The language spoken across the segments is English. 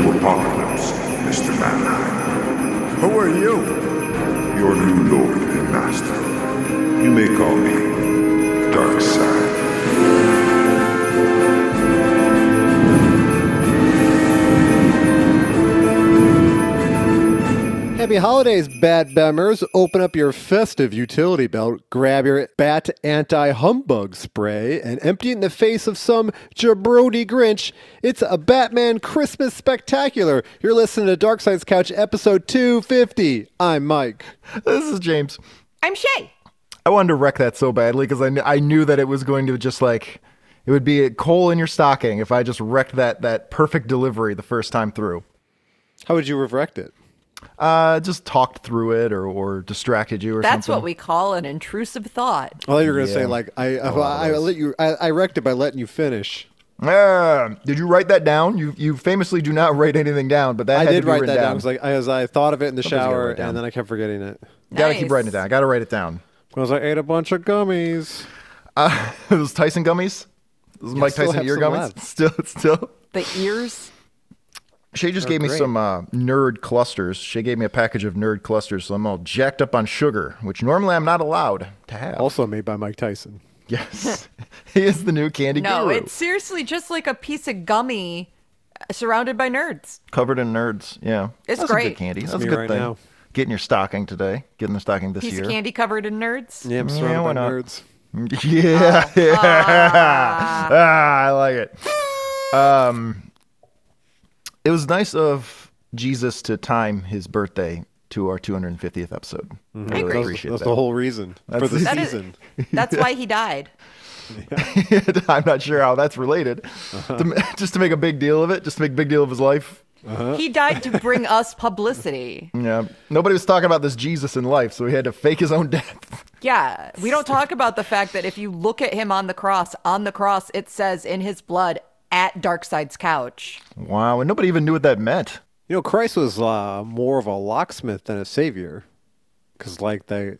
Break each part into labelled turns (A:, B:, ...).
A: apocalypse, Mr. Mannheim.
B: Who are you?
A: Your new lord and master. You may call me Darkseid.
C: Happy holidays, Bat Bemmers. Open up your festive utility belt, grab your Bat Anti Humbug spray, and empty it in the face of some jabroni Grinch. It's a Batman Christmas Spectacular. You're listening to Dark Side's Couch, episode 250. I'm Mike.
D: This is James.
E: I'm Shay.
D: I wanted to wreck that so badly because I, kn- I knew that it was going to just like it would be a coal in your stocking if I just wrecked that that perfect delivery the first time through.
C: How would you have wrecked it?
D: Uh, just talked through it or or distracted you or
E: That's
D: something.
E: what we call an intrusive thought.
C: Oh, you're gonna say
D: Yeah.
C: like I I, I, let you I, I wrecked it by letting you finish.
D: Ah, did you write that down? You you famously do not write anything down, but that
C: I
D: had to
C: did
D: be
C: write that
D: written
C: down. I was like, as I thought of it in the
D: gotta
C: shower,
D: write down.
C: and then I kept forgetting it.
D: gotta keep
E: Nice.
D: writing it down. I gotta write it down.
C: Because I ate a bunch of gummies.
D: Those Tyson gummies, those Mike
C: still
D: Tyson
C: have
D: ear
C: some
D: gummies.
C: left.
D: Still, still.
E: The ears.
D: Shay just gave me
C: great.
D: some uh, nerd clusters. She gave me a package of nerd clusters, so I'm all jacked up on sugar, which normally I'm not allowed to have.
C: Also made by Mike Tyson.
D: yes, he is the new candy
E: No,
D: guru,
E: it's seriously just like a piece of gummy uh, surrounded by nerds.
D: covered in nerds. Yeah,
E: It's
D: That's a good
E: great.
D: candy. That's,
C: me
D: a good
C: right
D: thing.
C: now.
D: Getting your stocking today. Getting the stocking this
E: Piece
D: year.
E: of candy covered in nerds.
C: Yeah, I'm
D: Yeah,
C: surrounded by
D: why not?
C: nerds.
D: Yeah,
E: Oh.
D: yeah. ah, I like it. Um, it was nice of Jesus to time his birthday to our 250th episode. I
C: Mm-hmm.
D: really
C: That's,
D: appreciate
C: that's
D: that.
C: the whole reason
D: That's-
C: for the
D: That
E: is-
C: season.
E: That's why he died.
D: I'm not sure how that's related.
C: Uh-huh.
D: To m- just to make a big deal of it, just to make a big deal of his life.
E: He died to bring us publicity.
D: Yeah. Nobody was talking about this Jesus in life, so he had to fake his own death.
E: Yeah. We don't talk about the fact that if you look at him on the cross, on the cross, it says in his blood at Darkseid's couch.
D: Wow. And nobody even knew what that meant.
C: You know, Christ was uh, more of a locksmith than a savior, because like the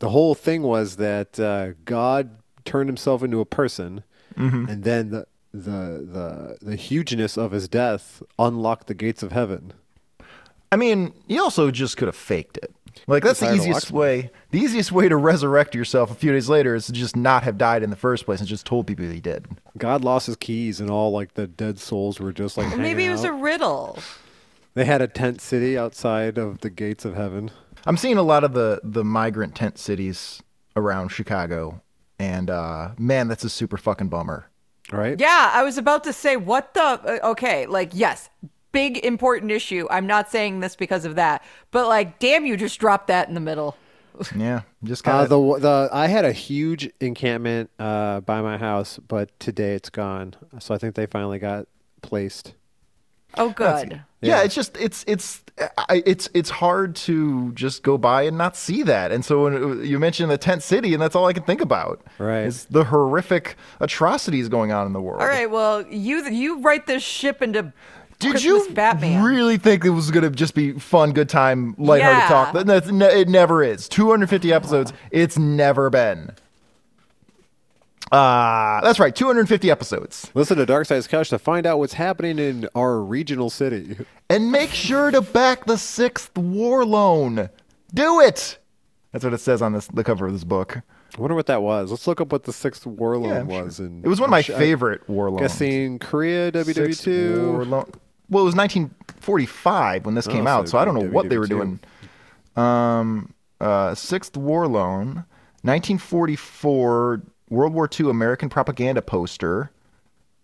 C: the whole thing was that uh, God turned himself into a person,
E: Mm-hmm.
C: and then the, the the the hugeness of his death unlocked the gates of heaven.
D: I mean, he also just could have faked it. Like that's the
C: hired a
D: easiest
C: locksmith.
D: way. The easiest way to resurrect yourself a few days later is to just not have died in the first place and just told people he did.
C: God lost his keys, and all like the dead souls were just like. hanging
E: Maybe it was
C: out.
E: a riddle.
C: They had a tent city outside of the gates of heaven.
D: I'm seeing a lot of the the migrant tent cities around Chicago, and uh, man, that's a super fucking bummer.
C: Right?
E: Yeah, I was about to say, what the? uh, Okay, like, yes, big important issue. I'm not saying this because of that, but like, damn, you just dropped that in the middle.
D: Yeah, just kind
C: Uh,
D: of
C: the the I had a huge encampment uh, by my house, but today it's gone. So I think they finally got placed.
E: Oh, good.
D: Yeah. it's just it's it's I, it's it's hard to just go by and not see that. And so when uh, you mentioned the tent city, and that's all I can think about.
C: Right.
D: is the horrific atrocities going on in the world.
E: All right, well, you you write this ship into
D: Did
E: Christmas
D: you
E: Batman.
D: really think it was going to just be fun, good time, lighthearted
E: Yeah.
D: talk? That- That's, ne- it never is. 250 episodes, it's never been. Uh, that's right, 250 episodes.
C: Listen to Dark Side's Couch to find out what's happening in our regional city.
D: And make sure to back the sixth war loan. Do it. That's what it says on this, the cover of this book.
C: I wonder what that was. Let's look up what the sixth war loan
D: Yeah, I'm sure.
C: was. And
D: It was one of my favorite war loans.
C: Guessing Korea
D: Sixth war
C: WW2.
D: loan- Well, it was 1945 when this came
C: so
D: out, so I don't know what they were
C: WW2.
D: doing. Um, uh, Sixth War Loan, 1944 World War II American propaganda poster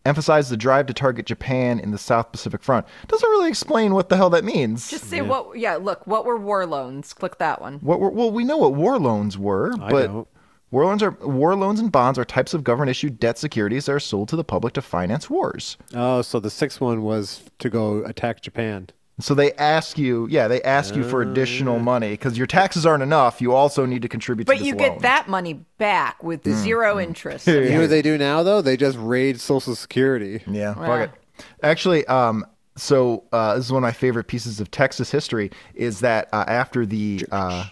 D: emphasized the drive to target Japan in the South Pacific Front. Doesn't really explain what the hell that means.
E: Just say what? Yeah, look, what were war loans? Click that one.
D: What were, well, we know what war loans were,
C: I
D: but
C: don't.
D: war loans are war loans and bonds are types of government issued debt securities that are sold to the public to finance wars.
C: Oh, so the sixth one was to go attack Japan.
D: So they ask you, yeah, they ask you for additional money because your taxes aren't enough. You also need to contribute. to
E: But
D: this
E: you
D: loan.
E: get that money back with
D: Mm.
E: zero interest.
C: You know what they do now though? They just raid Social Security.
D: Yeah, fuck
E: Yeah.
D: it. Actually, um, so uh, this is one of my favorite pieces of Texas history. Is that uh, after the uh,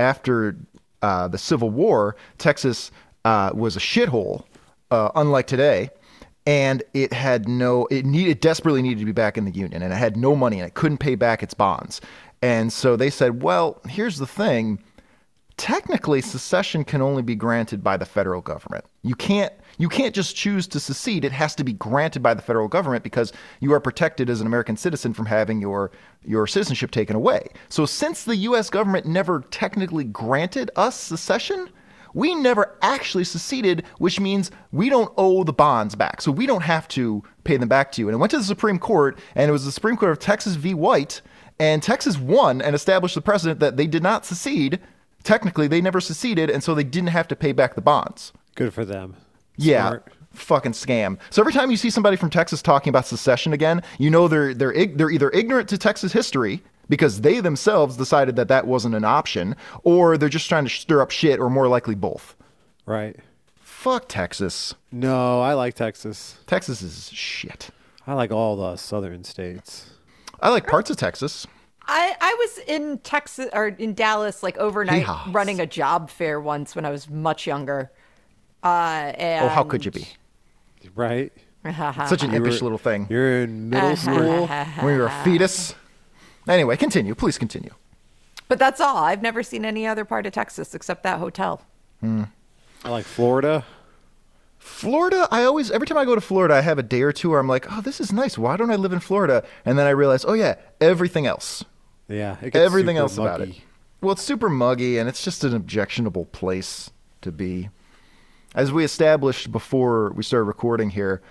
D: after uh, the Civil War, Texas uh, was a shithole, uh, unlike today, and it had no it need it desperately needed to be back in the union and it had no money and it couldn't pay back its bonds and so they said well here's the thing technically secession can only be granted by the federal government you can't you can't just choose to secede it has to be granted by the federal government because you are protected as an american citizen from having your your citizenship taken away so since the us government never technically granted us secession we never actually seceded, which means we don't owe the bonds back. So we don't have to pay them back to you. And it went to the Supreme Court, and it was the Supreme Court of Texas v. White, and Texas won and established the precedent that they did not secede. Technically, they never seceded, and so they didn't have to pay back the bonds.
C: Good for them.
D: Yeah.
C: Smart.
D: Fucking scam. So every time you see somebody from Texas talking about secession again, you know they're they're ig- they're either ignorant to Texas history because they themselves decided that that wasn't an option, or they're just trying to stir up shit, or more likely both.
C: Right.
D: Fuck Texas.
C: No, I like Texas.
D: Texas is shit.
C: I like all the southern states.
D: I like parts of Texas.
E: I, I was in Texas or in Dallas like overnight
D: Yeehaws.
E: running a job fair once when I was much younger. Uh, and
D: Oh, how could you be?
C: Right?
D: Such an
C: You
D: impish
C: were-
D: little thing.
C: You're in
E: Uh,
C: middle school.
D: When you're a fetus. Anyway, continue. Please continue.
E: But that's all. I've never seen any other part of Texas except that hotel.
C: I like Florida.
D: Florida, I always, every time I go to Florida, I have a day or two where I'm like, oh, this is nice. Why don't I live in Florida? And then I realize, oh, yeah, everything else.
C: Yeah. it gets
D: Everything
C: super
D: else about it.
C: mucky.
D: Well, it's super muggy and it's just an objectionable place to be. As we established before we started recording here,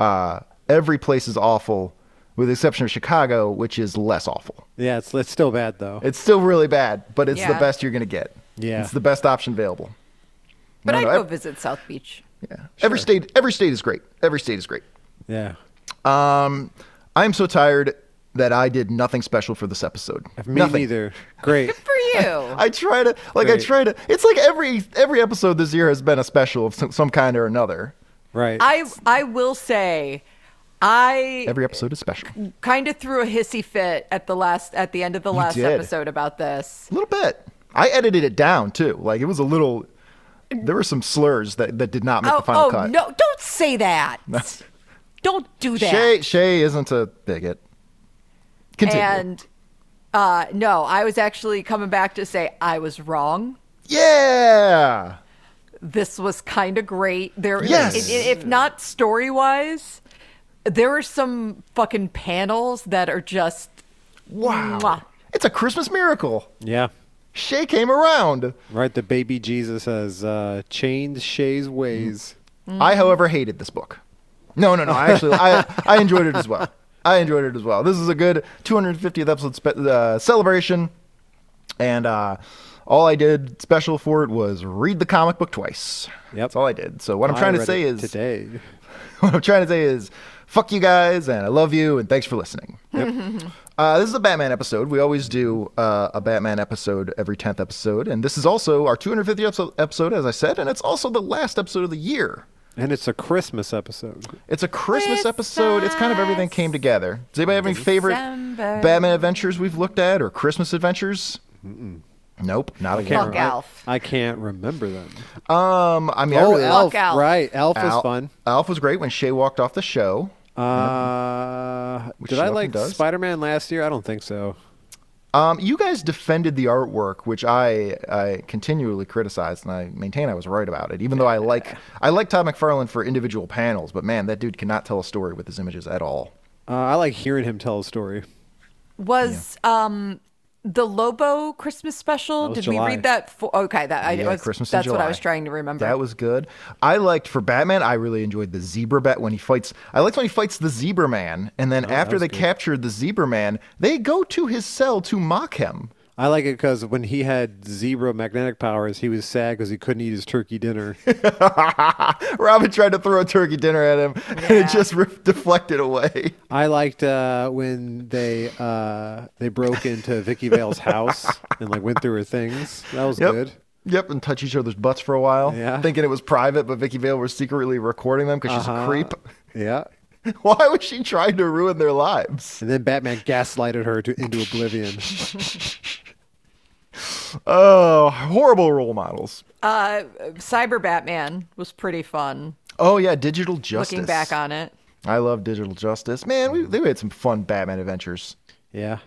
D: uh, every place is awful with the exception of Chicago, which is less awful.
C: Yeah, it's, it's still bad, though.
D: It's still really bad, but it's the
E: Yeah.
D: best you're going to get.
C: Yeah.
D: It's the best option available.
E: But
D: No,
E: I'd
D: no,
E: go
D: I-
E: visit South Beach.
D: Yeah. Every state every state is great. Every state is great.
C: yeah.
D: Um I'm so tired that I did nothing special for this episode.
C: Me
D: nothing.
C: neither. Great.
E: For you.
D: I try to like I
C: Great.
D: try to it's like every every episode this year has been a special of some, some kind or another.
C: Right.
E: I I will say I
D: Every episode is special. A
E: kind of threw a hissy fit at the last at the end of the last
D: did.
E: episode about this.
D: little bit. I edited it down too. Like it was a little there were some slurs that, that did not make
E: Oh,
D: the final
E: oh
D: cut.
E: no, don't say that. don't do that.
D: Shay Shay isn't a bigot. Continue.
E: and uh no, I was actually coming back to say I was wrong.
D: yeah.
E: this was kind of great. There,
D: Yes.
E: i- i- if not story wise, there are some fucking panels that are just
D: Wow.
E: Mwah.
D: It's a Christmas miracle.
C: yeah.
D: Shay came around.
C: Right. The baby Jesus has uh, changed Shay's ways.
D: I, however, hated this book. No, no, no. I actually, I, I enjoyed it as well. I enjoyed it as well. This is a good 250th episode spe- uh, celebration, and uh, all I did special for it was read the comic book twice.
C: Yep.
D: That's all I did. So what I'm
C: I
D: trying to
C: read
D: say
C: it
D: is,
C: today.
D: what I'm trying to say is, fuck you guys, and I love you, and thanks for listening. uh, this is a Batman episode. We always do uh, a Batman episode every 10th episode, and this is also our 250th episode- episode, as I said, and it's also the last episode of the year.
C: And it's a Christmas episode.
D: It's a Christmas episode. It's kind of everything came together. Does anybody have any favorite
E: December.
D: Batman adventures we've looked at or Christmas adventures? Nope, not a
E: Fuck
D: camera.
C: I-
E: Alf.
C: I, can't remember them.
D: Um, I mean, I
C: Oh,
D: really-
C: Alf,
E: Alf.
C: Right. Alf
D: Al-
C: was fun.
D: Alf was great when Shay walked off the show.
C: Uh,
D: Which
C: did
D: she
C: I
D: often
C: like
D: does.
C: Spider Man last year? I don't think so.
D: Um, you guys defended the artwork, which I, I continually criticized, and I maintain I was right about it. Even though I like I like Todd McFarlane for individual panels, but man, that dude cannot tell a story with his images at all.
C: Uh, I like hearing him tell a story.
E: was um the Lobo Christmas special.
C: was
E: Did
C: July.
E: we read that? For, okay, that I
D: Yeah,
E: was.
D: Christmas in
E: that's what I
D: July.
E: was trying to remember.
D: That was good. I liked for Batman. I really enjoyed the zebra bat when he fights. I liked when he fights the zebra man,
C: Oh,
D: and then after they captured the zebra man, they go to his cell to mock him.
C: I like it because when he had zebra magnetic powers, he was sad because he couldn't eat his turkey dinner.
D: Robin tried to throw a turkey dinner at him, and
E: Yeah.
D: it just re- deflected away.
C: I liked uh, when they uh, they broke into Vicky Vale's house and like went through her things. That was
D: Yep.
C: good.
D: Yep, and touch each other's butts for a while,
C: Yeah.
D: thinking it was private, but Vicky Vale was secretly recording them because
C: Uh-huh.
D: she's a creep.
C: Yeah.
D: Why was she trying to ruin their lives?
C: And then Batman gaslighted her to, into oblivion.
D: Oh, horrible role models.
E: uh, Cyber Batman was pretty fun.
D: Oh yeah, digital justice.
E: Looking back on it,
D: I love digital justice. Man, we, we had some fun Batman adventures.
C: Yeah.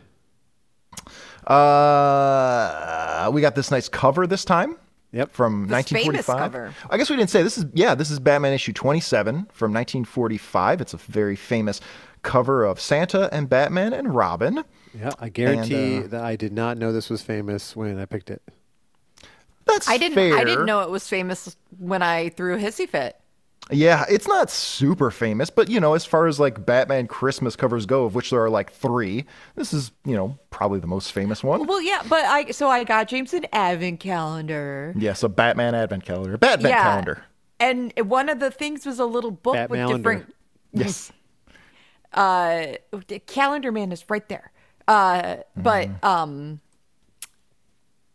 D: Uh, we got this nice cover this time.
C: Yep.
D: From
E: This famous
D: 1945.
E: cover.
D: I guess we didn't say this is yeah, this is Batman issue 27 from 1945. It's a very famous cover of Santa and Batman and Robin.
C: Yeah. I guarantee
D: And, uh,
C: that I did not know this was famous when I picked it.
D: That's
E: I didn't.
D: fair.
E: I didn't know it was famous when I threw a hissy fit.
D: Yeah, it's not super famous, but you know, as far as like Batman Christmas covers go, of which there are like 3, this is, you know, probably the most famous one.
E: Well, yeah, but I so I got James an advent calendar.
D: Yes, a Batman advent calendar. Batman
E: yeah,
D: calendar.
E: and one of the things was a little book with
C: Batmalender.
E: different.
D: Yes.
E: uh the calendar man is right there uh but um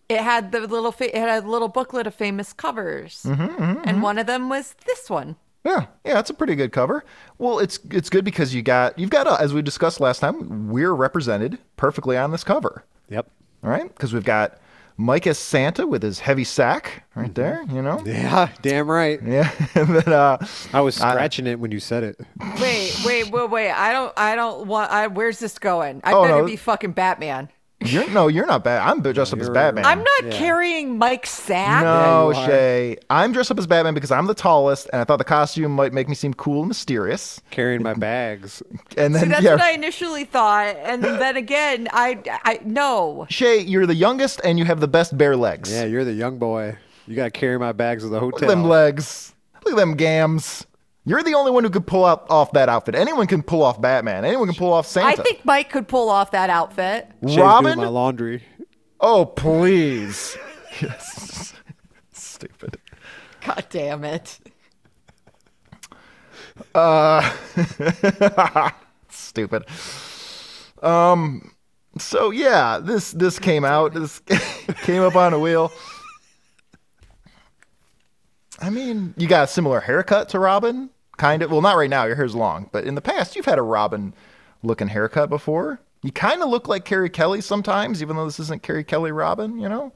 E: it had the little fa- it had a little booklet of famous covers and one of them was this one
D: Yeah, yeah, it's a pretty good cover. Well, it's it's good because you got you've got uh as we discussed last time, we're represented perfectly on this cover.
C: Yep.
D: All right, because we've got Mike as Santa with his heavy sack right there. You know,
C: Mm-hmm. Yeah. Damn right.
D: yeah. and then uh,
C: I was scratching it when you said it.
E: wait wait wait wait i don't i don't want i where's this going i
D: Oh,
E: better
D: no.
E: be fucking batman
D: you're no, you're not bad. I'm dressed up as
C: You're-
D: Batman.
E: i'm not
C: Yeah.
E: carrying mike's sack
D: no,
C: Yeah, you are.
D: Shay. I'm dressed up as Batman because I'm the tallest, and I thought the costume might make me seem cool and mysterious.
C: Carrying my bags.
D: And then
E: See, that's
D: yeah,
E: what I initially thought, and then again, I, I no.
D: Shay, you're the youngest, and you have the best bare legs.
C: Yeah. You're the young boy. You got to carry my bags to the
D: Look at them
C: hotel.
D: legs. Look at them gams. You're the only one who could pull out off that outfit. Anyone can pull off Batman. Anyone can pull off
E: I
D: Santa.
E: think Mike could pull off that outfit.
C: Shay's
D: Robin.
C: doing my laundry.
D: oh please. yes. Stupid.
E: God damn it!
D: Stupid. Um. So yeah, this this came out. This came up on a wheel. I mean, you got a similar haircut to Robin, kind of. Well, not right now. Your hair's long, but in the past, you've had a Robin-looking haircut before. You kind of look like Carrie Kelly sometimes, even though this isn't Carrie Kelly Robin. You know,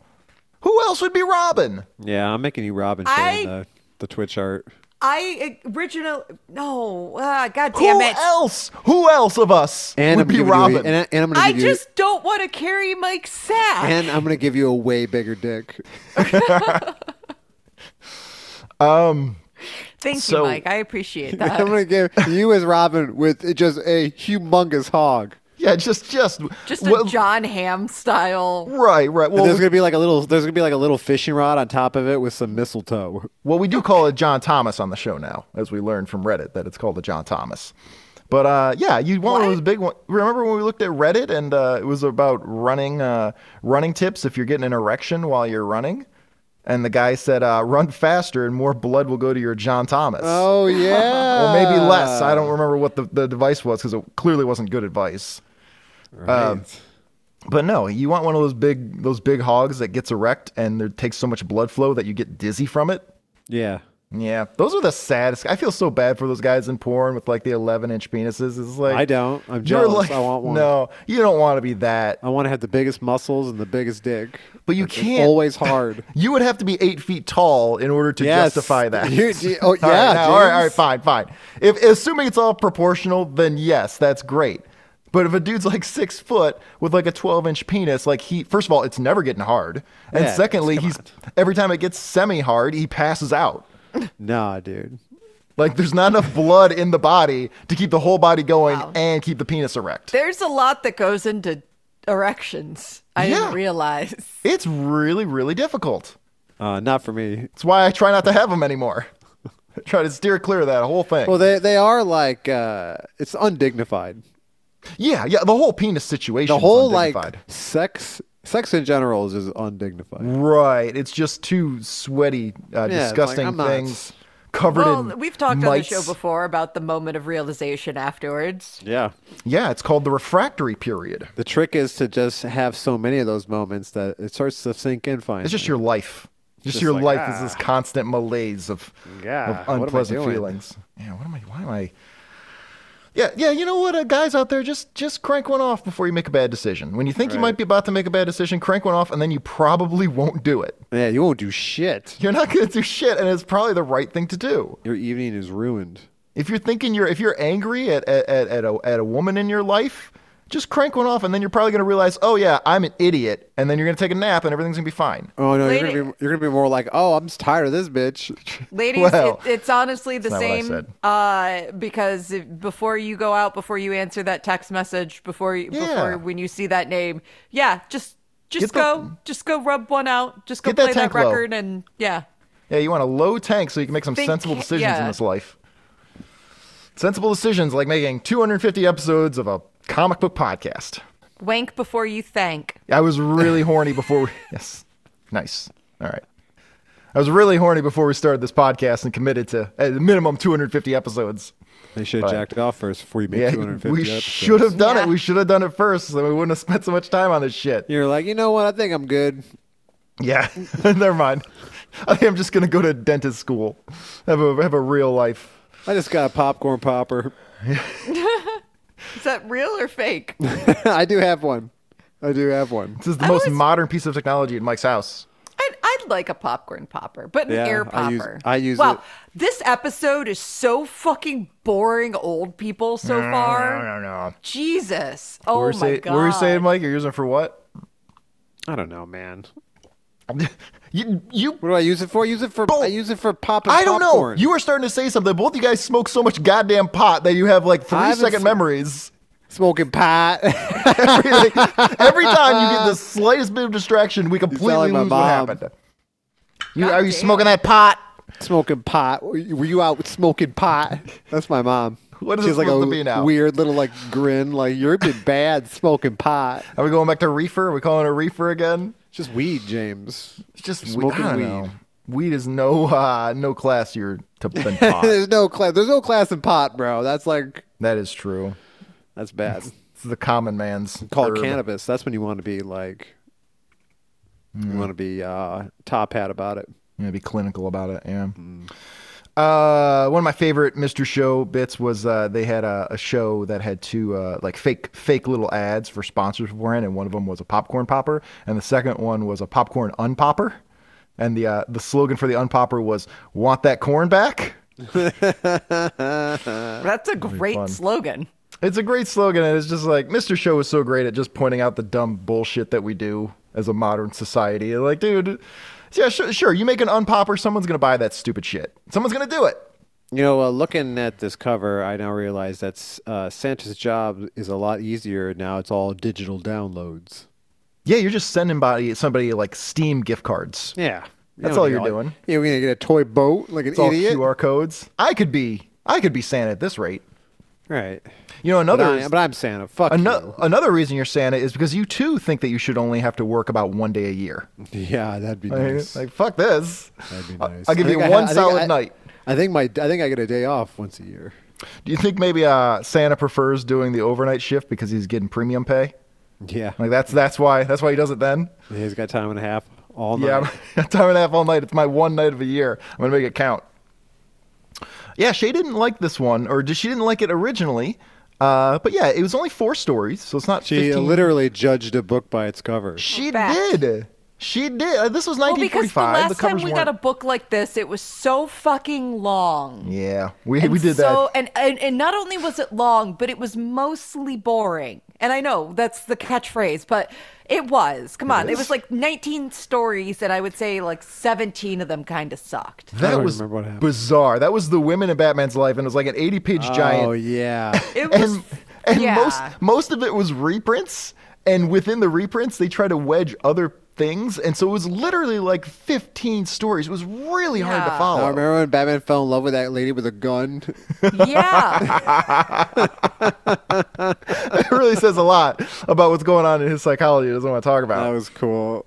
D: who else would be Robin?
C: Yeah. I'm making you Robin
E: I-
C: Shay in the, the Twitch art.
E: I original no, uh, god
D: Who
E: damn it!
D: else? Who else of us
C: And
D: would
C: I'm
D: be
C: giving
D: Robin?
C: You, a- and, I, and I'm gonna
E: I
C: give you,
E: just don't want to carry Mike's sack.
C: And I'm gonna give you a way bigger dick.
E: Thank
D: so-
E: you, Mike. I appreciate
C: I'm
E: that.
C: gonna give you as Robin with just a humongous hog.
D: yeah, just just
E: Just a
D: well,
E: John Ham style.
D: Right, right. Well,
C: there's
D: we,
C: gonna be like a little. There's gonna be like a little fishing rod on top of it with some mistletoe.
D: well, we do call it John Thomas on the show now, as we learned from Reddit that it's called a John Thomas. But uh, yeah, you want one of
E: What?
D: those big one. Remember when we looked at Reddit and uh, it was about running uh, running tips if you're getting an erection while you're running, and the guy said uh, run faster and more blood will go to your John Thomas.
C: Oh yeah.
D: Or maybe less. I don't remember what the, the advice was because it clearly wasn't good advice. uh,
C: Right.
D: But no, you want one of those big those big hogs that gets erect and there takes so much blood flow that you get dizzy from it.
C: yeah.
D: Yeah, those are the saddest. I feel so bad for those guys in porn with like the 11 inch penises. It's like
C: I don't. I'm
D: you're
C: jealous. I want one.
D: No, you don't want to be that.
C: I want to have the biggest muscles and the biggest dick.
D: But you
C: It's
D: can't-
C: Always hard.
D: You would have to be eight feet tall in order to
C: Yes.
D: justify that.
C: You- you- oh,
D: All right,
C: yeah,
D: now, all right, all right,
C: James.
D: fine, fine. If assuming it's all proportional, then yes, that's great. But if a dude's like six foot with like a 12 inch penis, like he, first of all, it's never getting hard, and
C: Yeah,
D: secondly,
C: come
D: he's every time it gets semi hard, he passes out.
C: nah, dude.
D: Like there's not enough blood in the body to keep the whole body going
E: Wow.
D: and keep the penis erect.
E: There's a lot that goes into erections. I
D: Yeah.
E: didn't realize.
D: It's really, really difficult.
C: Uh, not for me.
D: It's why I try not to have them anymore. I try to steer clear of that whole thing.
C: Well, they they are like uh, it's undignified.
D: yeah, yeah, the whole penis situation.
C: The
D: is
C: whole like
D: undignified.
C: sex sex in general is, is undignified.
D: right. It's just two sweaty, uh,
C: like,
D: disgusting
C: I'm not-
D: things covered
E: Well,
D: in.
E: we've talked
D: mites.
E: on the show before about the moment of realization afterwards.
C: Yeah.
D: Yeah, it's called the refractory period.
C: The trick is to just have so many of those moments that it starts to sink in finally.
D: It's just your life. Just,
C: just
D: your
C: like,
D: life is
C: ah.
D: this constant malaise of,
C: Yeah, what am I
D: of unpleasant
C: doing?
D: feelings. Yeah, what am I? Why am I? Yeah, yeah. You know what, uh, guys out there, just just crank one off before you make a bad decision. When you think you might be about to make a bad decision, crank one off, and then you probably won't do it.
C: Yeah, you won't do shit.
D: You're not going to do shit, and it's probably the right thing to do.
C: Your evening is ruined.
D: If you're thinking you're if you're angry at at, at, at, a, at a woman in your life, just crank one off, and then you're probably going to realize, oh yeah, I'm an idiot, and then you're going to take a nap, and everything's going to be fine.
C: Oh no, you're
E: Lady-
C: gonna be you're gonna be more like, oh, I'm just tired of this bitch.
E: Ladies,
D: Well,
E: it, it's honestly the
D: that's not what I
E: same. Uh, because if- before you go out, before you answer that text message, before you,
D: Yeah.
E: before when you see that name, yeah, just just
D: Get the-
E: go, just go rub one out, just go
D: Get that
E: play that,
D: tank low.
E: record, and yeah,
D: Yeah, you want a low tank so you can make some
E: Think-
D: sensible decisions in
E: yeah.
D: this life. Sensible decisions like making 250 episodes of a comic book podcast.
E: wank before you thank.
D: I was really horny before we. Yes. Nice. All right. I was really horny before we started this podcast and committed to at the minimum 250 episodes.
C: They should have jacked it off first before you made
D: Yeah,
C: 250.
D: we
C: episodes.
D: should have done
E: Yeah.
D: it. We should have done it first, so we wouldn't have spent so much time on this shit.
C: You're like, you know what? I think I'm good.
D: Yeah, never mind. I think I'm just gonna go to dentist school, have a have a real life.
C: I just got a popcorn popper.
E: Is that real or fake?
C: I do have one. I do have one.
D: This is the
E: I
D: most
E: always-
D: modern piece of technology in Mike's house.
E: I'd, I'd like a popcorn popper, but an
C: Yeah,
E: air
C: I
E: popper.
C: use- I use
E: wow,
C: it-
E: this episode is so fucking boring, old people so far.
D: no.
E: Jesus, oh
D: What were
E: my
D: you saying,
E: god,
D: what were you saying, Mike? You're using it for what?
C: I don't know, man.
D: you, you
C: What do I use it for? I use it for
D: Bo-
C: I use it for popping.
D: I don't
C: popcorn.
D: know. You were starting to say something. Both you guys smoke so much goddamn pot that you have like
C: I
D: three
C: haven't
D: second
C: sm-
D: memories.
C: smoking pot.
D: Everything- Every time you get the slightest bit of distraction, we completely
C: like my
D: lose what
C: mom.
D: happened. You,
E: God
D: are you
E: damn.
D: smoking that pot?
C: smoking pot. Were you were you out smoking pot? That's my mom.
D: What is
C: She
D: it
C: has, like
D: supposed
C: a
D: to be now?
C: weird little like grin, like you're been bad smoking pot.
D: Are we going back to reefer? Are we calling it reefer again?
C: It's just weed, James.
D: It's just
C: Smoking
D: weed. I don't
C: weed.
D: know. Weed is no uh, no classier to than pot.
C: there's no class. There's no class in pot, bro. That's like
D: that is true.
C: that's bad.
D: It's the common man's
C: Called
D: herb.
C: cannabis. That's when you want to be like you
D: Mm.
C: want to be uh, top hat about it.
D: Yeah, be clinical about it. Yeah. Uh, one of my favorite Mr. Show bits was uh, they had a, a show that had two uh, like fake fake little ads for sponsors beforehand, and one of them was a popcorn popper, and the second one was a popcorn unpopper, and the uh, the slogan for the unpopper was "Want that corn back."
E: that's a great
D: fun.
E: slogan.
D: It's a great slogan, and it's just like Mr. Show is so great at just pointing out the dumb bullshit that we do as a modern society. Like, dude, yeah, sure, sure. You make an unpopper, someone's gonna buy that stupid shit. Someone's gonna do it.
C: You know, uh, looking at this cover, I now realize that uh, Santa's job is a lot easier now. It's all digital downloads.
D: Yeah, you're just sending body somebody like Steam gift cards.
C: Yeah,
D: That's all you're doing.
C: Yeah, we're gonna get a toy boat like an
D: It's all
C: idiot.
D: QR codes. I could be I could be Santa at this rate.
C: Right.
D: You know
C: But,
D: another
C: I, but I'm Santa. Fuck
D: ano- another reason you're Santa is because you too think that you should only have to work about one day a year.
C: you. Yeah, that'd be
D: Like,
C: nice.
D: like, fuck this.
C: that'd be
D: I-
C: nice.
D: I'll give
C: I
D: you
C: think I ha-
D: one
C: I think
D: solid
C: I-
D: night.
C: I think my I think I get a day off once a year.
D: Do you think maybe uh, Santa prefers doing the overnight shift because he's getting premium pay?
C: Yeah,
D: Like that's that's why that's why he does it then.
C: he's got time and a half all night.
D: Yeah, I'm, time and a half all night. It's my one night of a year. I'm gonna make it count. Yeah, Shay didn't like this one, or did she didn't like it originally? Uh, but yeah, it was only four stories, so it's not.
C: she
D: 15.
C: literally judged a book by its cover.
D: She
E: Fact.
D: did. She did. Uh, This was
E: Well,
D: 1945.
E: because the last time
D: covers
E: we got a
D: weren't-
E: book like this, it was so fucking long.
D: Yeah, we
E: And
D: we did
E: so,
D: that.
E: And, and and not only was it long, but it was mostly boring. And I know that's the catchphrase, but it was. Come on, it was like 19 stories, and I would say like 17 of them kind of sucked.
C: I
D: That
C: don't
D: was
C: remember what happened.
D: bizarre. That was the women in Batman's life, and it was like an 80-page giant.
C: Oh yeah.
E: It was.
D: and and
E: yeah.
D: most most of it was reprints and within the reprints they try to wedge other things and so it was literally like 15 stories it was really hard to
E: Yeah.
C: I
D: follow
C: remember when Batman fell in love with that lady with a gun.
E: yeah,
D: it really says a lot about what's going on in his psychology he doesn't want to talk
C: That
D: about
C: was cool.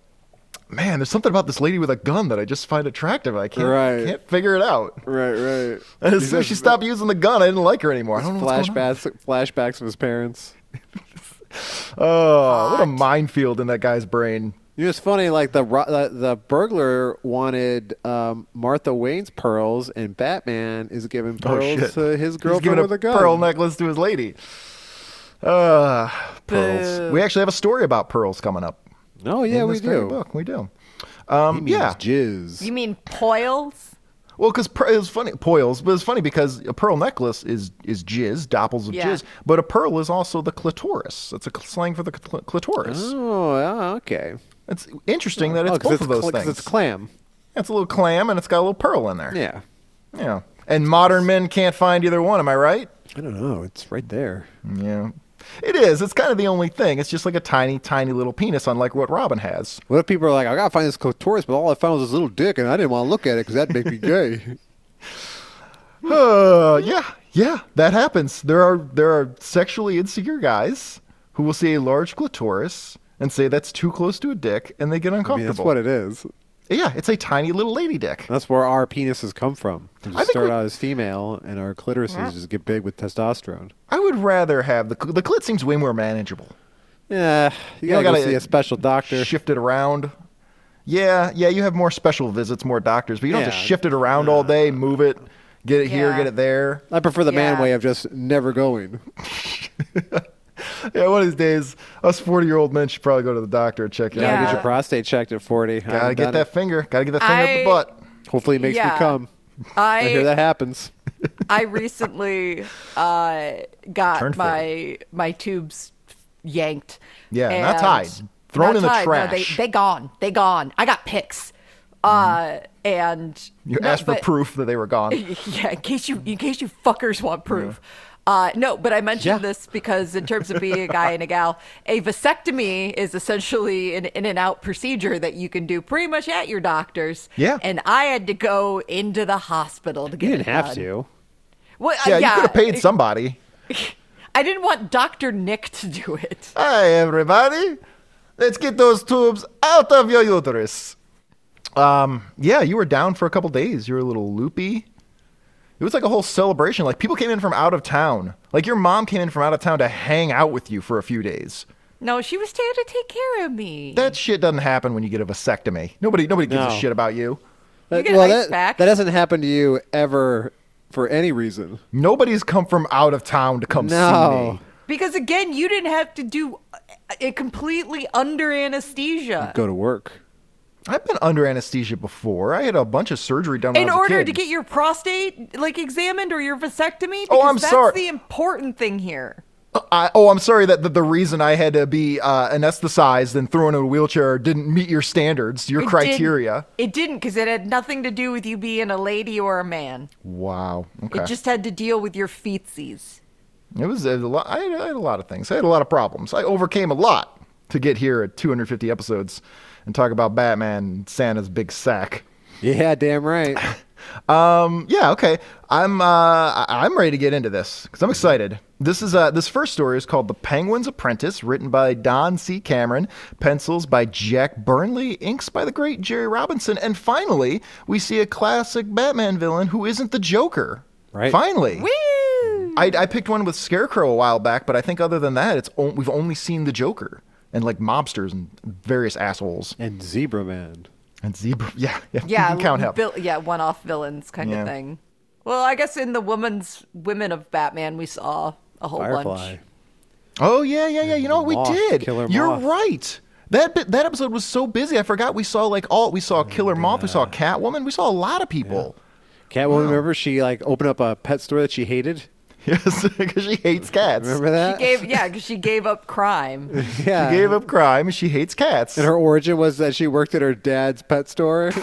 D: man there's something about this lady with a gun that i just find attractive i can't,
C: Right.
D: can't figure it out
C: Right, right.
D: and as
C: These
D: soon as
C: are
D: she stopped using the gun i didn't like her anymore i don't know what's going on.
C: Flashbacks, flashbacks of his parents.
D: oh what a minefield in that guy's brain
C: It was funny, like the ro- the, the burglar wanted um, Martha Wayne's pearls, and Batman is giving pearls
D: Oh, shit.
C: to his
D: He's giving
C: girlfriend with a gun.
D: pearl necklace to his lady. Uh, pearls.
E: Boo.
D: We actually have a story about pearls coming up.
C: oh yeah,
D: in
C: we
D: this very
C: do.
D: Book. We do.
C: He
D: Um,
C: means
D: yeah.
C: jizz.
E: You mean poils?
D: Well, because it was funny, poils, but it's funny because a pearl necklace is is jizz, doppels of
E: Yeah.
D: jizz, but a pearl is also the clitoris. That's a cl- slang for the cl- clitoris.
C: oh, yeah, okay.
D: It's interesting that it's
C: oh, 'cause
D: both of those
C: cl- 'cause
D: things.
C: It's clam.
D: It's a little clam and it's got a little pearl in there.
C: Yeah.
D: Yeah. And modern men can't find either one. Am I right?
C: I don't know. It's right there.
D: Yeah. It is. It's kind of the only thing. It's just like a tiny, tiny little penis, unlike what Robin has.
C: What if people are like, I gotta find this clitoris, but all I found was this little dick, and I didn't want to look at it because that'd make me gay. Hmm.
D: Uh, yeah, yeah, that happens. There are there are sexually insecure guys who will see a large clitoris and say that's too close to a dick, and they get
C: I mean, that's
D: uncomfortable.
C: what it is.
D: yeah, it's a tiny little lady dick.
C: That's where our penises come from. They just
D: think
C: start
D: we-
C: out as female, and our clitorises just get big with testosterone.
D: I would rather have the cl- the clit seems way more manageable.
C: Yeah, you gotta,
D: gotta
C: go see a special doctor.
D: Shift it around. Yeah, yeah, you have more special visits, more doctors, but you don't have
C: Yeah.
D: to shift it around all day, move it, get it here,
E: Yeah.
D: get it there.
C: I prefer the man
E: Yeah.
C: way of just never going.
D: Yeah, one of these days, us forty year old men should probably go to the doctor and check it
C: Gotta
D: out.
C: get
E: Yeah.
C: your prostate checked at 40. I
D: Gotta
C: haven't
D: get
C: done
D: that finger. Gotta get that finger up the
E: I-
D: butt.
C: it. Hopefully, it makes me
E: Yeah.
C: come. I,
E: I
C: hear that happens.
E: I recently uh, got
D: Turned for
E: my my tubes yanked.
D: Yeah, not
E: and-
D: tied. Thrown
E: not
D: in the
E: tied. No, they,
D: trash.
E: they gone. They gone. I got pics. Uh, and
D: You
E: no,
D: Mm-hmm. asked for
E: but- Uh,
D: proof that they were gone.
E: yeah, in case you in case you fuckers want proof. Uh, no, but I mentioned
C: Yeah.
E: this because in terms of being a guy and a gal, a vasectomy is essentially an in and out procedure that you can do pretty much at your doctor's.
D: Yeah.
E: And I had to go into the hospital to get
C: You didn't
E: it
C: have
E: done.
C: to.
E: Well, uh,
D: Yeah, you could have paid somebody.
E: I didn't want Dr. Nick to do it.
D: Hi, everybody. Let's get those tubes out of your uterus. Um, yeah, you were down for a couple days. You were a little loopy. It was like a whole celebration. Like people came in from out of town. Like your mom came in from out of town to hang out with you for a few days.
E: No, she was there to take care of me.
D: That shit doesn't happen when you get a vasectomy. Nobody, nobody gives
C: No.
D: a shit about you.
E: You
C: That-
E: get
C: well,
E: ice
C: that,
E: back.
C: that doesn't happen to you ever for any reason.
D: Nobody's come from out of town to come see
C: No.
D: me.
E: because again, you didn't have to do uh, it completely under anesthesia.
C: Go to work.
D: I've been under anesthesia before. I had a bunch of surgery done. when
E: in
D: I was a
E: order to
D: kid.
E: get your prostate like examined or your vasectomy because
D: Oh, I'm
E: that's
D: sorry.
E: the important thing here
D: I, oh, I'm sorry that the, the reason I had to be uh, anesthetized and thrown in a wheelchair didn't meet your standards, your
E: It
D: criteria.
E: didn't- it didn't because it had nothing to do with you being a lady or a man
D: Wow. Okay.
E: it
D: It,
E: just had to deal with your feetsies
D: was a lot. I had, I had a lot of things. I had a lot of problems. I overcame a lot to get here at 250 episodes and talk about Batman and Santa's big sack.
C: Yeah, damn right.
D: Um, yeah. Okay. I'm uh, I- I'm ready to get into this because I'm excited. This is uh, this first story is called "The Penguin's Apprentice," written by Don C. Cameron, pencils by Jack Burnley, inks by the great Jerry Robinson, and finally we see a classic Batman villain who isn't the Joker.
C: Right.
D: Finally.
E: Woo!
D: I, I picked one with Scarecrow a while back, but I think other than that, it's on, we've only seen the Joker and like mobsters and various assholes
C: and Zebra Man.
D: and zebra. Yeah, yeah. you
E: yeah
D: can count him.
E: vil- yeah one-off villains kind
D: Yeah.
E: of thing well i guess in the woman's women of batman we saw a whole
C: Firefly.
E: bunch
D: Oh yeah, yeah, yeah. You know what
C: Moth,
D: we did?
C: Killer
D: You're
C: Moth.
D: right. That bit, that episode was so busy. I forgot we saw like all we
C: Oh,
D: saw Killer Moth, we saw Catwoman, we saw a lot of people.
C: Catwoman, remember she like opened up a pet store that she hated?
D: Yes, because she hates cats.
C: Remember that?
E: she gave yeah 'cause she gave up crime
C: yeah.
D: She gave up crime and she hates cats.
C: and her origin was that she worked at her dad's pet store.
E: so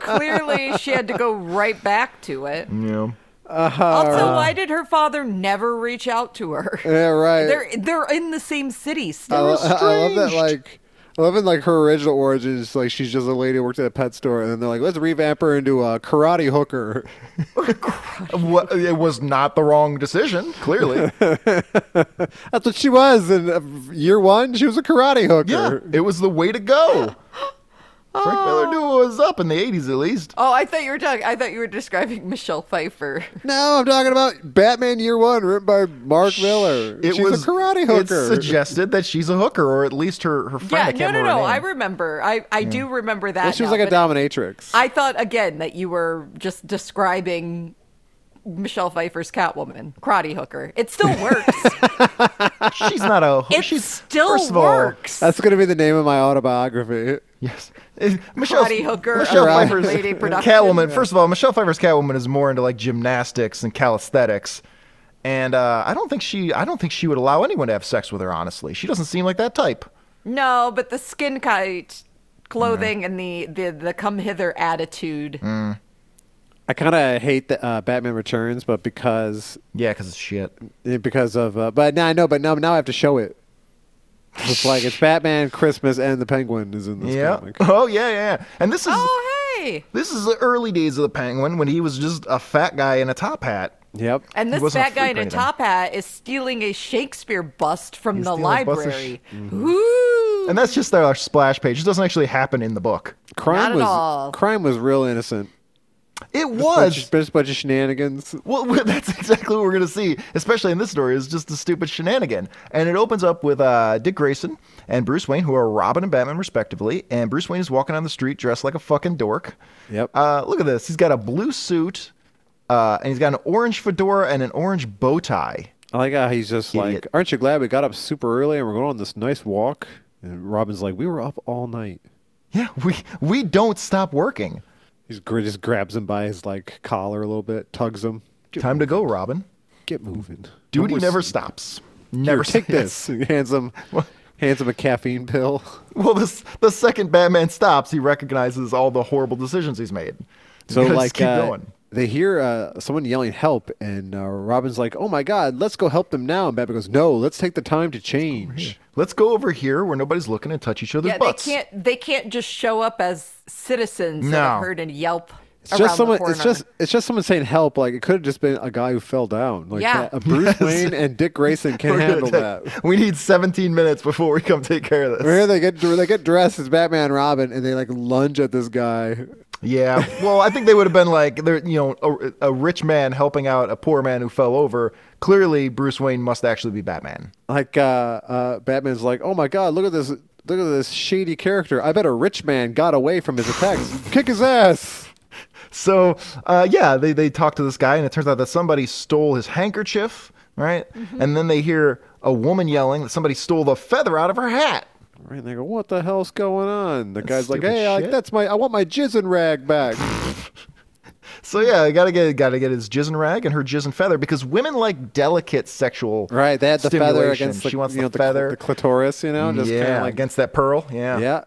E: clearly she had to go right back to it
D: yeah.
E: Also,
D: Uh,
E: why did her father never reach out to her?
C: yeah, right.
E: They're they're in the same city
C: I,
E: still.
C: lo- I love that
D: estranged.
C: like I love it like her original origin is like she's just a lady who worked at a pet store and then they're like, let's revamp her into a karate hooker.
D: Uh, What, it was not the wrong decision, clearly.
C: That's what she was in uh, year one. She was a karate
D: yeah,
C: hooker.
D: it was the way to go. Frank
C: Ah.
D: Miller knew what was up in the 80s, at least.
E: Oh, I thought you were talking. I thought you were describing Michelle Pfeiffer.
C: No, I'm talking about Batman Year One, written by Mark Miller.
D: It
C: She's
D: was
C: a karate hooker.
D: It's suggested that she's a hooker, or at least her, her
E: yeah,
D: friend. I
E: no,
D: can't
E: no,
D: remember her
E: no. I
D: name.
E: remember. I I do remember that.
C: Well, she was
E: now,
C: like a
E: but
C: dominatrix.
E: I thought again that you were just describing Michelle Pfeiffer's Catwoman, karate hooker. It still works.
D: she's not a hooker.
E: it
D: she's
E: still
D: first of all-
E: works.
C: That's going to be the name of my autobiography.
D: Yes. Michelle
E: Karate hooker
D: Michelle
E: of
D: Pfeiffer's
E: lady production.
D: Catwoman. First of all, Michelle Pfeiffer's Catwoman is more into like gymnastics and calisthenics. And uh, I don't think she I don't think she would allow anyone to have sex with her, honestly. She doesn't seem like that type.
E: no, but the skin kite clothing
D: Mm-hmm.
E: and the the the come hither attitude.
D: Mm.
C: I kind of hate the, uh, Batman Returns, but because
D: Yeah, because it's shit.
C: because of uh, but now I know, but now now I have to show it. It's like it's Batman, Christmas, and the Penguin is in this
D: Yeah.
C: comic.
D: Oh yeah, yeah. And this is
E: Oh hey.
D: this is the early days of the Penguin when he was just a fat guy in a top hat.
C: Yep.
E: And
D: He
E: this
D: wasn't a
E: fat guy in
D: freak or
E: a
D: anything.
E: top hat is stealing a Shakespeare bust from
D: He's
E: the
D: stealing a bust of Mm-hmm.
E: library. Mm-hmm. Ooh.
D: And that's just our splash page. It doesn't actually happen in the book.
C: crime
E: at
C: was
E: all.
C: crime was real innocent.
D: It
C: Bunch,
D: was
C: of- just a bunch of shenanigans.
D: Well, well, that's exactly what we're going to see, especially in this story, is just the stupid shenanigan. And it opens up with uh, Dick Grayson and Bruce Wayne, who are Robin and Batman, respectively. And Bruce Wayne is walking down the street dressed like a fucking dork.
C: Yep.
D: Uh, look at this. He's got a blue suit, uh, and he's got an orange fedora and an orange bow tie.
C: I like how he's just
D: Idiot.
C: like, "Aren't you glad we got up super early and we're going on this nice walk?" And Robin's like, "We were up all night."
D: Yeah, we, we don't stop working.
C: He's gr- just grabs him by his like collar a little bit, tugs him. Get,
D: Time to go, Robin.
C: get moving.
D: Duty
C: Almost-
D: never stops. Never
C: Here, take this.
D: stops.
C: He hands him hands him a caffeine pill.
D: Well, this, the second Batman stops, he recognizes all the horrible decisions he's made. He's
C: So
D: gonna just
C: like
D: keep
C: uh,
D: going.
C: they hear uh, someone yelling help, and uh, Robin's like, "Oh my God, let's go help them now!" And Batman goes, "No, let's take the time to change."
D: Let's go over here where nobody's looking and touch each other's
E: Yeah, they
D: butts.
E: can't. They can't just show up as citizens that have
D: No.
E: heard and yelp.
C: It's
E: around
C: just someone.
E: The corner.
C: It's just it's just someone saying help. Like it could have just been a guy who fell down. Like
E: Yeah.
C: that, uh, Bruce Wayne and Dick Grayson can
D: We're gonna
C: handle that.
D: take- We need 17 minutes before we come take care of this.
C: Where they get they get dressed as Batman and Robin, and they like lunge at this guy.
D: Yeah. Well, I think they would have been like, they're, you know, a, a rich man helping out a poor man who fell over. Clearly, Bruce Wayne must actually be Batman.
C: Like uh, uh, Batman's like, "Oh my God, look at this! Look at this shady character! I bet a rich man got away from his attacks. Kick his ass!"
D: So, uh, yeah, they, they talk to this guy, and it turns out that somebody stole his handkerchief, right?
E: Mm-hmm.
D: And then they hear a woman yelling that somebody stole the feather out of her hat.
C: Right, and they go, "What the hell's going on?" The guy's like,
D: stupid
C: "Hey, I,
D: shit.
C: that's my. I want my jizzin' rag back."
D: So yeah, I gotta get gotta get his jizz and rag and her jizz and feather because women like delicate sexual
C: right, they had the feather
D: stimulation.
C: against the,
D: she wants
C: you know,
D: the
C: cl-
D: feather
C: the clitoris. You know, just kind
D: yeah
C: of like
D: against that pearl yeah
C: yeah,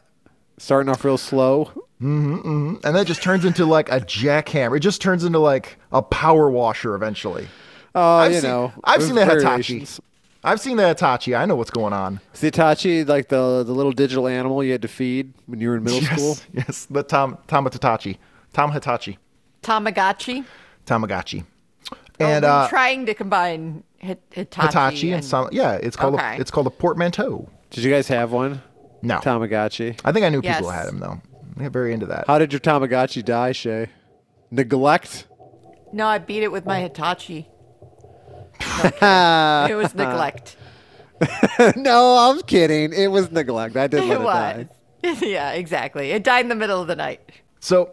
C: starting off real slow.
D: and that just turns into like a jackhammer it just turns into like a power washer eventually
C: Oh,
D: I've
C: you
D: seen
C: know,
D: I've seen the Hitachi
C: variations.
D: I've seen the Hitachi I know what's going on
C: Is the Hitachi like the the little digital animal you had to feed when you were in middle school?
D: yes yes the Tom Tom Hitachi Tom Hitachi
E: Tamagotchi.
D: Tamagotchi
E: And
D: and uh,
E: trying to combine Hit- Hitachi,
D: Hitachi and some yeah it's called
E: Okay.
D: a, it's called a portmanteau
C: Did you guys have one?
D: no
C: Tamagotchi.
D: I think I knew
E: Yes.
D: people who had him though I get very into that
C: How did your Tamagotchi die, Shay? Neglect.
E: No, I beat it with my Hitachi. No, I'm kidding. it was neglect.
C: no, I'm kidding. It was neglect. I didn't let
E: It
C: it
E: was.
C: die.
E: yeah, exactly. It died in the middle of the night.
D: So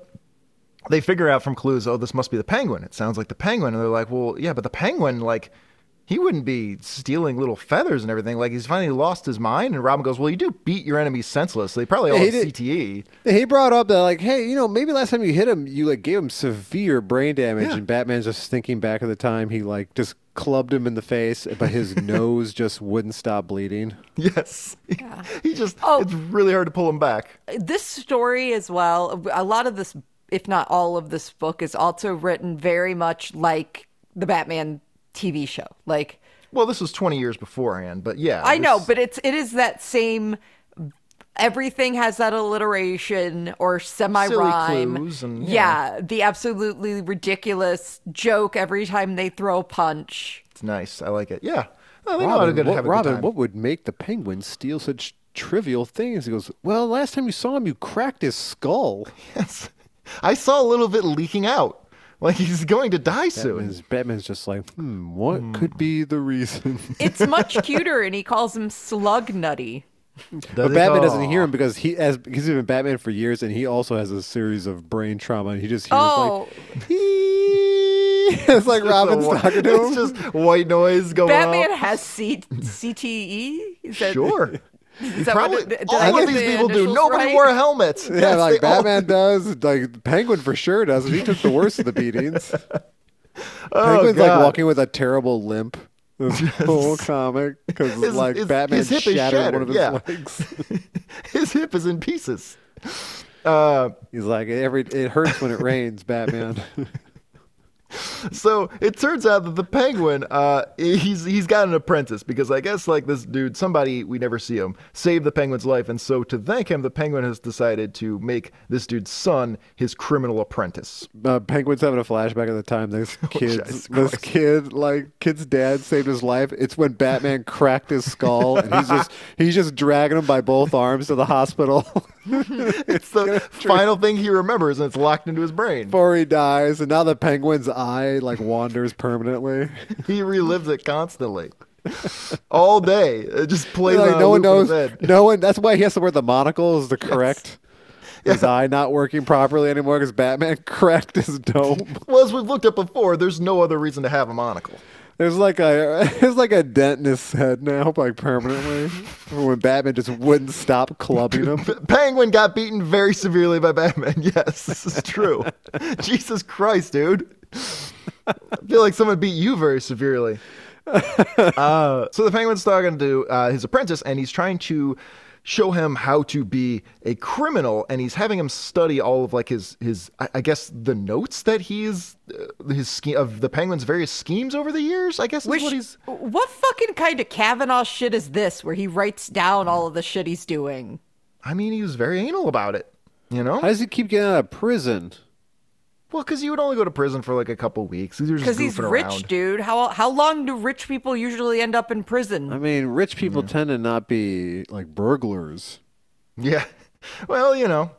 D: they figure out from clues, oh, this must be the penguin. It sounds like the penguin. And they're like, well, yeah, but the penguin, like, he wouldn't be stealing little feathers and everything. Like, he's finally lost his mind. And Robin goes, well, you do beat your enemies senseless. They probably all
C: Yeah,
D: have E.
C: he did-
D: CTE.
C: He brought up that like, hey, you know, maybe last time you hit him, you like gave him severe brain damage,
D: Yeah.
C: and Batman's just thinking back at the time he like just clubbed him in the face, but his nose just wouldn't stop bleeding.
D: Yes. he just,
E: Oh.
D: it's really hard to pull him back.
E: This story as well, a lot of this, if not all of this book, is also written very much like the Batman TV show. Like,
D: Well, this was 20 years beforehand, but yeah.
E: I know,
D: this-
E: but it's it is that same. Everything has that alliteration or semi rhyme.
D: clues and-
E: yeah. the absolutely ridiculous joke every time they throw a punch.
D: It's nice. I like it. Yeah. I think
C: Robin,
D: I'm going to
C: what,
D: have a good
C: Robin
D: time.
C: what would make the Penguin steal such trivial things. He goes, Well, last time you saw him, you cracked his skull.
D: Yes. I saw a little of it leaking out. Like he's going to die soon.
C: Batman's, Batman's just like, Hmm, what could be the reason?
E: It's much cuter, and he calls him Slug Nutty.
C: but Batman
D: oh.
C: doesn't hear him because he has, he's been Batman for years and he also has a series of brain trauma and he just hears
E: Oh,
C: like, "Hee." It's like Robin's talking to him.
D: It's just white noise going
E: Batman
D: on.
E: has C- CTE. Is that,
D: Sure.
E: Is that
D: Probably,
E: what, it- did I
D: all
E: get
D: of these
E: the
D: people do.
E: initials
D: Nobody
E: right?
D: wore helmets.
C: Yeah, like Batman does, like Penguin for sure does. and He took the worst of the beatings. Penguin's like
D: Oh, God.
C: walking with a terrible limp. This whole comic because
D: His-
C: like
D: his-
C: Batman
D: his hip is
C: shattered, one of his
D: shattered, yeah.
C: legs.
D: His hip is in pieces. Uh,
C: He's like every it hurts when it rains, Batman.
D: so it turns out that the penguin, uh, he's he's got an apprentice because I guess like this dude, somebody we never see him, saved the penguin's life, and so to thank him, the penguin has decided to make this dude's son his criminal apprentice.
C: uh, Penguin's having a flashback at the time. This kid,
D: Oh, Jesus
C: this kid, like kid's dad saved his life. It's when Batman cracked his skull, and he's just he's just dragging him by both arms to the hospital
D: It's the final thing he remembers, and it's locked into his brain.
C: before he dies. And now the Penguin's eye like wanders permanently.
D: He relives it constantly, all day. It just plays
C: like
D: on a
C: no one
D: loop in uh, his
C: knows.
D: head.
C: No one. That's why he has to wear the monocle. Is to correct his eye not working properly anymore because Batman cracked his dome.
D: Well, as we've looked up before, there's no other reason to have a monocle.
C: There's like a there's like a dent in his head now, like permanently. when Batman just wouldn't stop clubbing him.
D: P- Penguin got beaten very severely by Batman. Yes, this is true. Jesus Christ, dude. I feel like someone beat you very severely. Uh, so the penguin's talking to uh, his apprentice, and he's trying to show him how to be a criminal, and he's having him study all of like his his I, I guess the notes that he's uh, his scheme of the penguin's various schemes over the years. I guess is
E: Which,
D: what he's
E: what fucking kind of Kavanaugh shit is this where he writes down all of the shit he's doing?
D: I mean, he was very anal about it. You know,
C: How does he keep getting out of prison?
D: Well, because you would only go to prison for like a couple weeks. These are just
E: Because he's
D: goofing
E: rich,
D: around.
E: dude. How how long do rich people usually end up in prison?
C: I mean, rich people tend to not be like burglars.
D: Yeah. Well, you know,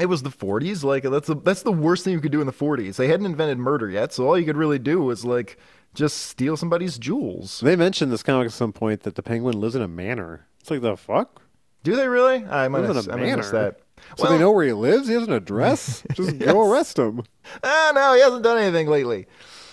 D: it was the 40s. Like that's the that's the worst thing you could do in the 40s. They hadn't invented murder yet, so all you could really do was like just steal somebody's jewels.
C: They mentioned this comic at some point that the penguin lives in a manor. It's like the fuck?
D: Do they really? I might
C: Lives
D: have,
C: in a
D: I might have missed
C: manor.
D: that.
C: So they know where he lives? He has an address? Just go arrest him.
D: ah, no, he hasn't done anything lately.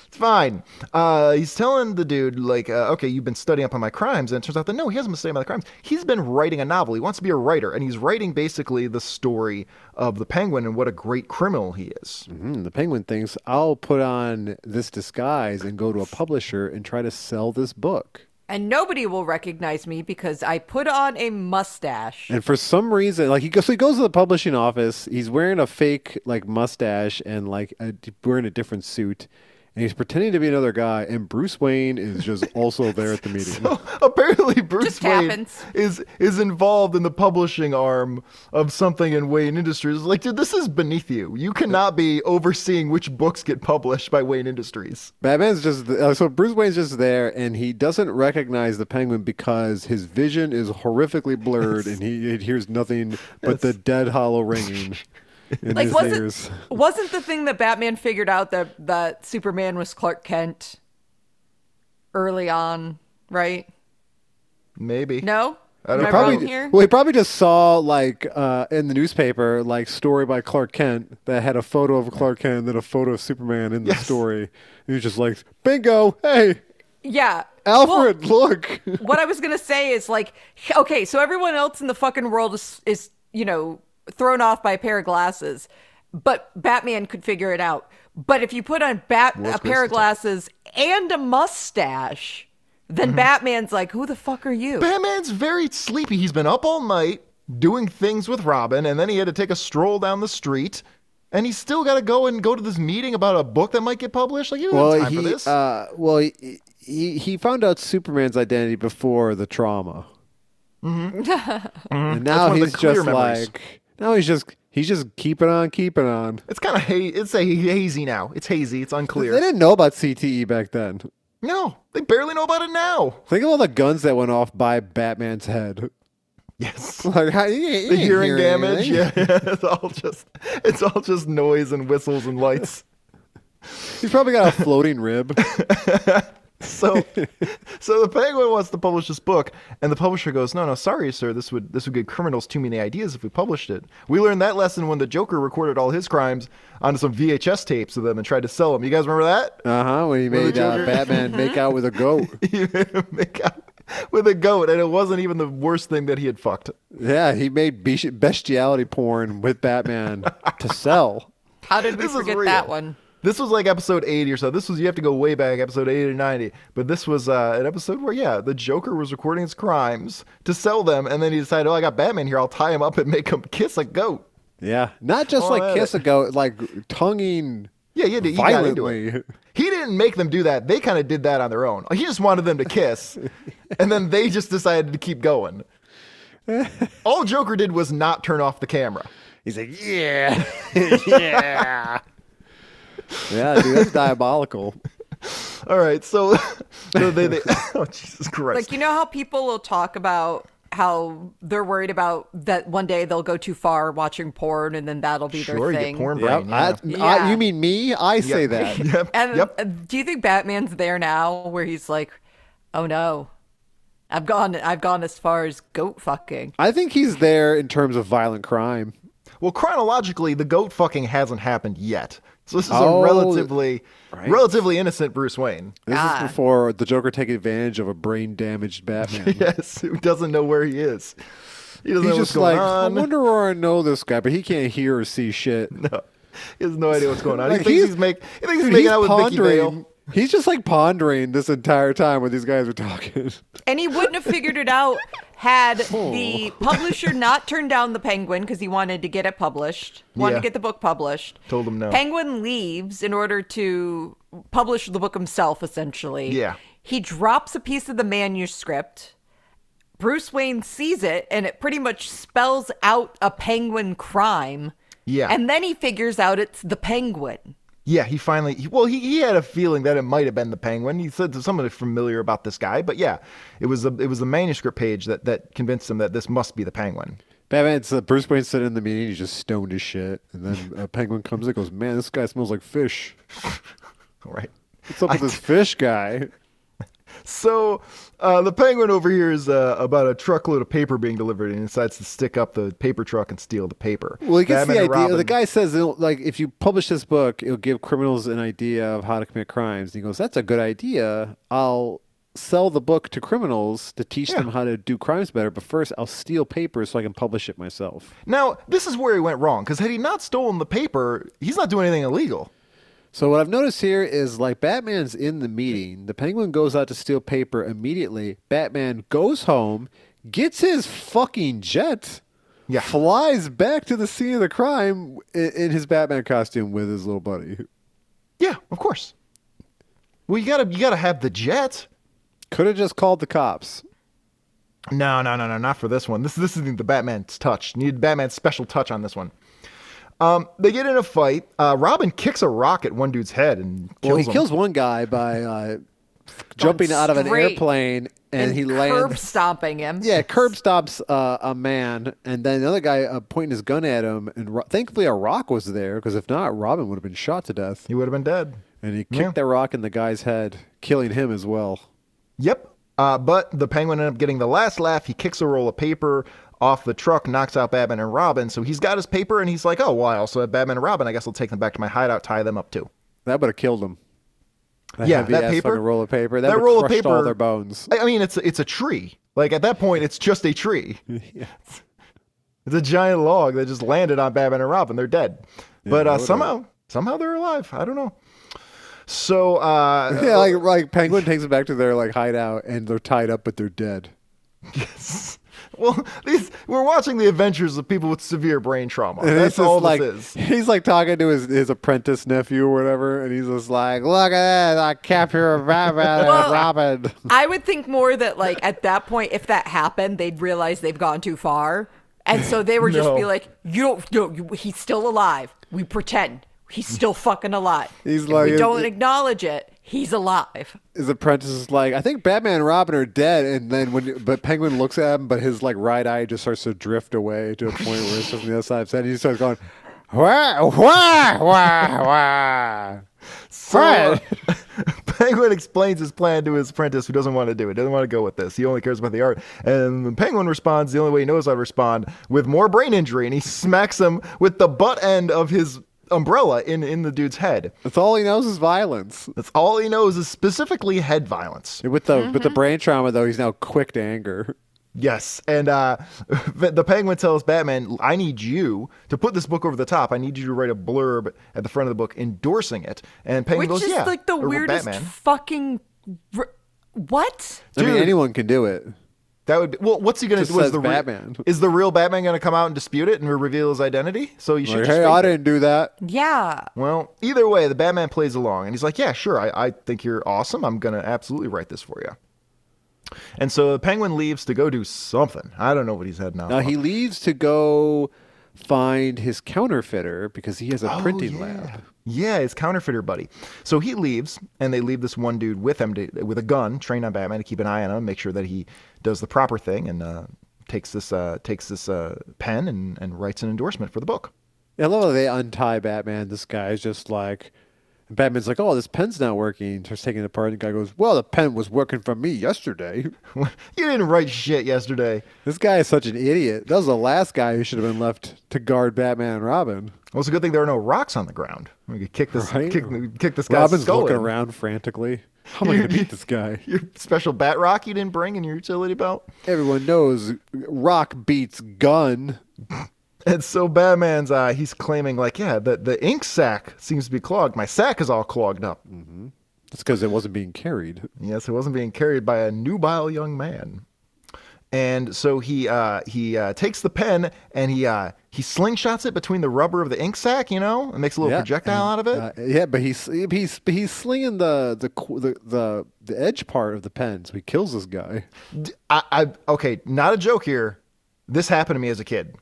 D: It's fine. Uh, he's telling the dude, like, uh, okay, you've been studying up on my crimes, and it turns out that no, he hasn't been studying up on the crimes. He's been writing a novel. He wants to be a writer, and he's writing basically the story of the penguin and what a great criminal he is.
C: Hmm, the penguin thinks, I'll put on this disguise and go to a publisher and try to sell this book.
E: and nobody will recognize me because I put on a mustache.
C: And for some reason, like he goes, so he goes to the publishing office. He's wearing a fake like mustache and like a, wearing a different suit, and he's pretending to be another guy. And Bruce Wayne is just also there at the meeting.
D: Apparently, Bruce
E: Hmm. Just
D: Wayne
E: happens.
D: is is involved in the publishing arm of something in Wayne Industries. Like, dude, this is beneath you. You cannot be overseeing which books get published by Wayne Industries.
C: Batman's just th- uh, so Bruce Wayne's just there, and he doesn't recognize the Penguin because his vision is horrifically blurred, and he, he hears nothing but the dead hollow ringing in
E: like
C: his
E: wasn't
C: ears.
E: wasn't the thing that Batman figured out that that Superman was Clark Kent early on, right?
D: Maybe.
E: No,
D: I don't-
E: Am I
C: Probably,
E: wrong here?
C: well, he probably just saw like uh, in the newspaper, like story by Clark Kent that had a photo of Clark Kent and then a photo of Superman in the
D: Yes.
C: story. And he was just like, "Bingo! Hey,
E: yeah, Well,
C: Alfred, look!"
E: what I was gonna say is like, okay, so everyone else in the fucking world is is you know thrown off by a pair of glasses, but Batman could figure it out. But if you put on bat a pair of glasses and a mustache, then
D: Mm-hmm.
E: Batman's like, who the fuck are you?
D: Batman's very sleepy. He's been up all night doing things with Robin, and then he had to take a stroll down the street. And he's still got to go and go to this meeting about a book that might get published. Like, you don't have time for this.
C: uh, well, he, he he found out Superman's identity before the trauma, and now
D: Mm-hmm. one of the
C: he's
D: clear
C: just
D: memories.
C: like, now he's just he's just keeping on, keeping on.
D: it's kind of ha- it's a hazy now. It's hazy. It's
C: They
D: unclear.
C: didn't know about CTE back then.
D: No, they barely know about it now.
C: Think of all the guns that went off by Batman's head.
D: Yes.
C: Like, how, you ain't- you
D: The
C: ain't
D: hearing
C: hearing
D: damage.
C: anything.
D: Yeah, it's all just it's all just noise and whistles and lights.
C: He's probably got a floating rib.
D: So, so the penguin wants to publish this book, and the publisher goes, "No, no, sorry, sir. This would this would give criminals too many ideas if we published it. We learned that lesson when the Joker recorded all his crimes onto some VHS tapes of them and tried to sell them. You guys remember that?
C: Uh huh. When he
D: the
C: made uh,
D: Joker-
C: Batman make out with a goat.
D: He made him make out with a goat, and it wasn't even the worst thing that he had fucked.
C: Yeah, he made besti- bestiality porn with Batman to sell.
E: How did we
D: This is
E: forget
D: real.
E: that one?
D: This was like episode 80 or so. This was, you have to go way back, episode 80 or 90. But this was uh, an episode where, yeah, the Joker was recording his crimes to sell them. And then he decided, oh, I got Batman here. I'll tie him up and make him kiss a goat.
C: Yeah, not just
D: Oh,
C: like
D: man.
C: kiss a goat, like tonguing.
D: Yeah, yeah, he got into
C: Violently.
D: it. He didn't make them do that. They kind of did that on their own. He just wanted them to kiss, and then they just decided to keep going. All Joker did was not turn off the camera.
C: He's like, yeah, yeah, yeah, dude, that's diabolical.
D: All right, so, so they, they oh Jesus Christ,
E: Like you know how people will talk about how they're worried about that one day they'll go too far watching porn and then that'll be
D: sure,
E: their
D: you
E: thing.
D: get porn
C: Yep.
D: brain.
C: I,
D: Yeah.
C: I,
E: Yeah.
C: you mean me? I say
D: Yeah.
C: that.
D: Yep,
E: And
D: yep.
E: uh, do you think Batman's there now where he's like, "Oh no. I've gone I've gone as far as goat fucking."
C: I think he's there in terms of violent crime.
D: Well, chronologically, the goat fucking hasn't happened yet. So this is
C: Oh,
D: a relatively,
C: right.
D: relatively innocent Bruce Wayne.
C: This
E: Ah.
C: is before the Joker taking advantage of a brain damaged Batman.
D: Yes, who doesn't know where he is? He
C: He's
D: doesn't know what's
C: just
D: going
C: like,
D: on.
C: I wonder where I know this guy, but he can't hear or see shit.
D: He has no idea what's going on.
C: Like,
D: he thinks
C: he's-
D: he's, make, he thinks he's
C: Dude,
D: making out with Vicky Vale.
C: He's just like pondering this entire time when these guys are talking.
E: And he wouldn't have figured it out had
D: Oh.
E: the publisher not turned down the Penguin because he wanted to get it published, wanted
D: Yeah.
E: to get the book published.
D: Told him no.
E: Penguin leaves in order to publish the book himself, essentially.
D: Yeah.
E: He drops a piece of the manuscript. Bruce Wayne sees it, and it pretty much spells out a Penguin crime.
D: Yeah.
E: And then he figures out it's the Penguin.
D: Yeah, he finally. He, well, he, he had a feeling that it might have been the Penguin. He said to someone familiar about this guy, but yeah, it was a it was the manuscript page that that convinced him that this must be the Penguin.
C: Batman's uh, Bruce Wayne sitting in the meeting, he's just stoned as shit, and then a penguin comes and goes, "Man, this guy smells like fish.
D: All right.
C: What's up with this fish guy?"
D: So uh, the Penguin over here is uh, about a truckload of paper being delivered, and he decides to stick up the paper truck and steal the paper.
C: Well, he gets
D: Batman
C: the
D: and
C: idea. The
D: Robin-
C: guy says, it'll- like, if you publish this book, it'll give criminals an idea of how to commit crimes. And he goes, "That's a good idea. I'll." Sell the book to criminals to teach them how to do crimes better, but first I'll steal papers so I can publish it myself.
D: Now this is where he went wrong because had he not stolen the paper, he's not doing anything illegal.
C: So what I've noticed here is like Batman's in the meeting, the penguin goes out to steal paper immediately. Batman goes home, gets his fucking jet,
D: Yeah.
C: flies back to the scene of the crime in, in his Batman costume with his little buddy.
D: Yeah, of course. Well, you gotta you gotta have the jet.
C: Could have just called the cops.
D: No, no, no, no, not for this one. This this isn't the Batman's touch. Need Batman's special touch on this one. Um, they get in a fight. Uh, Robin kicks a rock at one dude's head and kills
C: well, he
D: him.
C: kills one guy by uh, jumping out of an
E: straight
C: airplane and, he
E: curb
C: lands.
E: stomping him.
C: Yeah, curb stops uh, a man, and then the other guy uh, pointing his gun at him. And ro- thankfully, a rock was there because if not, Robin would have been shot to death.
D: he would have been dead.
C: And he kicked
D: Yeah.
C: that rock in the guy's head, killing him as well.
D: Yep. Uh, but the penguin ended up getting the last laugh. He kicks a roll of paper off the truck, knocks out Batman and Robin. So he's got his paper and he's like, oh, well, I also have Batman and Robin. I guess I'll take them back to my hideout, tie them up too.
C: That would have killed him. That
D: yeah,
C: heavy-ass
D: that paper,
C: fucking roll of paper. That, would've
D: roll of
C: crushed
D: paper,
C: all their bones.
D: I, I mean, it's a- it's a tree. Like at that point, it's just a tree. It's a giant log that just landed on Batman and Robin. They're dead, but uh,
C: whatever.
D: somehow somehow they're alive. I don't know. So uh,
C: Yeah, like like penguin takes them back to their like hideout, and they're tied up, but they're dead.
D: yes. Well, these we're watching the adventures of people with severe brain trauma.
C: And he's
D: That's
C: just
D: all
C: like
D: this is.
C: he's like talking to his, his apprentice nephew or whatever, and he's just like, "Look at that! I capture Batman and
E: Well-
C: Robin."
E: I would think more that like at that point, if that happened, they'd realize they've gone too far, and so they would just
D: No.
E: be like, "You don't, no, you, he's still alive. We pretend he's still fucking alive.
C: He's
E: If
C: like-
D: uh,
E: we don't acknowledge it. he's alive.
C: His apprentice is like, I think Batman and Robin are dead, and then when but Penguin looks at him, but his like right eye just starts to drift away to a point where it's just on the other side of his head. He starts going, wah wah wah wah.
D: So, Penguin explains his plan to his apprentice who doesn't want to do it, doesn't want to go with this. He only cares about the art. And the Penguin responds the only way he knows how to respond with more brain injury, and he smacks him with the butt end of his umbrella in, in the dude's head.
C: That's all he knows is violence.
D: That's all he knows is specifically head violence.
C: With the with the brain trauma though, he's now quick to anger.
D: Yes. And uh, the penguin tells Batman, I need you to put this book over the top. I need you to write a blurb at the front of the book endorsing it. And Penguin
E: Which
D: goes,
E: is
D: Yeah.
E: like the
D: or
E: weirdest
D: Batman.
E: fucking. r- What?
C: I mean,
D: Dude.
C: anyone can do it.
D: That would be, well. What's he gonna
C: Just
D: do? Is
C: says
D: the re-
C: Batman.
D: is the real Batman gonna come out and dispute it and reveal his identity? So you should.
C: Like,
D: just
C: hey,
D: fake
C: I
D: it."
C: didn't do that.
E: Yeah.
D: Well, either way, the Batman plays along and he's like, "Yeah, sure. I, I think you're awesome. I'm gonna absolutely write this for you." And so the Penguin leaves to go do something. I don't know what he's heading out.
C: Now
D: on.
C: he leaves to go find his counterfeiter because he has
D: Oh,
C: a printing lab.
D: Yeah, his counterfeiter buddy. So he leaves, and they leave this one dude with him to, with a gun, trained on Batman to keep an eye on him, make sure that he does the proper thing, and uh, takes this uh, takes this uh, pen and, and writes an endorsement for the book.
C: I love how they untie Batman. This guy's just like, and Batman's like, oh, this pen's not working. Starts taking it apart. And the guy goes, well, the pen was working for me yesterday.
D: you didn't write shit yesterday.
C: This guy is such an idiot. That was the last guy who should have been left to guard Batman and Robin.
D: Well, it's a good thing there are no rocks on the ground. We could kick this
C: Right?
D: kick, kick this guy's
C: Robin's
D: skull
C: looking
D: in.
C: around frantically. How am I going to beat this guy?
D: Your special bat rock you didn't bring in your utility belt.
C: Everyone knows rock beats gun.
D: And so Batman's uh, he's claiming like, yeah, the the ink sack seems to be clogged. My sack is all clogged up.
C: Mm. That's because it wasn't being carried.
D: Yes, it wasn't being carried by a nubile young man. And so he uh, he uh, takes the pen and he uh, he slingshots it between the rubber of the ink sack, you know, and makes a little
C: Yeah,
D: projectile out of it.
C: Uh, yeah, but he's he's he's slinging the the qu- the the, the edge part of the pen, so he kills this guy.
D: D- I, I okay, not a joke here. This happened to me as a kid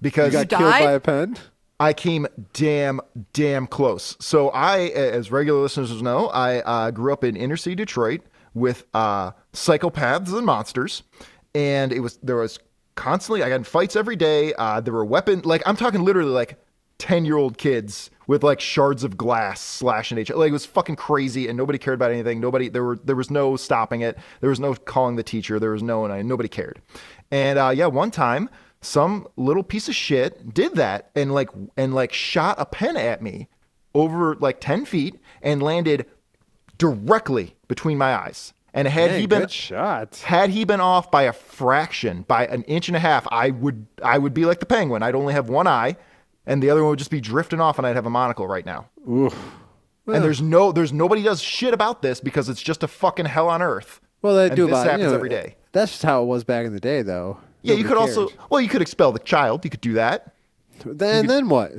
D: because
C: He got
E: You
C: killed by
E: died?
C: a pen.
D: I came damn damn close. So I, a- as regular listeners know, I uh, grew up in inner city Detroit with uh, psychopaths and monsters, and it was there was constantly I got in fights every day. Uh, there were weapons like I'm talking literally like ten year old kids with like shards of glass slashing each other. Like it was fucking crazy, and nobody cared about anything. Nobody there were there was no stopping it. There was no calling the teacher. There was no and nobody cared. And uh, yeah, one time some little piece of shit did that and like and like shot a pen at me over like ten feet and landed directly between my eyes. And had
C: Hey,
D: he been
C: good shot.
D: had he been off by a fraction, by an inch and a half, I would I would be like the penguin. I'd only have one eye, and the other one would just be drifting off, and I'd have a monocle right now. And there's no there's nobody does shit about this because it's just a fucking hell on earth.
C: Well, they
D: And
C: do
D: this
C: about
D: happens
C: you know,
D: every day.
C: That's just how it was back in the day, though.
D: Yeah, you
C: Nobody
D: could also
C: cared.
D: well you could expel the child. You could do that.
C: Then then what?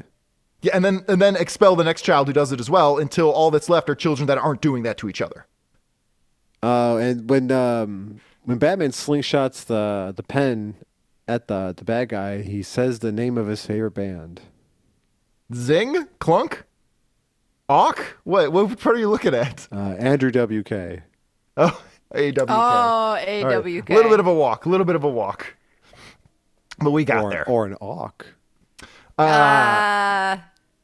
D: Yeah, and then and then expel the next child who does it as well until all that's left are children that aren't doing that to each other.
C: Uh, and when um when Batman slingshots the the pen at the the bad guy, he says the name of his favorite band.
D: Zing, clunk, awk. What what part are you looking at?
C: Uh, Andrew WK.
D: Oh, AWK.
E: Oh,
D: All right.
E: AWK.
D: little bit of a walk, a little bit of a walk. But we got
C: or,
D: there.
C: or an awk.
E: Uh,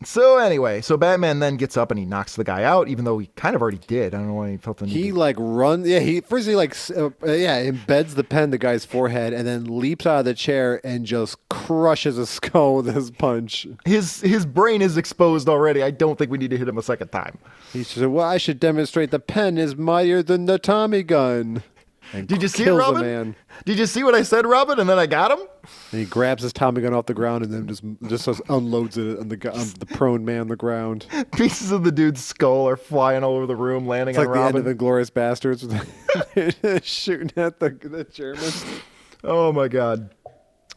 D: so anyway, so Batman then gets up and he knocks the guy out, even though he kind of already did. I don't know why he felt the need.
C: He
D: to-
C: like runs. Yeah, he first he like s- uh, yeah embeds the pen in the guy's forehead and then leaps out of the chair and just crushes his skull with his punch.
D: His his brain is exposed already. I don't think we need to hit him a second time.
C: He said, "Well, I should demonstrate the pen is mightier than the Tommy gun." And
D: Did you see it,
C: kills the
D: Robin?
C: man.
D: Did you see what I said, Robin? And then I got him.
C: And he grabs his Tommy gun off the ground and then just just starts- unloads it on the gu- on the prone man on the ground. It's
D: Pieces of the dude's skull are flying all over the room, landing
C: like
D: on
C: the end
D: Robin.
C: of Inglorious Bastards, shooting at the the Germans.
D: Oh my god.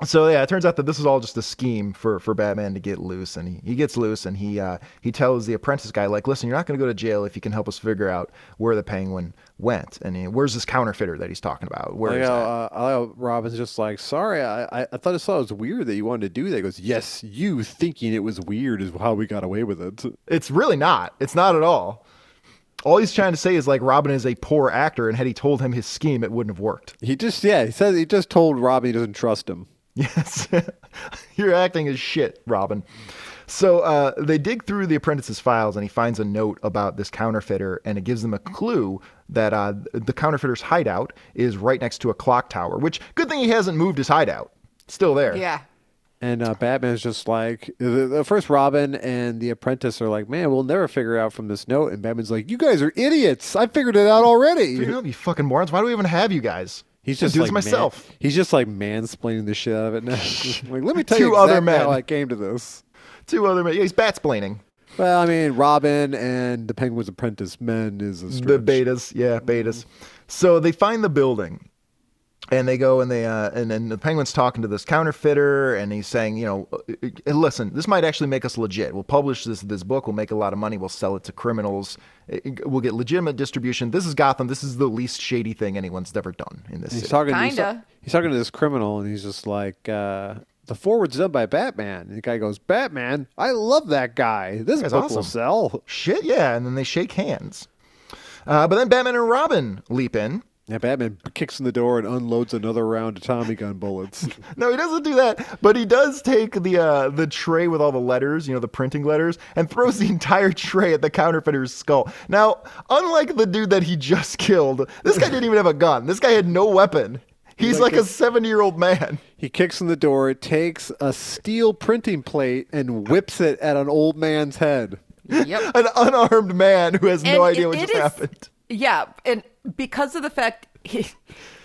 D: So yeah, it turns out that this is all just a scheme for for Batman to get loose, and he, he gets loose, and he uh, he tells the apprentice guy like, listen, you're not going to go to jail if you can help us figure out where the Penguin went, and he, where's this counterfeiter that he's talking about? Where
C: I
D: is
C: know,
D: that?
C: uh, I know Robin's just like, sorry, I, I, I thought I saw it was weird that you wanted to do that. He goes, yes, you thinking it was weird is how we got away with it.
D: It's really not. It's not at all. All he's trying to say is like Robin is a poor actor, and had he told him his scheme, it wouldn't have worked.
C: He just yeah, he says he just told Robin he doesn't trust him.
D: Yes. Your acting is shit, Robin. So uh, they dig through the apprentice's files, and he finds a note about this counterfeiter, and it gives them a clue that uh, the counterfeiter's hideout is right next to a clock tower. Which, good thing he hasn't moved his hideout; It's still there.
E: Yeah.
C: And uh, Batman's just like the, the first Robin and the apprentice are like, man, we'll never figure it out from this note. And Batman's like, you guys are idiots. I figured it out
D: Figure
C: already.
D: it out, you fucking morons. Why do we even have you guys?
C: He's
D: I
C: just
D: do
C: like
D: this
C: man-
D: myself.
C: he's just like mansplaining the shit out of it now. like, let me tell
D: Two
C: you
D: other
C: exactly
D: men.
C: how I came to this.
D: Two other men. Yeah, he's batsplaining.
C: Well, I mean, Robin and the Penguin's apprentice men is a
D: The
C: stretch.
D: betas, yeah, betas. So they find the building, and they go and they uh, and then the penguin's talking to this counterfeiter, and he's saying, you know, uh, uh, listen, this might actually make us legit. We'll publish this this book. We'll make a lot of money. We'll sell it to criminals. It- it- We'll get legitimate distribution. This is Gotham. This is the least shady thing anyone's ever done in this
C: He's
D: city.
C: talking. He's, ta-
E: Kinda.
C: he's talking to this criminal, and he's just like, uh, "The forward's done by Batman." And the guy goes, "Batman, I love that guy. This
D: That's
C: book
D: awesome."
C: will sell."
D: Shit, yeah. And then they shake hands. Uh, but then Batman and Robin leap in.
C: Yeah, Batman kicks in the door and unloads another round of Tommy gun bullets.
D: No, he doesn't do that. But he does take the uh, the tray with all the letters, you know, the printing letters, and throws the entire tray at the counterfeiter's skull. Now, unlike the dude that he just killed, this guy didn't even have a gun. This guy had no weapon. He's like, a seventy year old man.
C: he kicks in the door, takes a steel printing plate, and whips it at an old man's head.
E: Yep.
D: An unarmed man who has no
E: And
D: idea
E: it-
D: what
E: it
D: just
E: is-
D: happened.
E: Yeah, and because of the fact he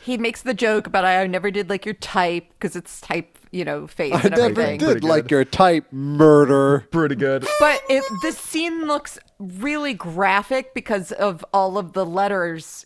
E: he makes the joke about I never did like your type because it's type you know face
C: I
E: and
C: never
E: everything.
C: did
D: Pretty
C: like
D: good.
C: your type murder.
D: Pretty good.
E: But it, this scene looks really graphic because of all of the letters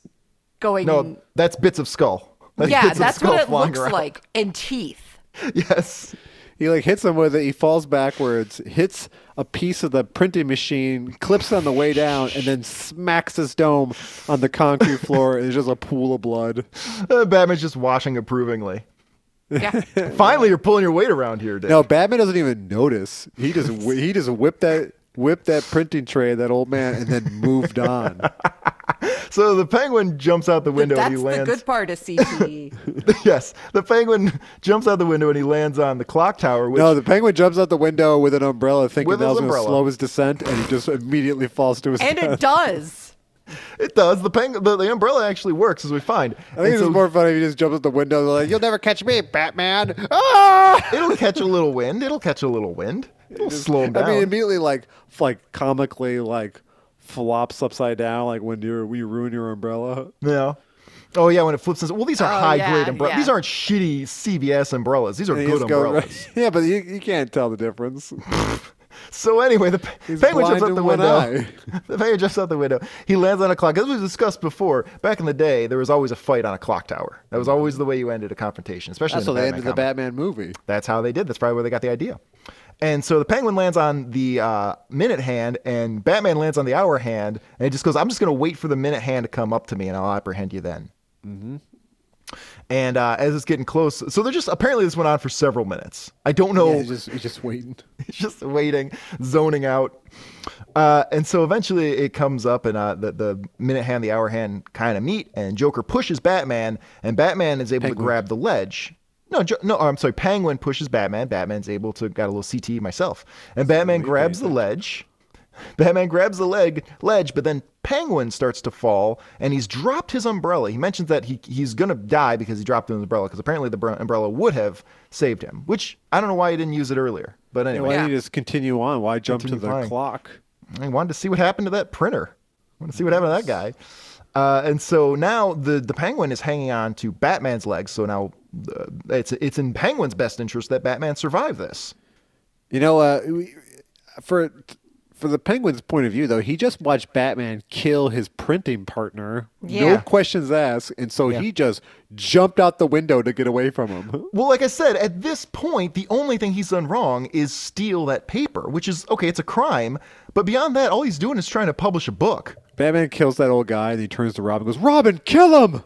E: going.
D: No, that's bits of skull. That's
E: yeah,
D: bits of
E: that's
D: skull
E: what it
D: flying
E: looks
D: around.
E: like, and teeth.
D: Yes.
C: He like hits him with it. He falls backwards, hits a piece of the printing machine, clips it on the way down, and then smacks his dome on the concrete floor. and It's just a pool of blood.
D: Uh, Batman's just watching approvingly.
E: Yeah.
D: Finally, you're pulling your weight around here, Dick.
C: Now Batman doesn't even notice. He just whi- he just whipped that whipped that printing tray at that old man and then moved on.
D: So the penguin jumps out the window. and
E: That's
D: he
E: the
D: lands.
E: good part of E. CTE.
D: yes, the penguin jumps out the window and he lands on the clock tower. Which,
C: No, the penguin jumps out the window with an umbrella, thinking
D: With
C: that
D: his
C: was going to
D: umbrella.
C: slow his descent, and he just immediately falls to his
E: and
C: death.
E: it does.
D: it does. The penguin, the, the umbrella actually works, as we find.
C: I think
D: And
C: it's
D: so
C: more funny if he just jumps out the window. and they're like, "You'll never catch me, Batman!" Ah!
D: it'll catch a little wind. It'll catch a little wind. It'll slow him down.
C: I mean, immediately like f- like comically like flops upside down, like when you we ruin your umbrella.
D: yeah. Oh yeah, when it flips. This, well, these are
E: Oh,
D: high grade
E: yeah,
D: umbrellas.
E: yeah.
D: These aren't shitty CVS umbrellas. These are
C: And he
D: good
C: just goes-
D: umbrellas.
C: yeah, but you, you can't tell the difference.
D: So anyway, the pe-
C: He's
D: penguin jumps
C: blind
D: out
C: in
D: the
C: one
D: window. the penguin jumps out the window. He lands on a clock. As we discussed before, back in the day, there was always a fight on a clock tower. That was always the way you ended a confrontation, especially
C: That's how
D: in a
C: they
D: Batman
C: ended the
D: comic.
C: Batman movie.
D: That's how they did. That's probably where they got the idea. And so the penguin lands on the uh, minute hand, and Batman lands on the hour hand, and he just goes, "I'm just going to wait for the minute hand to come up to me, and I'll apprehend you then." And uh, as it's getting close, so they're just apparently this went on for several minutes. I don't know.
C: Yeah, he's just he's just waiting.
D: He's just waiting, zoning out. Uh, and so eventually it comes up, and uh, the, the minute hand, the hour hand kind of meet, and Joker pushes Batman, and Batman is able to grab the ledge. No, jo- no, I'm sorry. Penguin pushes Batman. Batman's able to got a little CTE myself, and Batman grabs the ledge. Batman grabs the leg ledge, but then Penguin starts to fall, and he's dropped his umbrella. He mentions that he he's gonna die because he dropped his umbrella, because apparently the br- umbrella would have saved him. Which I don't know why he didn't use it earlier, but anyway.
C: Why don't you just continue on? Why jump
D: Continue
C: to the
D: flying.
C: clock?
D: I wanted to see what happened to that printer. I want to see what happened to that guy. Uh, and so now the, the penguin is hanging on to Batman's legs. So now uh, it's it's in Penguin's best interest that Batman survive this.
C: You know, uh, we- for for the Penguin's point of view, though, he just watched Batman kill his printing partner, no
E: Yeah.
C: questions asked, and so he just jumped out the window to get away from him.
D: Well, like I said, at this point, the only thing he's done wrong is steal that paper, which is okay. It's a crime, but beyond that, all he's doing is trying to publish a book.
C: Batman kills that old guy, and he turns to Robin, and goes, "Robin, kill him!"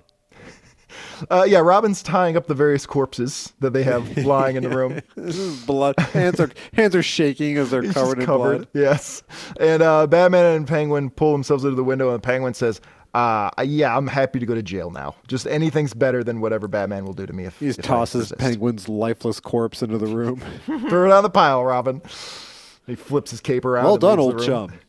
D: Uh, yeah, Robin's tying up the various corpses that they have lying in the room.
C: This is blood. Hands are hands are shaking as they're
D: He's
C: covered in
D: just covered.
C: blood.
D: Yes. And uh, Batman and Penguin pull themselves out of the window, and Penguin says, uh, yeah, I'm happy to go to jail now. Just anything's better than whatever Batman will do to me if
C: He just
D: if I
C: tosses
D: resist."
C: Penguin's lifeless corpse into the room.
D: Throw it on the pile, Robin. He flips his cape around.
C: well
D: and
C: done,
D: leaves the
C: old
D: room.
C: chum.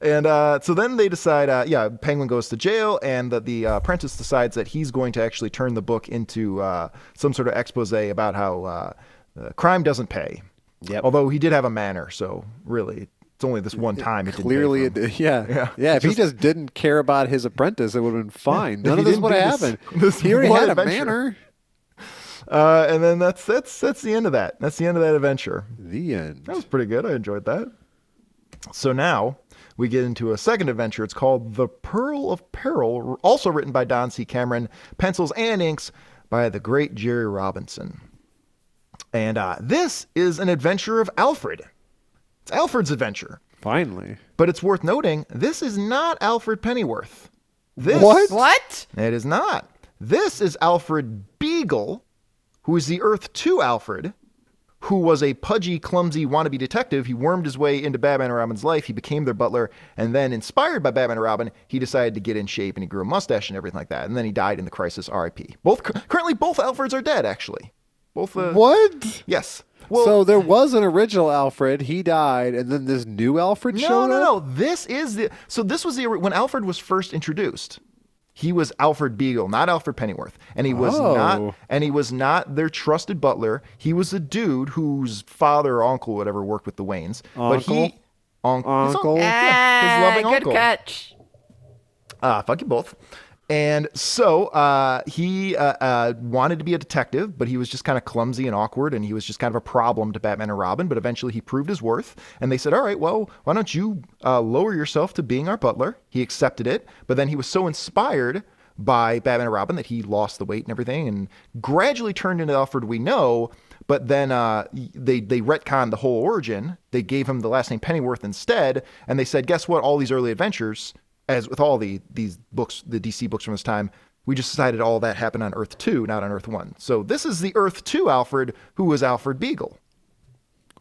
D: And uh, so then they decide, uh, yeah, Penguin goes to jail, and the, the uh, apprentice decides that he's going to actually turn the book into uh, some sort of expose about how uh, uh, crime doesn't pay.
C: Yep.
D: Although he did have a manner, so really, it's only this one time. It didn't pay
C: Clearly,
D: for
C: it,
D: him.
C: yeah, yeah.
D: Yeah,
C: if he just didn't care about his apprentice, it would have been fine. None
D: he
C: of this
D: didn't
C: would have
D: do this-
C: happened.
D: this
C: he already
D: one
C: had a
D: adventure.
C: manner.
D: Uh, and then that's that's that's the end of that. That's the end of that adventure.
C: The end.
D: That was pretty good. I enjoyed that. So now we get into a second adventure. It's called The Pearl of Peril, also written by Don C. Cameron, pencils and inks by the great Jerry Robinson. And uh, this is an adventure of Alfred. It's Alfred's adventure.
C: Finally,
D: But it's worth noting this is not Alfred Pennyworth. This
C: What?
E: What?
D: it is not. This is Alfred Beagle, who is the Earth 2 Alfred, who was a pudgy, clumsy wannabe detective. He wormed his way into Batman and Robin's life. He became their butler. And then, inspired by Batman and Robin, he decided to get in shape and he grew a mustache and everything like that. And then he died in the crisis RIP. Both Currently, both Alfreds are dead, actually. Both. Uh,
C: what?
D: Yes. Well,
C: so there was an original Alfred. He died, and then this new Alfred
D: no,
C: showed up.
D: no, no. This is the. So this was the when Alfred was first introduced. He was Alfred Beagle, not Alfred Pennyworth, and he was
C: Oh.
D: not. And he was not their trusted butler. He was the dude whose father or uncle, whatever, worked with the Waynes. But he, unc- his uncle,
C: Uncle?
D: yeah, his loving
E: Ah, good
D: uncle.
E: catch.
D: Uh, fuck you both. And so uh, he uh, uh, wanted to be a detective, but he was just kind of clumsy and awkward, and he was just kind of a problem to Batman and Robin. But eventually he proved his worth, and they said, All right, well, why don't you uh, lower yourself to being our butler? He accepted it, but then he was so inspired by Batman and Robin that he lost the weight and everything and gradually turned into the Alfred we know. But then uh, they they retconned the whole origin. They gave him the last name Pennyworth instead, and they said, guess what? All these early adventures, as with all the these books, the DC books from this time, we just decided all that happened on Earth Two, not on Earth One. So this is the Earth Two Alfred, who was Alfred Beagle,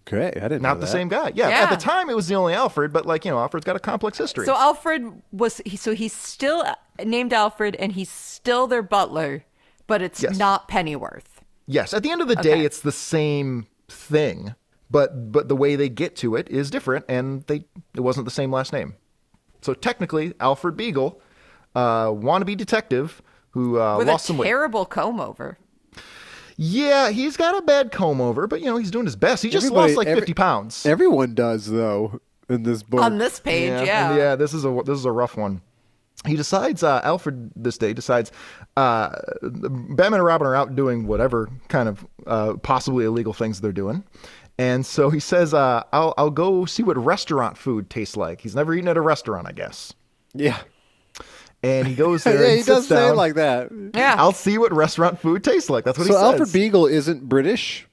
C: Okay, I didn't. know
D: not the
C: that.
D: same guy. Yeah,
E: Yeah.
D: at the time it was the only Alfred, but like you know, Alfred's got a complex history.
E: So Alfred was he, so he's still named Alfred and he's still their butler, but it's
D: Yes.
E: not Pennyworth.
D: Yes, at the end of the day,
E: Okay.
D: it's the same thing, but but the way they get to it is different, and they it wasn't the same last name. So technically, Alfred Beagle, uh, wannabe detective who uh,
E: With
D: lost
E: a
D: some weight.
E: terrible comb over.
D: Yeah, he's got a bad comb over, but you know he's doing his best. He just
C: Everybody-
D: lost like
C: every-
D: fifty pounds.
C: Everyone does though in this book.
E: On this page, yeah.
D: and yeah. This is a this is a rough one. He decides uh, Alfred this day decides uh, Batman and Robin are out doing whatever kind of uh, possibly illegal things they're doing, and so he says, uh, "I'll I'll go see what restaurant food tastes like." He's never eaten at a restaurant, I guess,
C: yeah.
D: and he goes there.
C: Yeah,
D: and
C: he does
D: sits
C: say it
D: down.
C: like that.
E: Yeah.
D: I'll see what restaurant food tastes like. That's what
C: So
D: he says.
C: Alfred Beagle isn't British.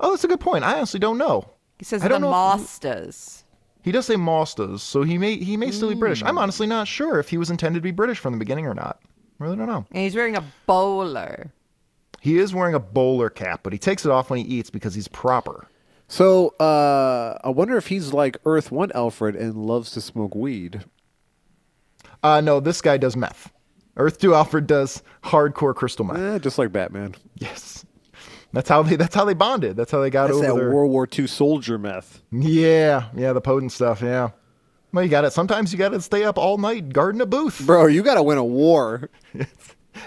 D: oh, that's a good point. I honestly don't know.
E: he says
D: I
E: the
D: don't know if-
E: moss does.
D: He does say Masters, so he may he may still be British.
C: Hmm.
D: I'm honestly not sure if he was intended to be British from the beginning or not. Really don't know.
E: And he's wearing a bowler.
D: He is wearing a bowler cap, but he takes it off when he eats because he's proper.
C: So uh, I wonder if he's like Earth One Alfred and loves to smoke weed.
D: Uh no, this guy does meth. Earth 2 Alfred does hardcore crystal meth.
C: Eh, just like Batman.
D: Yes. That's how they that's how they bonded. That's how they got
C: That's
D: over
C: that
D: their
C: World War II soldier meth.
D: Yeah, yeah, the potent stuff, yeah. Well, you got it. Sometimes you got to stay up all night guarding a booth.
C: Bro, you got to win a war.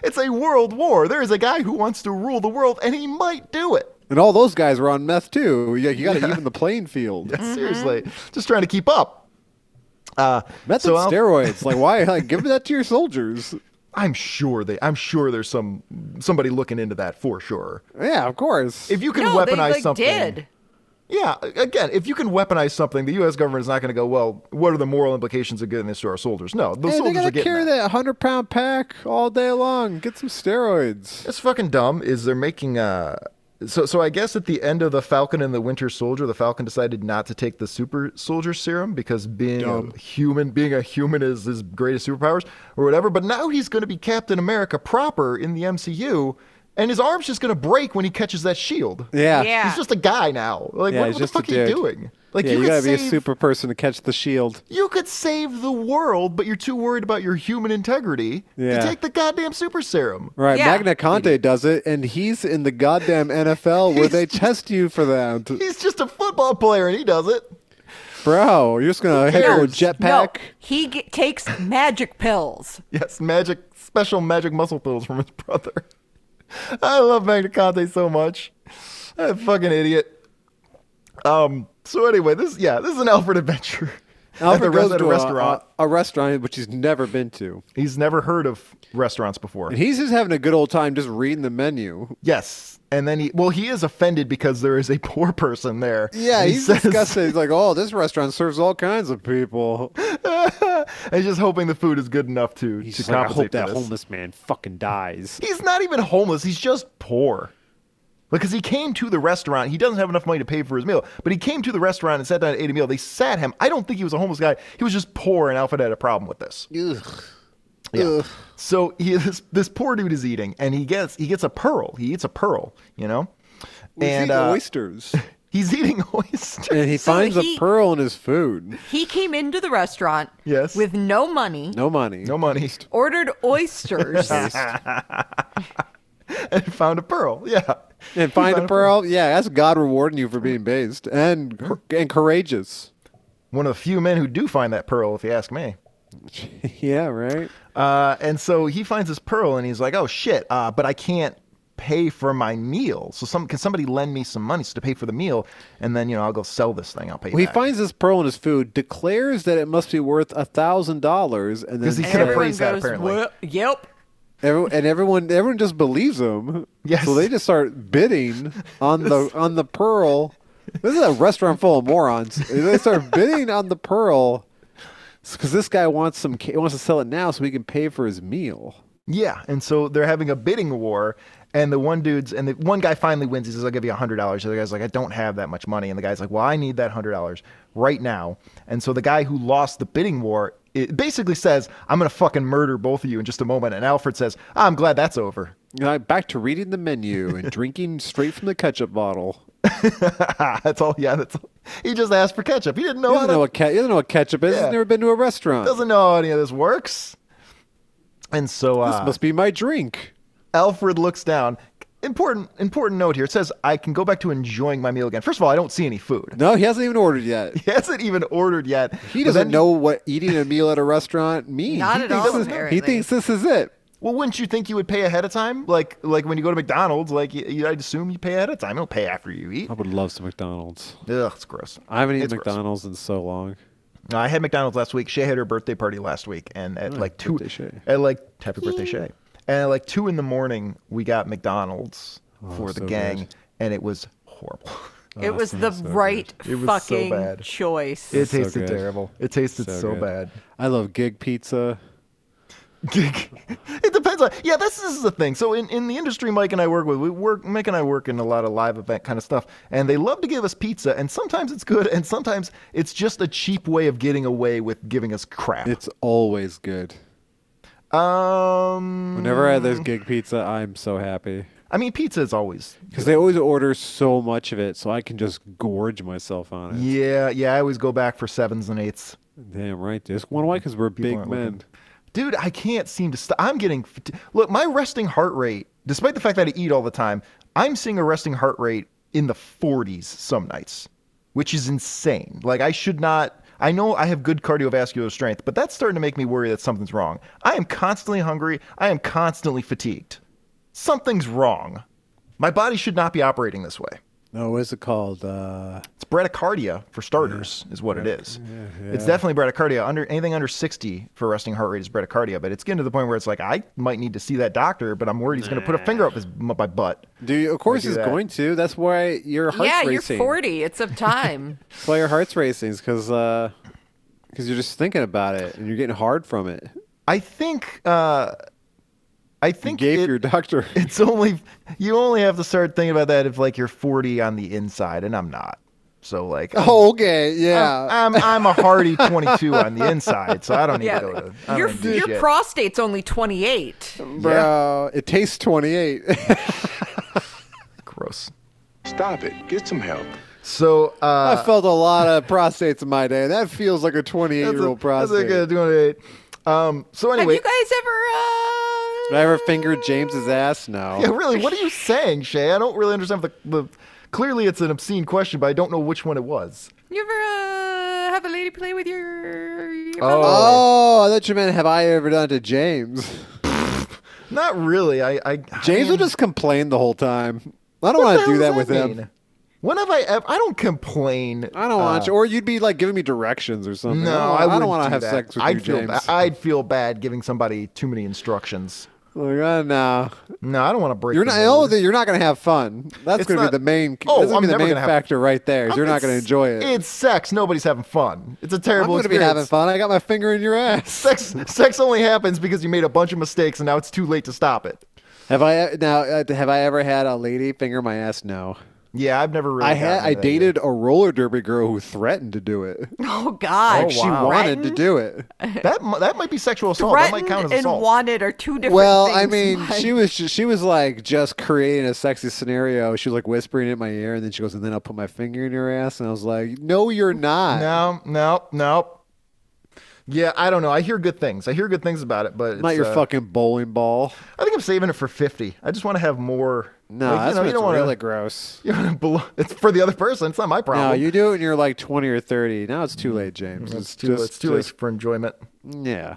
D: It's a world war. There is a guy who wants to rule the world and he might do it.
C: And all those guys were on meth too. You, you got to even the playing field.
D: Seriously. Just trying to keep up. Uh
C: Meth
D: so
C: and
D: Alf-
C: steroids. like, why? Like, give that to your soldiers.
D: I'm sure they. I'm sure there's some somebody looking into that for sure.
C: Yeah, of course.
D: If you can
E: no,
D: weaponize
E: they like,
D: something,
E: did.
D: yeah. Again, if you can weaponize something, the U.S. government is not going to go. Well, what are the moral implications of giving this to our soldiers? No, the
C: hey, they
D: soldiers
C: got
D: are
C: to
D: getting
C: carry
D: that.
C: that 100 pound pack all day long. Get some steroids.
D: That's fucking dumb. Is they're making uh, So, so I guess at the end of the Falcon and the Winter Soldier, the Falcon decided not to take the super soldier serum because being a human, being a human is his greatest superpowers or whatever. But now he's going to be Captain America proper in the MCU, and his arm's just going to break when he catches that shield.
C: Yeah.
E: Yeah.
D: he's just a guy now. Like,
C: Yeah,
D: what,
C: he's
D: what
C: just a
D: the fuck are you
C: dude.
D: doing? Like,
C: yeah, you,
D: could
C: gotta be a
D: save-
C: super person to catch the shield.
D: You could save the world, but you're too worried about your human integrity
C: Yeah.
D: to take the goddamn super serum.
C: Right,
E: Yeah.
C: Magna Conte does it, and he's in the goddamn NFL where they test you for that.
D: He's just a football player, and he does it.
C: Bro, you're just gonna hit your
D: cares?
E: No,
C: jetpack.
E: he g- takes magic pills.
D: Yes, magic, special magic muscle pills from his brother. I love Magna Conte so much. That fucking idiot. Um. So anyway, this yeah, this is an Alfred adventure. at the
C: Alfred
D: res-
C: goes
D: at a
C: to
D: restaurant.
C: a, uh, a restaurant which he's never been to,
D: He's never heard of restaurants before.
C: and he's just having a good old time just reading the menu.
D: yes, and then he well, he is offended because there is a poor person there.
C: Yeah,
D: And he
C: he's
D: says-
C: disgusted. He's like, "Oh, this restaurant serves all kinds of people."
D: and he's just hoping the food is good enough to
C: He's
D: to
C: just like, "I hope
D: compensate
C: that
D: for this.
C: homeless man fucking dies."
D: He's not even homeless. He's just poor. Because he came to the restaurant, he doesn't have enough money to pay for his meal. But he came to the restaurant and sat down and ate a meal. They sat him. I don't think he was a homeless guy. He was just poor, and Alfred had a problem with this.
C: Ugh.
D: Yeah.
C: Ugh.
D: So he, this this poor dude is eating, and he gets he gets a pearl. He eats a pearl, you know,
C: He's
D: and
C: eating
D: uh,
C: oysters,
D: he's eating oyster.
C: and he
E: So
C: finds
E: he-
C: a pearl in his food.
E: He came into the restaurant
D: Yes.
E: with no money,
C: No money.
D: No money,
E: ordered oysters.
D: and found a pearl. Yeah,
C: And find a pearl. Yeah, that's God rewarding you for being based and and courageous.
D: one of the few men who do find that pearl, if you ask me.
C: yeah, right.
D: Uh, and so he finds this pearl and he's like, oh shit, uh, but I can't pay for my meal. So some can somebody lend me some money to pay for the meal and then, you know, I'll go sell this thing. I'll pay you
C: Well, he
D: back."
C: finds this pearl in his food, declares that it must be worth a thousand dollars, and then
D: 'Cause he
E: And
D: could've
E: everyone
D: praised that,
E: goes,
D: apparently.
E: "Well, Yep.
C: every- and everyone everyone just believes him.
D: Yes.
C: So they just start bidding on the on the pearl. This is a restaurant full of morons. They start bidding on the pearl because this guy wants some ca- wants to sell it now so he can pay for his meal.
D: Yeah. And so they're having a bidding war and the one dude's and the one guy finally wins. He says, I'll give you a hundred dollars. The other guy's like, I don't have that much money. And the guy's like, Well, I need that hundred dollars right now. And so the guy who lost the bidding war it basically says, I'm gonna fucking murder both of you in just a moment. And Alfred says, "Ah, I'm glad that's over.
C: And I'm back to reading the menu and drinking straight from the ketchup bottle.
D: that's all. Yeah, that's all. He just asked for ketchup. He didn't know
C: He doesn't
D: how to
C: know what, ke- he doesn't know what ketchup is.
D: Yeah.
C: He's never been to a restaurant.
D: doesn't know how any of this works. And so
C: this
D: uh,
C: must be my drink.
D: Alfred looks down. Important important note here. It says I can go back to enjoying my meal again. First of all, I don't see any food.
C: No, he hasn't even ordered yet.
D: He hasn't even ordered yet.
C: He
D: But
C: doesn't
D: then-
C: know what eating a meal at a restaurant means.
E: Not
C: he
E: at
C: thinks
E: all,
C: this- He
E: apparently.
C: thinks this is it.
D: Well, wouldn't you think you would pay ahead of time? Like like when you go to McDonald's, like you, you- I'd assume you pay ahead of time. You don't pay after you eat.
C: I would love some McDonald's.
D: Ugh, it's gross.
C: Oh, I haven't eaten
D: It's gross.
C: McDonald's in so long.
D: No, I had McDonald's last week. Shay had her birthday party last week, and at like two,
C: birthday, Shay.
D: at like happy birthday, Shay. And at like two in the morning, we got McDonald's for the
C: Oh, so
D: gang,
C: good.
D: and it was horrible.
E: it was the
C: so good.
E: right
D: It was so
E: fucking
D: bad.
E: choice.
D: It
C: so good.
D: tasted terrible. It tasted so,
C: good.
D: bad.
C: I love gig pizza.
D: it depends on. Yeah, this, this is the thing. So in, in the industry, Mike and I work with, we work. Mike and I work in a lot of live event kind of stuff, and they love to give us pizza, and sometimes it's good, and sometimes it's just a cheap way of getting away with giving us crap.
C: It's always good.
D: um,
C: Whenever I have this
E: Mm.
C: gig pizza, I'm so happy.
D: I mean, pizza is always
C: Because they always order so much of it, so I can just gorge myself on it.
D: Yeah, yeah, I always go back for sevens and eights.
C: Damn right. This one why? Because we're big
D: aren't
C: men.
D: looking. Dude, I can't seem to stop. I'm getting fat- look my resting heart rate. Despite the fact that I eat all the time, I'm seeing a resting heart rate in the 40s some nights, which is insane. Like I should not. I know I have good cardiovascular strength, but that's starting to make me worry that something's wrong. I am constantly hungry. I am constantly fatigued. Something's wrong. My body should not be operating this way.
C: No, what is it called? Uh,
D: It's bradycardia for starters, is what it is. It's definitely bradycardia. Under anything under sixty for resting heart rate is bradycardia, but it's getting to the point where it's like I might need to see that doctor, but I'm worried he's going to put a finger up his m- my butt.
C: do you, of course
D: do
C: he's
D: that.
C: going to. That's why your heart's
E: yeah,
C: racing.
E: you're 40. It's of time.
C: That's why your heart's racing, uh, because you're just thinking about it and you're getting hard from it.
D: I think uh, I
C: You
D: think
C: gave
D: it-
C: your doctor.
D: it's only you only have to start thinking about that if like you're 40 on the inside, and I'm not. So like,
C: Oh, okay. Yeah.
D: I'm I'm a hardy 22 on the inside, so I don't need
E: Yeah,
D: to go to. I don't
E: your
D: need to do
E: your
D: shit.
E: prostate's only 28.
D: Oh,
C: Bro, it tastes 28.
D: gross.
A: Stop it. Get some help.
D: So uh,
C: I felt a lot of prostates in my day. That feels like a 28 year old
D: that's
C: prostate.
D: like a doing it. Um. So
E: Have
D: anyway,
E: you guys ever?
C: Did
E: Uh...
C: I ever fingered James's ass? No.
D: yeah, really, what are you saying, Shay? I don't really understand the, the. Clearly, it's an obscene question, but I don't know which one it was.
E: You ever uh, have a lady play with your? your
D: Oh.
E: mouth?
C: Oh, I thought you meant have I ever done it to James?
D: Not really. I. I
C: James
D: I am-
C: will just complain the whole time. I don't
D: What
C: want to
D: the
C: do
D: hell
C: that
D: does
C: with him.
D: mean? When have I ever? I don't complain. Uh,
C: I don't want you. Or you'd be like giving me directions or something.
D: No,
C: I
D: I,
C: don't,
D: wouldn't
C: want to
D: do
C: have
D: that.
C: sex with
D: I'd
C: you,
D: feel
C: James.
D: ba- I'd feel bad giving somebody too many instructions.
C: Like, oh, no.
D: No, I don't want to break.
C: You're
D: the
C: not. Oh,
D: mold.
C: that you're not going to have fun. That's
D: It's
C: going to
D: not-
C: be the main.
D: Oh,
C: that's gonna
D: I'm
C: be the
D: never
C: main
D: gonna have-
C: factor right there. is you're not going to
D: It's-
C: enjoy it.
D: It's sex. Nobody's having fun. It's a
C: I'm
D: terrible
C: going to be having
D: experience.
C: fun. I got my finger in your ass.
D: Sex, sex only happens because you made a bunch of mistakes, and now it's too late to stop it.
C: Have I now? uh, Have I ever had a lady finger my ass? No.
D: Oh, Yeah, I've never really.
C: I had.
D: gotten
C: I
D: to that yet.
C: dated a roller derby girl who threatened to do it.
E: Oh God!
D: Oh,
C: She
D: wow.
C: wanted to
E: Threatened?
C: do it.
D: That mi- that might be sexual assault. That might
E: Threatened
D: count as
E: and
D: assault.
E: wanted are two different
C: Well, I mean,
E: things, Mike.
C: she was just, she was like just creating a sexy scenario. She was like whispering in my ear, and then she goes, "And then I'll put my finger in your ass," and I was like, "No, you're not."
D: no, no, no. Yeah, I don't know. I hear good things. I hear good things about it, but it's,
C: Not your
D: uh,
C: fucking bowling ball.
D: I think I'm saving it for fifty. I just want to have more.
C: No, that's when
D: like, you know, you
C: it's
D: don't wanna-
C: really gross.
D: you don't wanna belo- It's for the other person. It's not my problem. Mm-hmm.
C: No, you do it when you're like 20 or 30. Now it's too late, James.
D: it's too. it's too late for enjoyment.
C: late. Yeah.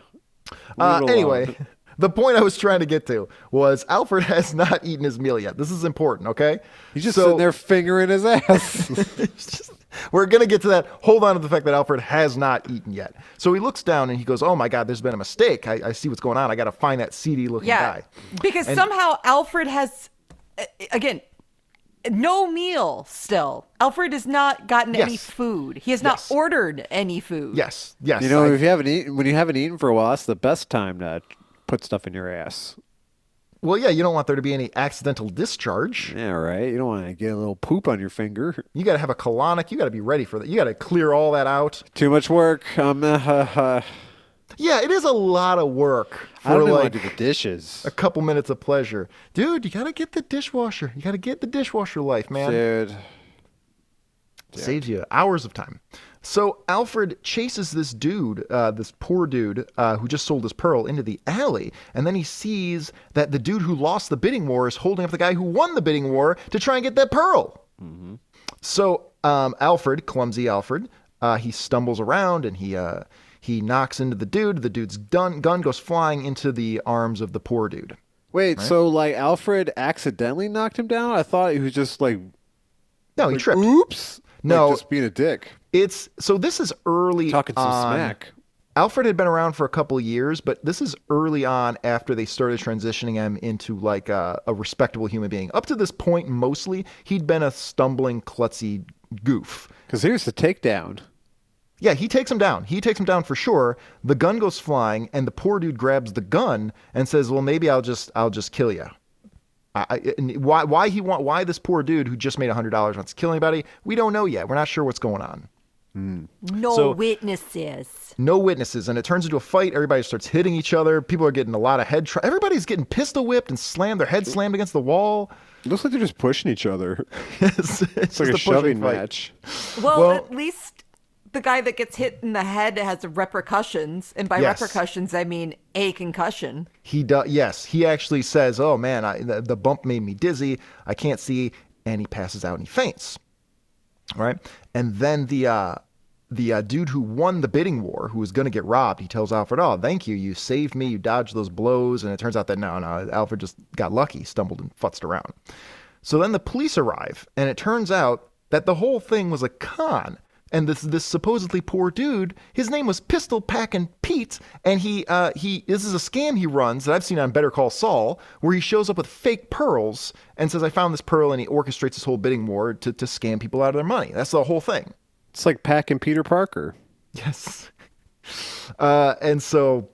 D: Uh,
C: Leave it alone.
D: anyway, the point I was trying to get to was Alfred has not eaten his meal yet. This is important, okay?
C: he's just
D: So-
C: sitting there fingering his ass.
D: it's just- we're gonna get to that. Hold on to the fact that Alfred has not eaten yet. So he looks down and he goes, "Oh my God, there's been a mistake. I, I see what's going on. I got to find that seedy looking
E: yeah,
D: guy."
E: because somehow Alfred has, uh, again, no meal still. Alfred has not gotten any
D: Yes.
E: food. He has not
D: Yes.
E: ordered any food.
D: Yes, yes.
C: you know,
D: I-
C: if you haven't eaten, when you haven't eaten for a while, that's the best time to put stuff in your ass.
D: well, yeah. You don't want there to be any accidental discharge.
C: Yeah, right. You don't want to get a little poop on your finger.
D: You got to have a colonic. You got to be ready for that. You got to clear all that out.
C: Too much work. Um, uh, uh, uh,
D: Yeah, it is a lot of work
C: I don't
D: for
C: even
D: like
C: want to do the dishes,
D: a couple minutes of pleasure, dude. You got to get the dishwasher. You got to get the dishwasher life, man.
C: dude.
D: saves you hours of time. So Alfred chases this dude, uh, this poor dude uh, who just sold his pearl, into the alley, and then he sees that the dude who lost the bidding war is holding up the guy who won the bidding war to try and get that pearl.
C: Mm-hmm.
D: So um, Alfred, clumsy Alfred, uh, he stumbles around and he uh, he knocks into the dude. The dude's dun- gun goes flying into the arms of the poor dude.
C: Wait, so like Alfred accidentally knocked him down? I thought he was just like,
D: No, he
C: like,
D: tripped.
C: oops. Like,
D: No.
C: just being a dick.
D: It's so this is early
C: Talking some
D: on-
C: smack.
D: Alfred had been around for a couple years, but this is early on after they started transitioning him into like a, a respectable human being. Up to this point, mostly he'd been a stumbling, klutzy goof.
C: Because here's the takedown.
D: Yeah, he takes him down. He takes him down for sure. The gun goes flying, and the poor dude grabs the gun and says, "Well, maybe I'll just I'll just kill you." I, I, and why why he want why this poor dude who just made hundred dollars wants to kill anybody? We don't know yet. We're not sure what's going on.
E: no
D: So-
E: witnesses.
D: no witnesses, and it turns into a fight. Everybody starts hitting each other. People are getting a lot of head. Tra- Everybody's getting pistol whipped and slammed. Their head slammed against the wall.
C: Looks like they're just pushing each other.
D: it's
C: It's like a shoving match.
E: Well,
D: Well-
E: at least the guy that gets hit in the head has repercussions, and by
D: Yes.
E: repercussions I mean a concussion.
D: He does. Yes, he actually says, "Oh man, I, the, the bump made me dizzy. I can't see," and he passes out and he faints. All right, and then the uh, the uh, dude who won the bidding war, who was going to get robbed, he tells Alfred, "Oh, thank you. You saved me. You dodged those blows." And it turns out that no, no, Alfred just got lucky, stumbled and futzed around. So then the police arrive, and it turns out that the whole thing was a con. And this this supposedly poor dude, his name was Pistol Packin' Pete, and he uh, he this is a scam he runs that I've seen on Better Call Saul, where he shows up with fake pearls and says I found this pearl, and he orchestrates this whole bidding war to to scam people out of their money. That's the whole thing.
C: It's like Pack and Peter Parker.
D: Yes. Uh, and so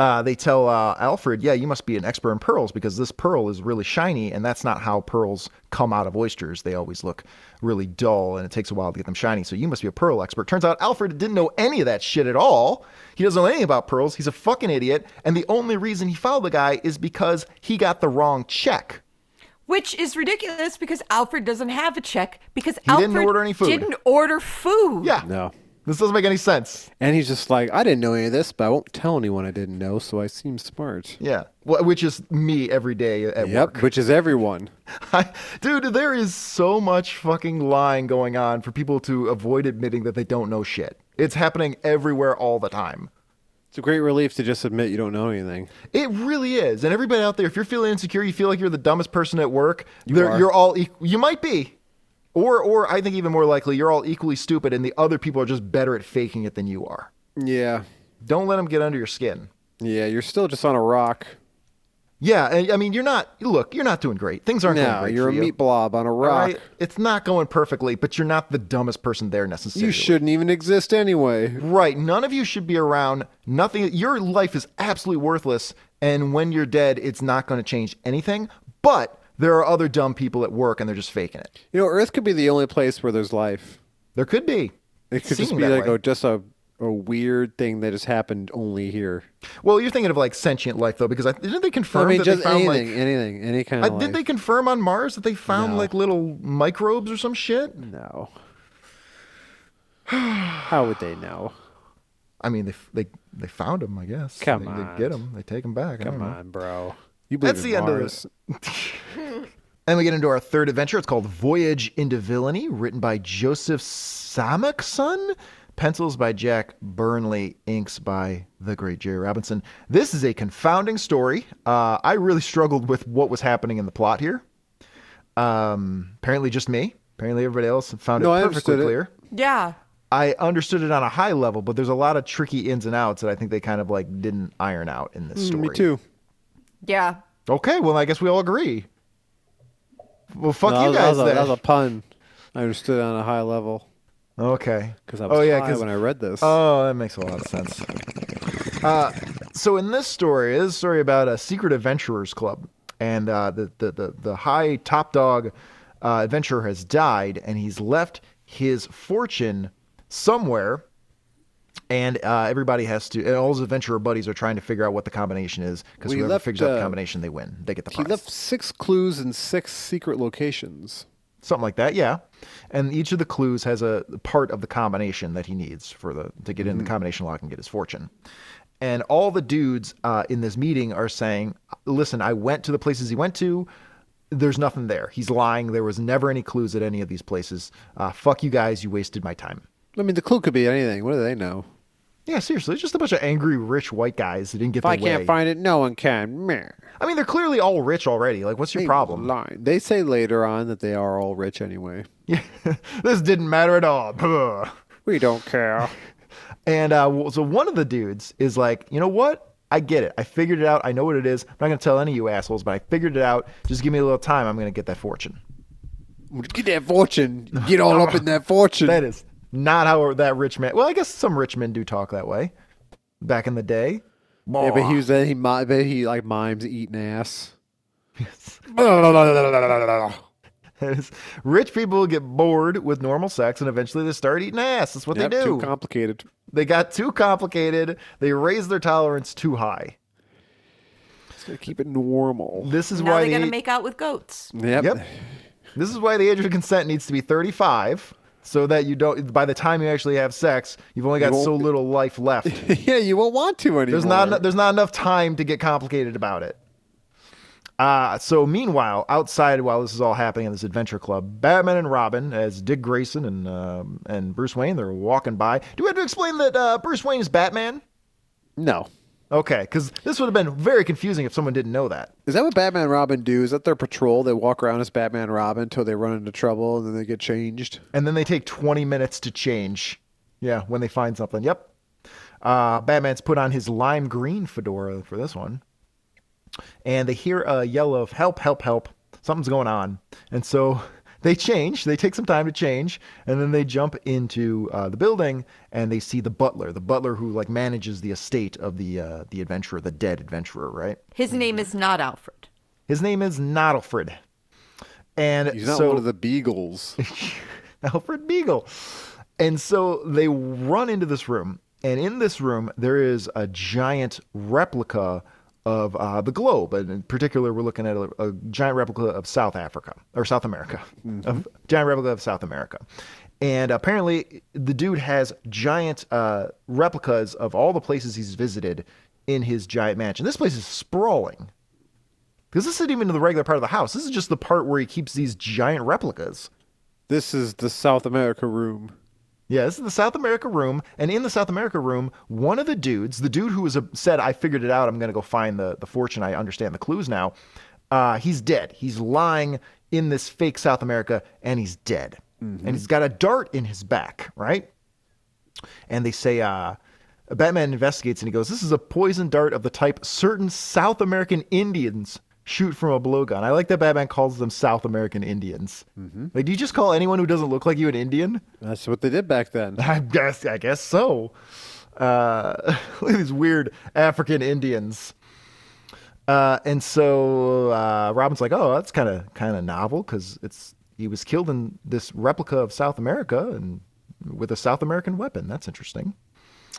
D: uh, they tell uh, Alfred, "Yeah, you must be an expert in pearls because this pearl is really shiny, and that's not how pearls come out of oysters. They always look really dull, and it takes a while to get them shiny. So you must be a pearl expert." Turns out Alfred didn't know any of that shit at all. He doesn't know anything about pearls. He's a fucking idiot, and the only reason he fouled the guy is because he got the wrong check.
E: Which is ridiculous because Alfred doesn't have a check because
D: didn't
E: Alfred
D: order any food.
E: didn't order food.
D: Yeah,
C: No.
D: this doesn't make any sense.
C: And he's just like, I didn't know any of this, but I won't tell anyone I didn't know, so I seem smart.
D: Yeah, Wh- which is me every day at work.
C: Yep, which is everyone.
D: I, dude, there is so much fucking lying going on for people to avoid admitting that they don't know shit. It's happening everywhere all the time.
C: It's a great relief to just admit you don't know anything.
D: It really is. And everybody out there, if you're feeling insecure, you feel like you're the dumbest person at work, you
C: are.
D: you're all equ- you might be. Or or I think even more likely, you're all equally stupid and the other people are just better at faking it than you are.
C: Yeah.
D: Don't let them get under your skin.
C: Yeah, you're still just on a rock.
D: Yeah, and I mean, you're not look, you're not doing great. Things aren't going
C: No,
D: great
C: you're
D: for
C: a
D: you.
C: meat blob on a
D: all
C: rock.
D: right? It's not going perfectly, but you're not the dumbest person there necessarily.
C: You shouldn't even exist anyway.
D: Right. None of you should be around. Nothing. Your life is absolutely worthless. And when you're dead, it's not going to change anything. But there are other dumb people at work and they're just faking it.
C: You know, Earth could be the only place where there's life.
D: There could be.
C: It could just
D: Seeming
C: be
D: that
C: like
D: way.
C: a, just a, a weird thing that just happened only here.
D: Well, you're thinking of like sentient life though, because I, didn't they confirm
C: I mean,
D: that
C: just
D: they found
C: anything,
D: like.
C: anything, any kind
D: I,
C: of
D: did
C: life.
D: they confirm on Mars that they found like little microbes or some shit?
C: No. How would they know?
D: I mean, they f- they they found them, I guess.
C: Come
D: they,
C: on.
D: they get them, they take them back. I don't
C: Come
D: know.
C: on, bro. You believe
D: Hmm. That's
C: in
D: the end of
C: Mars.
D: this. and we get into our third adventure. It's called Voyage into Villainy, written by Joseph Samakson, pencils by Jack Burnley, inks by the great Jerry Robinson. This is a confounding story. Uh, I really struggled with what was happening in the plot here. Um, apparently, just me. Apparently, everybody else found
C: No, I
D: it perfectly
C: understood it.
D: clear.
E: Yeah.
D: I understood it on a high level, but there's a lot of tricky ins and outs that I think they kind of like didn't iron out in this story.
C: Mm, Me too.
E: Yeah.
D: Okay, well, I guess we all agree. Well, fuck
C: No,
D: you
C: that,
D: guys
C: was a, that
D: then.
C: was a pun. I understood on a high level
D: Okay.
C: because I was
D: oh, yeah,
C: high
D: 'cause-
C: when I read this.
D: Oh, that makes a lot of sense. Uh, so in this story, this is a story about a secret adventurers club, and uh, the, the the the high top dog uh, adventurer has died, and he's left his fortune somewhere. And uh, everybody has to, and all his adventurer buddies are trying to figure out what the combination is because
C: We
D: whoever
C: left,
D: figures out the
C: uh,
D: combination, they win. They get the
C: he
D: prize.
C: left six clues in six secret locations.
D: something like that yeah and each of the clues has a part of the combination that he needs for the to get
C: Mm-hmm.
D: in the combination lock and get his fortune and all the dudes uh, in this meeting are saying listen i went to the places he went to there's nothing there he's lying there was never any clues at any of these places uh, fuck you guys you wasted my time
C: I mean, the clue could be anything. What do they know?
D: yeah seriously it's just a bunch of angry rich white guys that didn't get
C: If I
D: their way
C: can't find it, no one can. Meh.
D: i mean they're clearly all rich already like what's your problem
C: Line. They say later on that they are all rich anyway.
D: yeah. this didn't matter at all
C: We don't care.
D: And uh, w- so one of the dudes is like, you know what? I get it. I figured it out. I know what it is. I'm not going to tell any of you assholes, but I figured it out. Just give me a little time. I'm going to get that fortune.
C: Get that fortune. Get all up in that fortune.
D: That is not how that rich man. Well, I guess some rich men do talk that way back in the day.
C: yeah, but he was then he mi- but he like mimes eating ass.
D: That is- rich people get bored with normal sex and eventually they start eating ass. That's what
C: Yep,
D: they do.
C: Too complicated.
D: they got too complicated. They raise their tolerance too high.
C: Just gotta keep it normal.
D: This is
E: Now
D: why
E: they're going
D: the-
E: to make out with goats.
C: Yep.
D: Yep. This is why the age of consent needs to be 35 so that you don't by the time you actually have sex, you've only got
C: won't-
D: so little life left.
C: yeah, you won't want to anymore.
D: There's not eno- there's not enough time to get complicated about it. Uh, so meanwhile, outside while this is all happening in this adventure club, Batman and Robin, as Dick Grayson and um and Bruce Wayne, they're walking by. Do we have to explain that uh, Bruce Wayne is Batman?
C: no.
D: Okay, because this would have been very confusing if someone didn't know that.
C: Is that what Batman and Robin do? Is that their patrol? They walk around as Batman and Robin until they run into trouble and then they get changed.
D: and then they take 20 minutes to change. Yeah, when they find something. Yep. Uh, Batman's put on his lime green fedora for this one, and they hear a yell of "Help! Help! Help! Something's going on!" And so They change. They take some time to change, and then they jump into uh, the building and they see the butler, the butler who like manages the estate of the uh, the adventurer, the dead adventurer, right?
E: His name is not Alfred.
D: His name is Nodelfred, and
C: He's not
D: so
C: one of the beagles.
D: Alfred Beagle. And so they run into this room, and in this room there is a giant replica of uh, the globe. And in particular, we're looking at a, a giant replica of South Africa or South America, Of- giant replica of South America. And apparently, the dude has giant uh, replicas of all the places he's visited in his giant mansion. This place is sprawling because this isn't even the regular part of the house. This is just the part where he keeps these giant replicas.
C: This is the South America room.
D: Yeah, this is the South America room, and in the South America room, one of the dudes, the dude who was a, said, "I figured it out. I'm going to go find the the fortune. I understand the clues now." Uh, he's dead. He's lying in this fake South America, and he's dead. And he's got a dart in his back, right? and they say uh, Batman investigates and he goes, "This is a poison dart of the type certain South American Indians shoot from a blowgun." I like that Batman calls them South American Indians. Like, do you just call anyone who doesn't look like you an Indian?
C: That's what they did back then.
D: I guess I guess so. Uh, look at these weird African Indians. Uh, and so uh, Robin's like, "Oh, that's kind of kind of novel because it's he was killed in this replica of South America and with a South American weapon. That's interesting."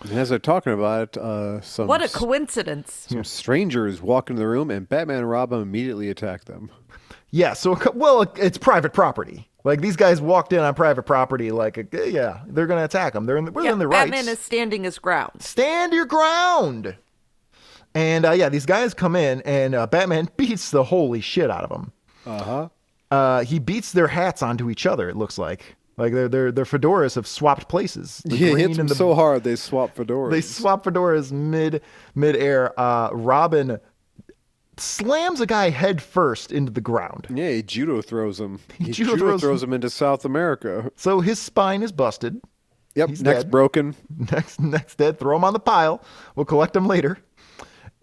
C: And as they're talking about it, uh, some
E: What a coincidence.
C: some strangers walk into the room, and Batman and Robin immediately attack them.
D: Yeah. So, a cou- well, it's private property. Like these guys walked in on private property. Like, yeah, they're gonna attack them. They're in the, within
E: Yeah,
D: their rights.
E: Batman is standing his ground.
D: Stand your ground. And uh, yeah, these guys come in, and uh, Batman beats the holy shit out of them.
C: Uh huh.
D: Uh, he beats their hats onto each other. It looks like like their their their fedoras have swapped places. The
C: He
D: green
C: hits them
D: and the
C: so hard they swap fedoras.
D: they swap fedoras mid mid air. Uh, Robin slams a guy head first into the ground.
C: yeah, he judo throws him. He
D: judo
C: judo,
D: throws
C: throws, him into South America.
D: So his spine is busted.
C: Yep,
D: He's
C: neck's
D: dead.
C: broken.
D: next next dead throw them on the pile we'll collect them later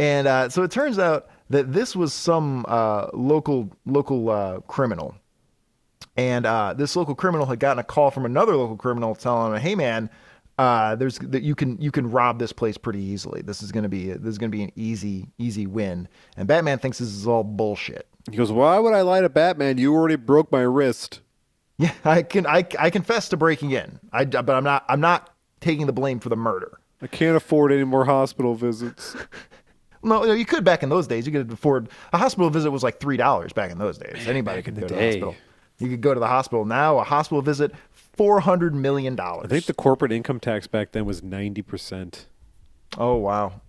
D: and uh, so it turns out that this was some uh, local local uh, criminal and uh, this local criminal had gotten a call from another local criminal telling him hey man uh, there's that you can you can rob this place pretty easily this is gonna be this is gonna be an easy easy win and batman thinks this is all bullshit
C: He goes, "Why would I lie to Batman? You already broke my wrist."
D: Yeah, I can I, I confess to breaking in. I but I'm not I'm not taking the blame for the murder.
C: I can't afford any more hospital visits.
D: No, no, you could back in those days. You could afford a hospital visit was like three dollars back in those days. Anybody could go to the
C: day.
D: hospital. You could go to the hospital now. A hospital visit, four hundred million dollars.
C: I think the corporate income tax back then was ninety percent.
D: oh wow,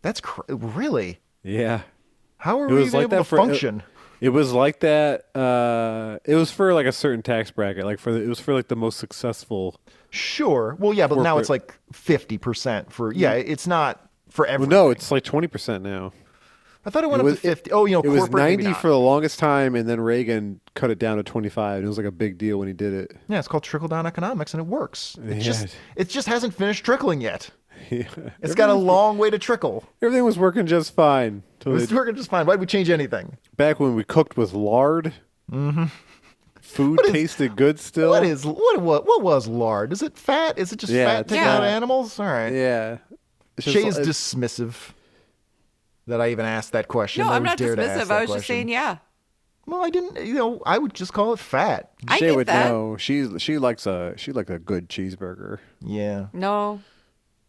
D: that's cr- really
C: Yeah,
D: how are
C: it
D: we
C: was
D: even
C: like
D: able
C: that
D: to
C: for uh,
D: function?
C: It, it was like that. Uh, it was for like a certain tax bracket. Like for the, it was for like the most successful.
D: sure. Well, yeah, but now it's like fifty percent for yeah. It's not for
C: Well,
D: everyone.
C: no, it's like twenty percent now.
D: I thought it went
C: it
D: up
C: was-
D: to fifty. Oh, you know,
C: It was
D: corporate, maybe
C: ninety
D: not.
C: for the longest time, and then Reagan cut it down to twenty five. It was like a big deal when he did it.
D: Yeah, it's called trickle down economics, and it works. It just
C: Yeah.
D: it just hasn't finished trickling yet. It's got a long way to trickle.
C: Everything was working just fine. till
D: It's
C: they-
D: working just fine. Why'd we change anything?
C: back when we cooked with lard, mm-hmm. food tasted good still.
D: What is what what what was lard? Is it fat? Is it just
C: Yeah,
D: fat
C: it's
D: taken out of
C: fat.
D: animals? All right.
C: Yeah, It's just-
D: Shay is
C: it's-
D: dismissive that I even asked that question.
E: No,
D: I
E: I'm
D: would
E: not
D: dare to ask
E: dismissive.
D: that
E: I was just
D: question.
E: saying, yeah.
D: Well, I didn't. You know, I would just call it fat.
E: I
C: Shay
E: get
C: would
E: that.
C: know. She's she likes a she likes a good cheeseburger.
D: Yeah.
E: No.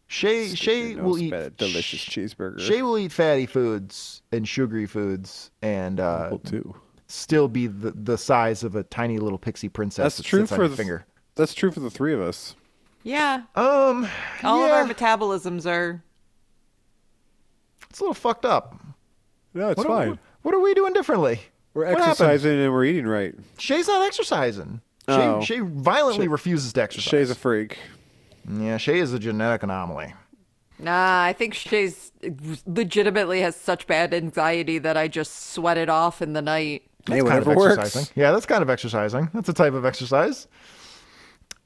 D: Shay Shay
C: Your
D: will
C: nose
D: eat
C: fat, a delicious cheeseburger.
D: Shay will eat fatty foods and sugary foods and uh,
C: Well, too.
D: still be the, the size of a tiny little pixie princess.
C: That's
D: that
C: true
D: sits on
C: for
D: your
C: the
D: finger.
C: That's true for the three of us.
E: Yeah.
D: Um,
E: All
D: yeah,
E: of our metabolisms are.
D: it's a little fucked up.
C: No, it's
D: What are,
C: fine.
D: we- what are we doing differently?
C: We're
D: What happened?
C: exercising and we're eating right.
D: Shay's not exercising. Shay,
C: Oh.
D: Shay violently refuses to exercise.
C: Shay's a freak.
D: yeah, Shay is a genetic anomaly.
E: Nah, I think Shay's legitimately has such bad anxiety that I just sweat it off in the night.
C: Hey,
D: kind
C: whatever
D: of
C: works.
D: exercising. Yeah, that's kind of exercising. That's a type of exercise.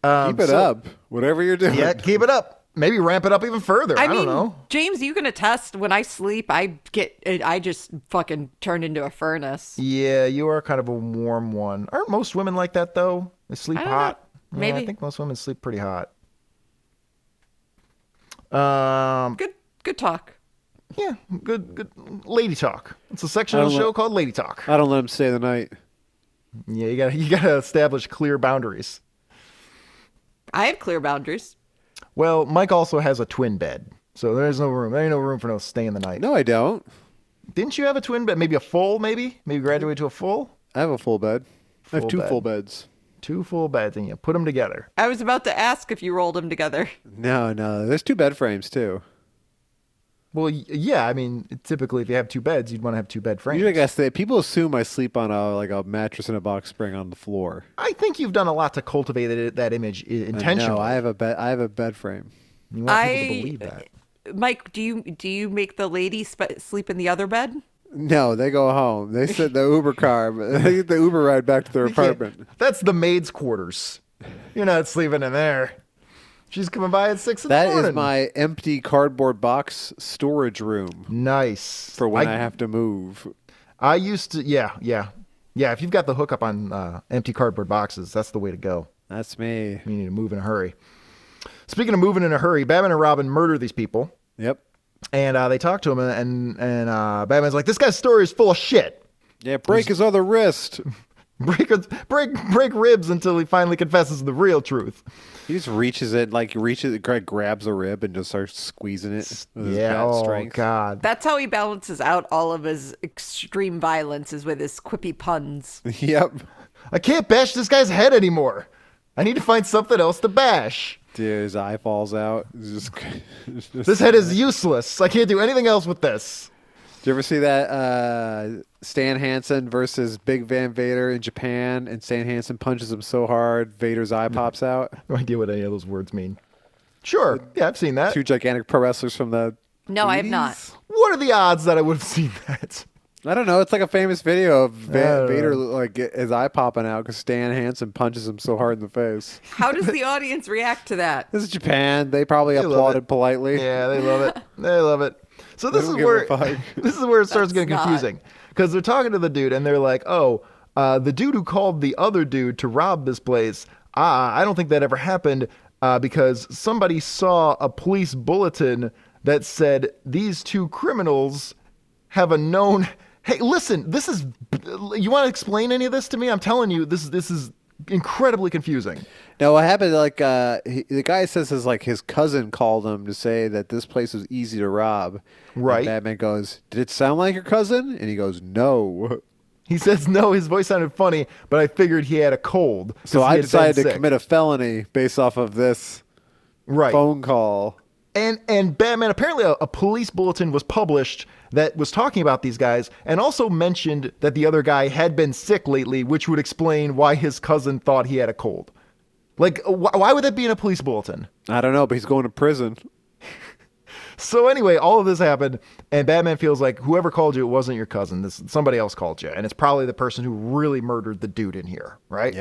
D: Um,
C: Keep it
D: so-
C: up. Whatever you're doing.
D: Yeah, keep it up. maybe ramp it up even further. I,
E: I mean,
D: don't know.
E: James, you can attest. When I sleep, I get, I just fucking turn into a furnace.
D: Yeah, you are kind of a warm one. Aren't most women like that though? They sleep
E: I don't know.
D: hot. Yeah, I
E: Maybe.
D: think most women sleep pretty hot. Um,
E: Good, good talk.
D: yeah, good, good lady talk. It's a section of the
C: I don't
D: show
C: like-
D: called Lady Talk.
C: I don't let him stay the night.
D: Yeah, you gotta you gotta establish clear boundaries.
E: I have clear boundaries.
D: Well, Mike also has a twin bed, so there's no room. There ain't no room for no staying the night.
C: No, I don't.
D: Didn't you have a twin bed? Maybe a full? Maybe maybe graduate to a full?
C: I have a full bed. I
D: Full
C: have two
D: bed.
C: full beds.
D: Two full beds, and you put them together.
E: I was about to ask if you rolled them together.
C: No, no. There's two bed frames too.
D: Well, y- yeah. I mean, typically, if you have two beds, you'd want to have two bed frames.
C: Usually, I guess that people assume I sleep on a like a mattress and a box spring on the floor.
D: I think you've done a lot to cultivate it, that image i-
C: But
D: intentionally.
C: No, I have a bed. I have a bed frame.
D: you want people to
E: I
D: believe that.
E: Mike, do you do you make the lady sp- sleep in the other bed?
C: No, they go home. They sit in the Uber car. They get the Uber ride back to their apartment.
D: That's the maid's quarters. You're not sleeping in there. She's coming by at six in
C: That
D: the
C: is
D: morning.
C: my empty cardboard box storage room
D: nice
C: for when I, have to move.
D: I used to. Yeah, yeah, yeah. If you've got the hookup on uh, empty cardboard boxes, that's the way to go.
C: That's me.
D: You need to move in a hurry. Speaking of moving in a hurry, Batman and Robin murder these people.
C: Yep.
D: And uh, they talk to him, and and uh, Batman's like, "This guy's story is full of shit.
C: Yeah, break his other wrist.
D: Break his- break break ribs until he finally confesses the real truth."
C: He just reaches it, like reaches, Greg grabs a rib and just starts squeezing it with his
D: yeah.
C: bad
D: Oh
C: strength.
D: God.
E: That's how he balances out all of his extreme violence is with his quippy puns.
C: Yep,
D: I can't bash this guy's head anymore. I need to find something else to bash.
C: dude, his eye falls out. It's Just, it's just-
D: This head is useless. I can't do anything else with this.
C: Did you ever see that uh, Stan Hansen versus Big Van Vader in Japan? And Stan Hansen punches him so hard, Vader's eye
D: Mm-hmm.
C: pops out.
D: No idea what any of those words mean. Sure. Yeah, I've seen that.
C: Two gigantic pro wrestlers from the.
E: No, I have not.
D: What are the odds that I would have seen that?
C: I don't know. It's like a famous video of
D: I
C: Va-
D: don't
C: Vader like get his eye popping out because Stan Hansen punches him so hard in the face.
E: How does the audience react to that?
C: This is Japan. They probably
D: love
C: applauded
D: it.
C: politely.
D: Yeah, they love it. They love it. So this
C: They
D: is
C: don't give
D: where
C: a fuck.
D: this is where it starts
E: That's
D: getting
E: not-
D: confusing because they're talking to the dude and they're like, "Oh, uh, the dude who called the other dude to rob this place. Ah, I don't think that ever happened uh, because somebody saw a police bulletin that said these two criminals have a known. Hey, listen, this is. You want to explain any of this to me? I'm telling you, this this is incredibly confusing.
C: No, what happened? Like uh, he, the guy says is like his cousin called him to say that this place was easy to rob. And
D: Right.
C: Batman goes, "Did it sound like your cousin?" And he goes, "No."
D: He says no. His voice sounded funny, but I figured he had a cold. 'cause
C: So
D: he
C: I
D: had been
C: decided to
D: sick.
C: commit a felony based off of this
D: right.
C: phone call.
D: And and Batman apparently a, a police bulletin was published that was talking about these guys and also mentioned that the other guy had been sick lately, which would explain why his cousin thought he had a cold. Like, wh- why would that be in a police bulletin?
C: I don't know, but he's going to prison.
D: So anyway, all of this happened, and Batman feels like whoever called you, it wasn't your cousin. This somebody else called you, and it's probably the person who really murdered the dude in here, right?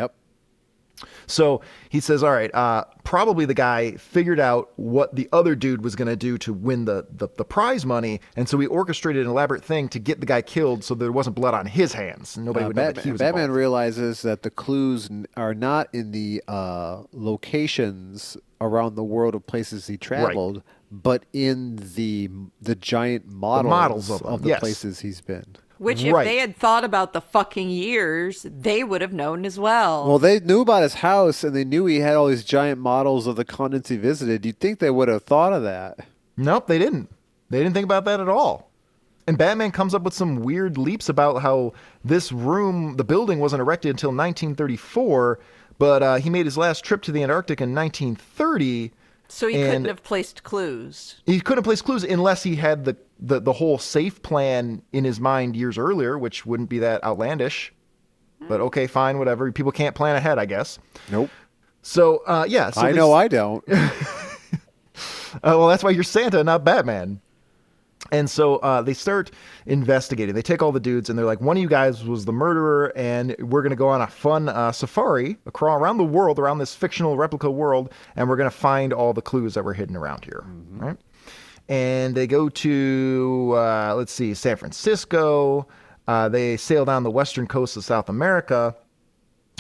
D: So he says, "All right, uh, probably the guy figured out what the other dude was going to do to win the, the the prize money, and so he orchestrated an elaborate thing to get the guy killed, so there wasn't blood on his hands, and nobody
C: Uh,
D: would know that he
C: Batman,
D: was
C: Batman
D: involved.
C: realizes that the clues n- are not in the uh, locations around the world of places he traveled, but in the the giant models,
D: models of them,
C: the
D: yes.
C: places he's been.
E: Which,
D: Right.
E: if they had thought about the fucking years, they would have known as well.
C: Well, they knew about his house and they knew he had all these giant models of the continents he visited. You'd think they would have thought of that.
D: Nope, they didn't. They didn't think about that at all. And Batman comes up with some weird leaps about how this room, the building, wasn't erected until 1934, but uh, he made his last trip to the Antarctic in 1930.
E: so he couldn't
D: and-
E: have placed clues.
D: he couldn't place clues unless he had the, the, the whole safe plan in his mind years earlier, which wouldn't be that outlandish. But okay, fine, whatever. People can't plan ahead, I guess.
C: Nope.
D: So uh, yeah, so
C: I
D: this-
C: know I don't.
D: Oh, uh, well, that's why you're Santa, not Batman. And so uh, they start investigating. They take all the dudes and they're like, one of you guys was the murderer, and we're going to go on a fun uh, safari across, around the world, around this fictional replica world, and we're going to find all the clues that were hidden around here. Right? And they go to, uh, let's see, San Francisco. Uh, they sail down the western coast of South America,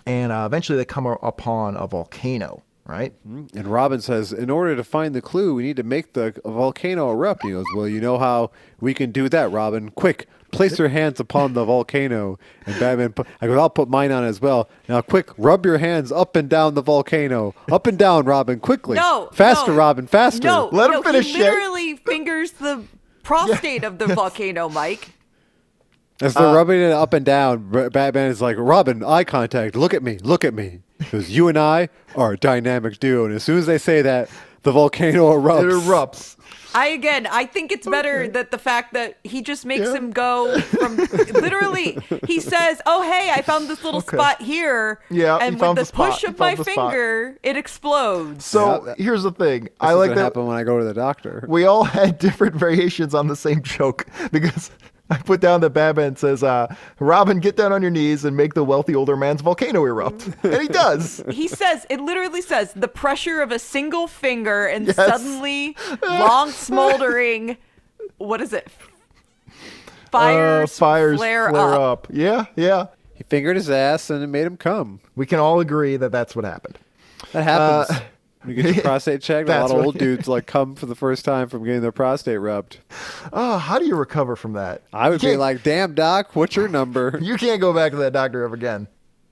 D: and uh, eventually they come upon a volcano, right?
C: And Robin says, in order to find the clue, we need to make the volcano erupt. And he goes, well, you know how we can do that, Robin. Quick, place your hands upon the volcano. And Batman, put, I go, I'll put mine on as well. Now, quick, rub your hands up and down the volcano. Up and down, Robin, quickly.
E: No,
C: Faster,
E: no.
C: Robin, faster.
E: No,
D: Let him
E: no,
D: finish,
E: He
D: Shay.
E: literally fingers the prostate of the volcano, Mike.
C: As they're
D: Uh,
C: rubbing it up and down, B- Batman is like, Robin, eye contact, look at me, look at me. Because you and I are a dynamic duo. And as soon as they say that, the volcano erupts.
D: It erupts.
E: I again, I think it's better that the fact that he just makes him go from literally. He says, "Oh hey, I found this little spot here."
D: Yeah, he
E: and with
D: found
E: the,
D: the spot.
E: push
D: He
E: of my
D: found the spot.
E: finger, it explodes.
D: So
C: Yeah.
D: here's the thing. I
C: This is
D: like
C: gonna
D: that.
C: happen when I go to the doctor.
D: we all had different variations on the same joke because I put down that Batman says, uh, Robin, get down on your knees and make the wealthy older man's volcano erupt. And he does.
E: He says, it literally says, the pressure of a single finger and
D: Yes.
E: suddenly long smoldering. What is it? Fires,
D: Uh, fires
E: flare, up.
D: Yeah, yeah.
C: He fingered his ass and it made him come.
D: We can all agree that that's what happened.
C: That happens. When you get your prostate checked. A
D: Uh, That's
C: lot of
D: what-
C: old dudes like come for the first time from getting their prostate rubbed.
D: Oh, how do you recover from that?
C: I would
D: You
C: be
D: can't-
C: like, "Damn, doc, what's your number?"
D: you can't go back to that doctor ever again.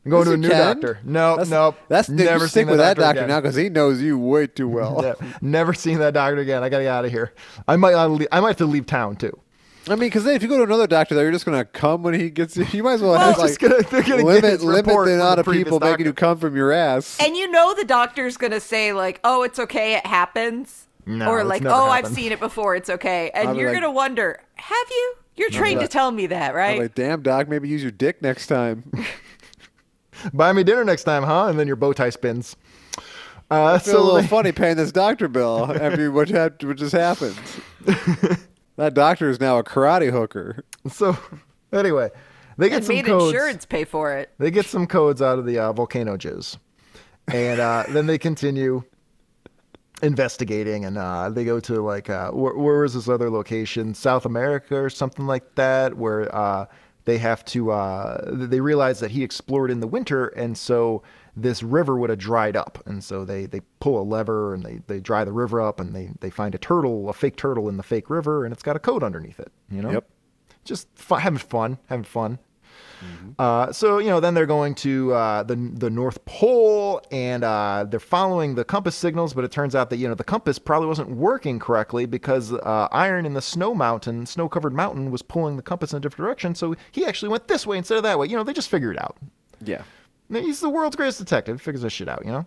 D: I'm going
C: Yes,
D: to a
C: you
D: new
C: can.
D: doctor. No,
C: that's,
D: nope.
C: That's dude, you
D: never
C: stick
D: seen
C: with that doctor,
D: again.
C: now because he knows you way too well.
D: Yeah, never seen that doctor again. I gotta get out of here. I might, I might have to leave town too.
C: I mean, because then if you go to another doctor, there you're just gonna come when he gets you. You might as well
D: Well,
C: have
D: just
C: like
D: gonna- they're gonna get
C: limit
D: his
C: limit
D: report
C: the
D: from
C: amount
D: the
C: of people
D: previous
C: making
D: doctor.
C: you come from your ass.
E: And you know the doctor's gonna say like, "Oh, it's okay, it happens,"
D: No,
E: or
D: it's
E: like,
D: never
E: "Oh, I've
D: happened.
E: seen it before, it's okay," and
C: I'll be
E: you're
C: like-
E: gonna wonder, "Have you? You're trained to
C: like-
E: tell me that,
C: I'm
E: right?"
C: like, "Damn, doc, maybe use your dick next time."
D: Buy me dinner next time, huh? And then your bow tie spins. Uh,
C: feel a
D: so
C: little
D: they-
C: funny paying this doctor bill after what, hap- what just happened. that doctor is now a karate hooker.
D: so anyway, they get
E: and
D: some
E: made
D: codes.
E: insurance pay for it.
D: They get some codes out of the uh, volcano jizz, and uh, then they continue investigating, and uh, they go to like uh, where, where was this other location? South America or something like that, where uh, they have to. Uh, they realize that he explored in the winter, and so this river would have dried up, and so they they pull a lever and they they dry the river up, and they they find a turtle, a fake turtle in the fake river, and it's got a code underneath it. You know.
C: Yep.
D: Just fu- having fun, having fun. Uh, so you know, then they're going to uh, the the North Pole, and uh, they're following the compass signals. But it turns out that you know the compass probably wasn't working correctly because uh, iron in the snow mountain, snow covered mountain, was pulling the compass in a different direction. So he actually went this way instead of that way. You know, they just figured it out.
C: Yeah.
D: He's the world's greatest detective. Figures this shit out, you know.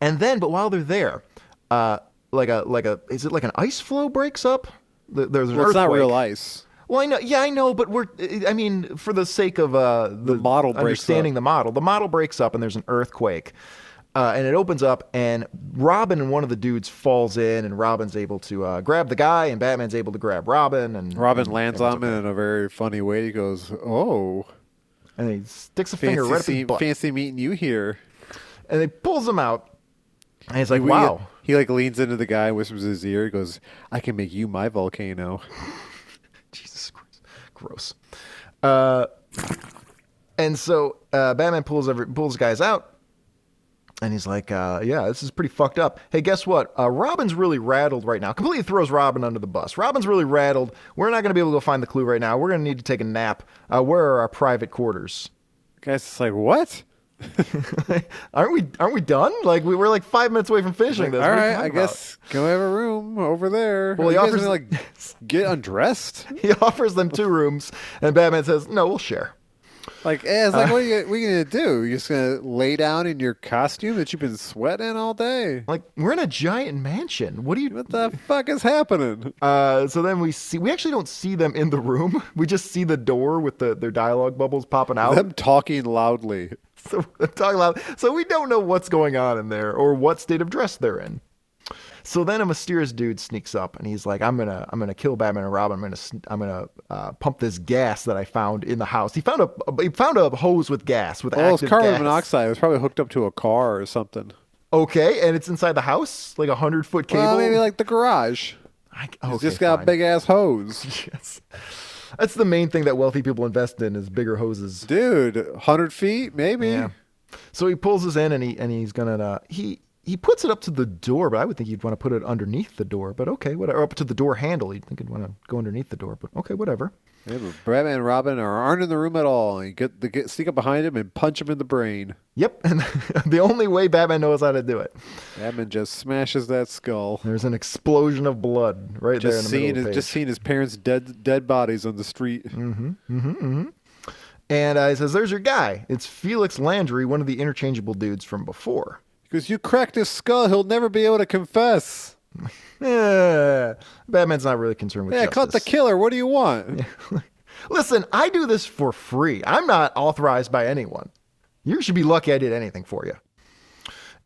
D: And then, but while they're there, uh, like a like a is it like an ice flow breaks up? Th- There's an
C: Well, it's not
D: earthquake.
C: real ice.
D: Well, I know. Yeah, I know. But we're. I mean, for the sake of uh, the,
C: model breaks
D: understanding
C: up.
D: the model, the model breaks up and there's an earthquake, uh, and it opens up and Robin and one of the dudes falls in and Robin's able to uh, grab the guy and Batman's able to grab Robin and
C: Robin lands on him in a very funny way. He goes, "Oh,
D: and he sticks a
C: fancy,
D: finger right up his
C: see-
D: butt
C: fancy meeting you here."
D: and he pulls him out and he's like,
C: We-
D: "Wow."
C: He like leans into the guy, whispers in his ear, he goes, "I can make you my volcano."
D: Jesus Christ, gross. Uh, and so uh, Batman pulls every pulls guys out, and he's like, uh, "Yeah, this is pretty fucked up." Hey, guess what? Uh, Robin's really rattled right now. Completely throws Robin under the bus. Robin's really rattled. We're not gonna be able to go find the clue right now. We're gonna need to take a nap. Uh, where are our private quarters?
C: The guy's just like, "What?"
D: aren't we aren't we done? Like we were like five minutes away from finishing this.
C: All
D: What are you
C: right, I
D: talking about?"
C: guess go have a room over there.
D: Well,
C: Are
D: he
C: you guys
D: offers-
C: gonna, like get undressed.
D: he offers them two rooms, and Batman says, "No, we'll share."
C: Like, eh,
D: Uh.
C: it's like, what, are you, what are you gonna do? You're just gonna lay down in your costume that you've been sweating all day?
D: Like we're in a giant mansion. What do you?
C: What the fuck is happening?
D: Uh, so then we see we actually don't see them in the room. We just see the door with the their dialogue bubbles popping out.
C: Them talking loudly.
D: So they're talking loud. So we don't know what's going on in there or what state of dress they're in. So then a mysterious dude sneaks up and he's like, "I'm gonna, I'm gonna kill Batman and Robin. I'm gonna, sn- I'm gonna uh, pump this gas that I found in the house. He found a, he found a hose with gas with
C: Well, Oh, it's
D: active
C: carbon
D: gas.
C: monoxide. It was probably hooked up to a car or something.
D: Okay, and it's inside the house, like a hundred foot cable.
C: Well, maybe like the garage.
D: I,
C: It's
D: okay,
C: just got
D: fine.
C: big ass hose.
D: Yes. That's the main thing that wealthy people invest in is bigger hoses.
C: Dude, 100 feet, maybe.
D: Yeah. So he pulls us in and he and he's gonna uh, he he puts it up to the door, but I would think he'd want to put it underneath the door. But okay, whatever. Up to the door handle, you'd think he'd want to go underneath the door. But okay, whatever.
C: Yeah, but Batman and Robin are, aren't in the room at all. You get, the, get sneak up behind him and punch him in the brain.
D: Yep. And the only way Batman knows how to do it.
C: Batman just smashes that skull.
D: There's an explosion of blood right there in
C: Just
D: the middle
C: seeing
D: of the
C: his,
D: page.
C: just seeing his parents' dead dead bodies on the street.
D: And uh, he says, "There's your guy. It's Felix Landry, one of the interchangeable dudes from before."
C: Because you cracked his skull, he'll never be able to confess.
D: Eh, Batman's not really concerned with
C: Yeah, I caught the
D: justice.
C: killer. What do you want?
D: Listen, I do this for free. I'm not authorized by anyone. You should be lucky I did anything for you.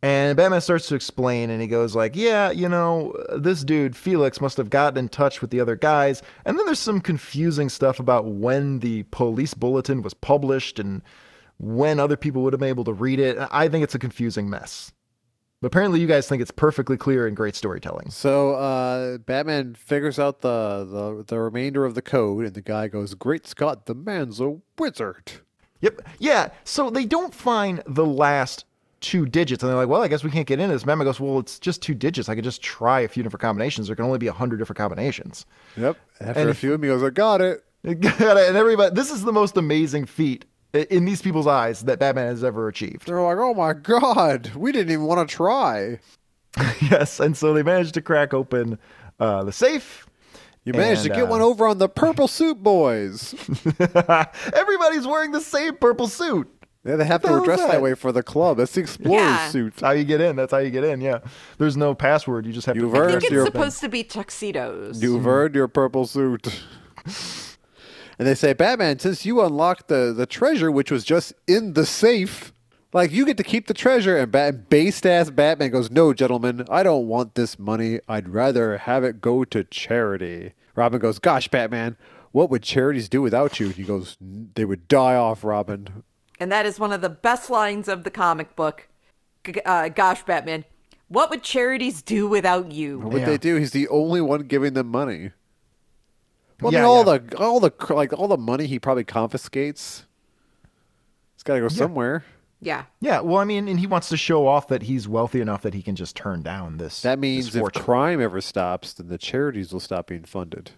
D: And Batman starts to explain, and he goes like, "Yeah, you know, this dude Felix must have gotten in touch with the other guys." And then there's some confusing stuff about when the police bulletin was published and when other people would have been able to read it. I think it's a confusing mess. But apparently, you guys think it's perfectly clear and great storytelling.
C: So uh, Batman figures out the, the the remainder of the code, and the guy goes, "Great Scott, the man's a wizard."
D: Yep. Yeah. So they don't find the last two digits, and they're like, "Well, I guess we can't get into this." Mammoth goes, "Well, it's just two digits. I could just try a few different combinations. There can only be a hundred different combinations."
C: Yep. After
D: And
C: a
D: if-
C: few, he goes, "I got it."
D: and everybody, this is the most amazing feat i- in these people's eyes that Batman has ever achieved.
C: They're like, "Oh my god, we didn't even want to try."
D: yes. And so they managed to crack open uh, the safe.
C: You managed
D: And,
C: to get
D: uh,
C: one over on the Purple Suit Boys.
D: Everybody's wearing the same purple suit.
C: yeah, they have
D: the
C: to
D: hell's
C: dress
D: that?
C: that way for the club. That's the Explorer's
E: Yeah.
C: suit.
D: That's how you get in. That's how you get in. Yeah. There's no password. You just have
C: You've
D: to.
E: I
C: earned
E: think it's
C: your-
E: supposed to be tuxedos.
C: You've earned your purple suit. and they say, Batman, since you unlocked the, the treasure, which was just in the safe, like you get to keep the treasure. And Bat- based ass Batman goes, No, gentlemen, I don't want this money. I'd rather have it go to charity. Robin goes, Gosh, Batman, what would charities do without you? And he goes, They would die off, Robin.
E: And that is one of the best lines of the comic book. G- uh, gosh, Batman, what would charities do without you?
C: What would
D: Yeah.
C: they do? He's the only one giving them money. Well, I
D: Yeah,
C: mean, all
D: yeah.
C: the all the cr- like all the money he probably confiscates. It's got to go somewhere.
E: Yeah.
D: Yeah, well, I mean, and he wants to show off that he's wealthy enough that he can just turn down this.
C: That
D: this
C: means if
D: fortune.
C: crime ever stops, then the charities will stop being funded.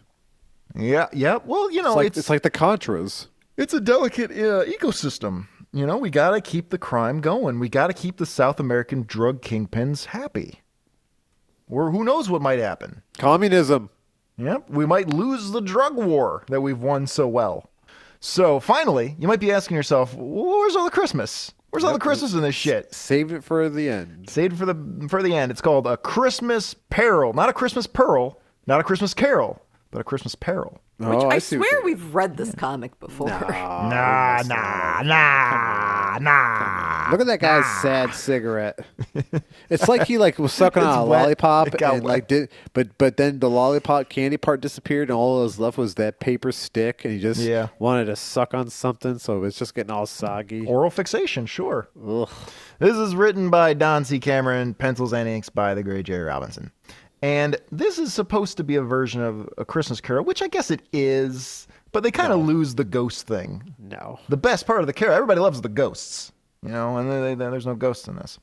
D: yeah, yeah. Well, you know,
C: It's like
D: it's
C: it's, like the Contras.
D: it's a delicate uh, ecosystem. You know, we gotta keep the crime going. We gotta keep the South American drug kingpins happy, or who knows what might happen.
C: Communism.
D: Yep, we might lose the drug war that we've won so well. So finally, you might be asking yourself, where's all the Christmas? Where's all the Christmas in this shit?
C: Saved it for the end.
D: Saved for the for the end. It's called a Christmas Peril, not a Christmas Pearl, not a Christmas Carol, but a Christmas Peril.
C: oh,
E: I,
C: see what
E: swear
C: you-
E: we've read this comic before.
D: nah, nah, nah, nah.
C: Look at that guy's
D: Ah.
C: sad cigarette. It's like he like was sucking
D: It's
C: on a
D: wet. It
C: lollipop
D: got
C: and like did, but but then the lollipop candy part disappeared and all that was left was that paper stick and he just
D: Yeah.
C: wanted to suck on something so it was just getting all soggy.
D: Oral fixation, sure.
C: Ugh.
D: This is written by Don C. Cameron, pencils and inks by the great Jerry Robinson. And this is supposed to be a version of a Christmas Carol, which I guess it is, but they kind of lose the ghost thing.
C: No.
D: the best part of the carol. Everybody loves the ghosts, you know, and they, they, there's no ghosts in this.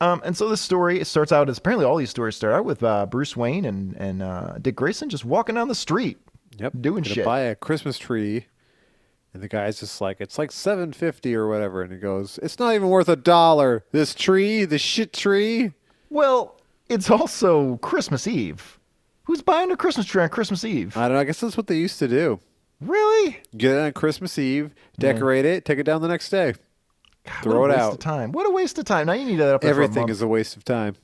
D: Um, and so this story it starts out as apparently all these stories start out with uh, Bruce Wayne and and uh, Dick Grayson just walking down the street,
C: Yep.
D: doing
C: Gonna
D: shit.
C: Buy a Christmas tree, and the guy's just like, "It's like seven fifty or whatever," and he goes, "It's not even worth a dollar. This tree, this shit tree."
D: Well, it's also Christmas Eve. Who's buying a Christmas tree on Christmas Eve?
C: I don't know. I guess that's what they used to do.
D: really?
C: Get it on Christmas Eve, decorate it, take it down the next day.
D: God,
C: Throw
D: what a
C: it
D: waste
C: out.
D: Of time. What a waste of time. Now you need that up there for a
C: Everything
D: month.
C: is a waste of time.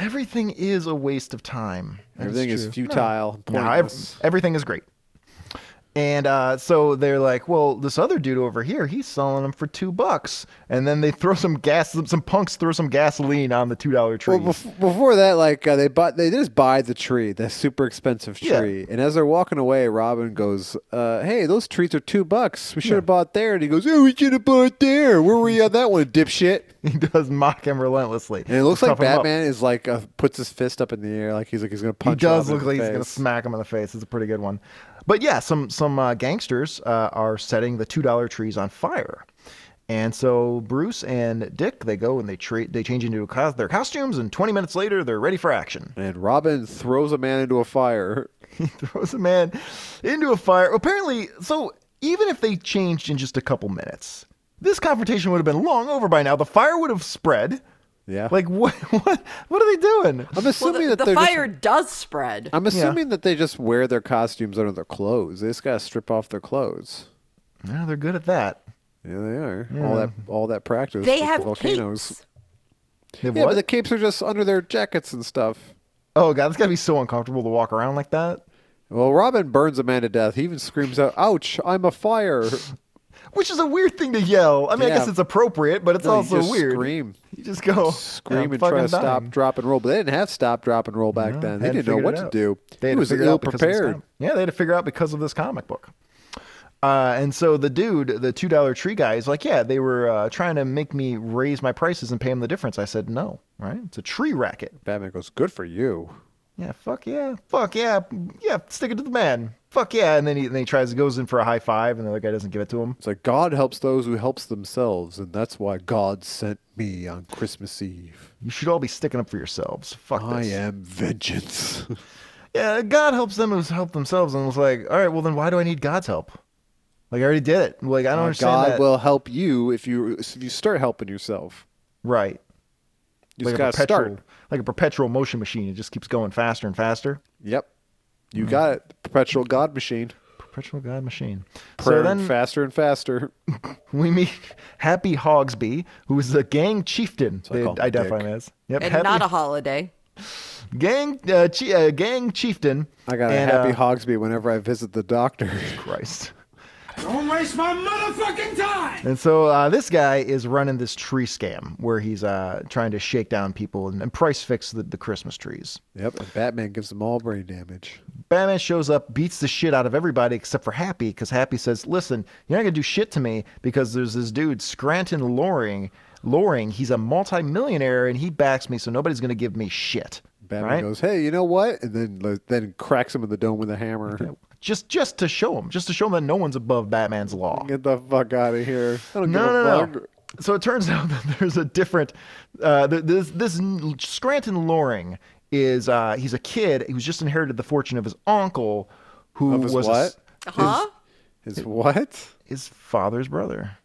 D: everything is a waste of time. That
C: Everything is
D: true.
C: futile and
D: No, ev-
C: pointless.
D: everything is great. And uh, so they're like, well, this other dude over here, he's selling them for two bucks. And then they throw some gas, some punks throw some gasoline on the two dollar tree.
C: Well, bef- before that, like uh, they bought, they just buy the tree, the super expensive
D: Yeah.
C: tree. And as they're walking away, Robin goes, uh, "Hey, those trees are two bucks. We should have bought there." And he goes, "Oh, we should have bought there. Where were you on that one, dipshit?"
D: he does mock him relentlessly.
C: And it looks
D: To
C: like
D: tough him up.
C: Batman is like uh, puts his fist up in the air, like he's like he's gonna
D: He
C: punch.
D: does
C: Robin
D: look
C: in
D: like
C: the
D: he's gonna
C: face.
D: smack him in the face. It's a pretty good one. But yeah, some some uh, gangsters uh, are setting the two dollar trees on fire, and so Bruce and Dick they go and they tra- they change into cos- their costumes, and twenty minutes later they're ready for action.
C: And Robin throws a man into a fire.
D: he throws a man into a fire. Apparently, so even if they changed in just a couple minutes, this confrontation would have been long over by now. The fire would have spread.
C: Yeah.
D: Like what? What? What are they doing?
C: I'm
E: Well,
C: assuming
E: the,
C: that
E: the
C: they're just-
E: fire does spread.
C: I'm assuming that they just wear their costumes under their clothes. They just gotta strip off their clothes.
D: No, they're good at that.
C: Yeah, they are. All that all that practice.
E: They
C: with the
E: have
C: volcanoes.
E: capes.
D: They have
C: Yeah,
D: what?
C: but the capes are just under their jackets and stuff.
D: Oh god, that's gotta be so uncomfortable to walk around like that.
C: Well, Robin burns a man to death. He even screams out, "Ouch! I'm a fire!"
D: Which is a weird thing to yell. I mean, I guess
C: Yeah.
D: it's appropriate, but it's
C: No, you
D: also
C: just
D: weird.
C: scream.
D: You just go
C: Scream
D: "I'm
C: and try
D: fucking
C: to stop,
D: dying."
C: drop, and roll. But they didn't have stop, drop, and roll back then. They
D: Hadn't
C: didn't know
D: figured
C: what
D: it
C: to
D: out.
C: do.
D: They had
C: he
D: to
C: was
D: figure it
C: ill
D: out because of this
C: prepared.
D: comic- Yeah, they had to figure out because of this comic book. Uh, and so the dude, the two dollar tree guy, is like, "Yeah, they were uh, trying to make me raise my prices and pay them the difference." I said, "No, right? It's a tree racket."
C: Batman goes, "Good for you."
D: Yeah, fuck yeah, fuck yeah, yeah. Stick it to the man. Fuck yeah. And then he, and then he tries, goes in for a high five, and the other guy doesn't give it to him.
C: It's like God helps those who helps themselves, and that's why God sent me on Christmas Eve.
D: You should all be sticking up for yourselves. Fuck
C: I
D: this.
C: am vengeance.
D: Yeah, God helps them who help themselves, and it's like, all right, well then, why do I need God's help? Like I already did it. Like I don't understand
C: God
D: that.
C: will help you if you if you start helping yourself.
D: right.
C: You
D: like
C: just
D: a
C: gotta
D: perpetual,
C: start.
D: like a perpetual motion machine. It just keeps going faster and faster.
C: Yep. You
D: Mm.
C: got it. Perpetual God machine.
D: Perpetual God machine.
C: Prayer
D: so then
C: and faster and faster.
D: we meet Happy Hogsby, who is a gang chieftain.
C: I
D: they
C: call him
D: identify
C: Dick.
D: him as. Yep,
E: And
D: happy,
E: not a holiday.
D: gang uh, chi- uh, gang chieftain.
C: I got
D: and,
C: a happy
D: uh,
C: Hogsby whenever I visit the doctor.
D: Christ.
B: Don't waste my motherfucking time!
D: And so uh, this guy is running this tree scam where he's uh, trying to shake down people and, and price fix the, the Christmas trees.
C: yep. And Batman gives them all brain damage.
D: Batman shows up, beats the shit out of everybody except for Happy, because Happy says, "Listen, you're not gonna do shit to me because there's this dude Scranton Loring. Loring, he's a multimillionaire and he backs me, so nobody's gonna give me shit."
C: Batman
D: right?
C: goes, "Hey, you know what?" And then like, then cracks him in the dome with a hammer.
D: just just to show him, just to show him that no one's above Batman's law.
C: Get the fuck out of here! I don't
D: No,
C: give a
D: no,
C: fuck.
D: no. So it turns out that there's a different. Uh, th- this this n- Scranton Loring is uh, he's a kid who's just inherited the fortune of his uncle, who
C: Of his
D: was a s-
C: what?
E: Huh?
C: Is what?
D: his father's brother.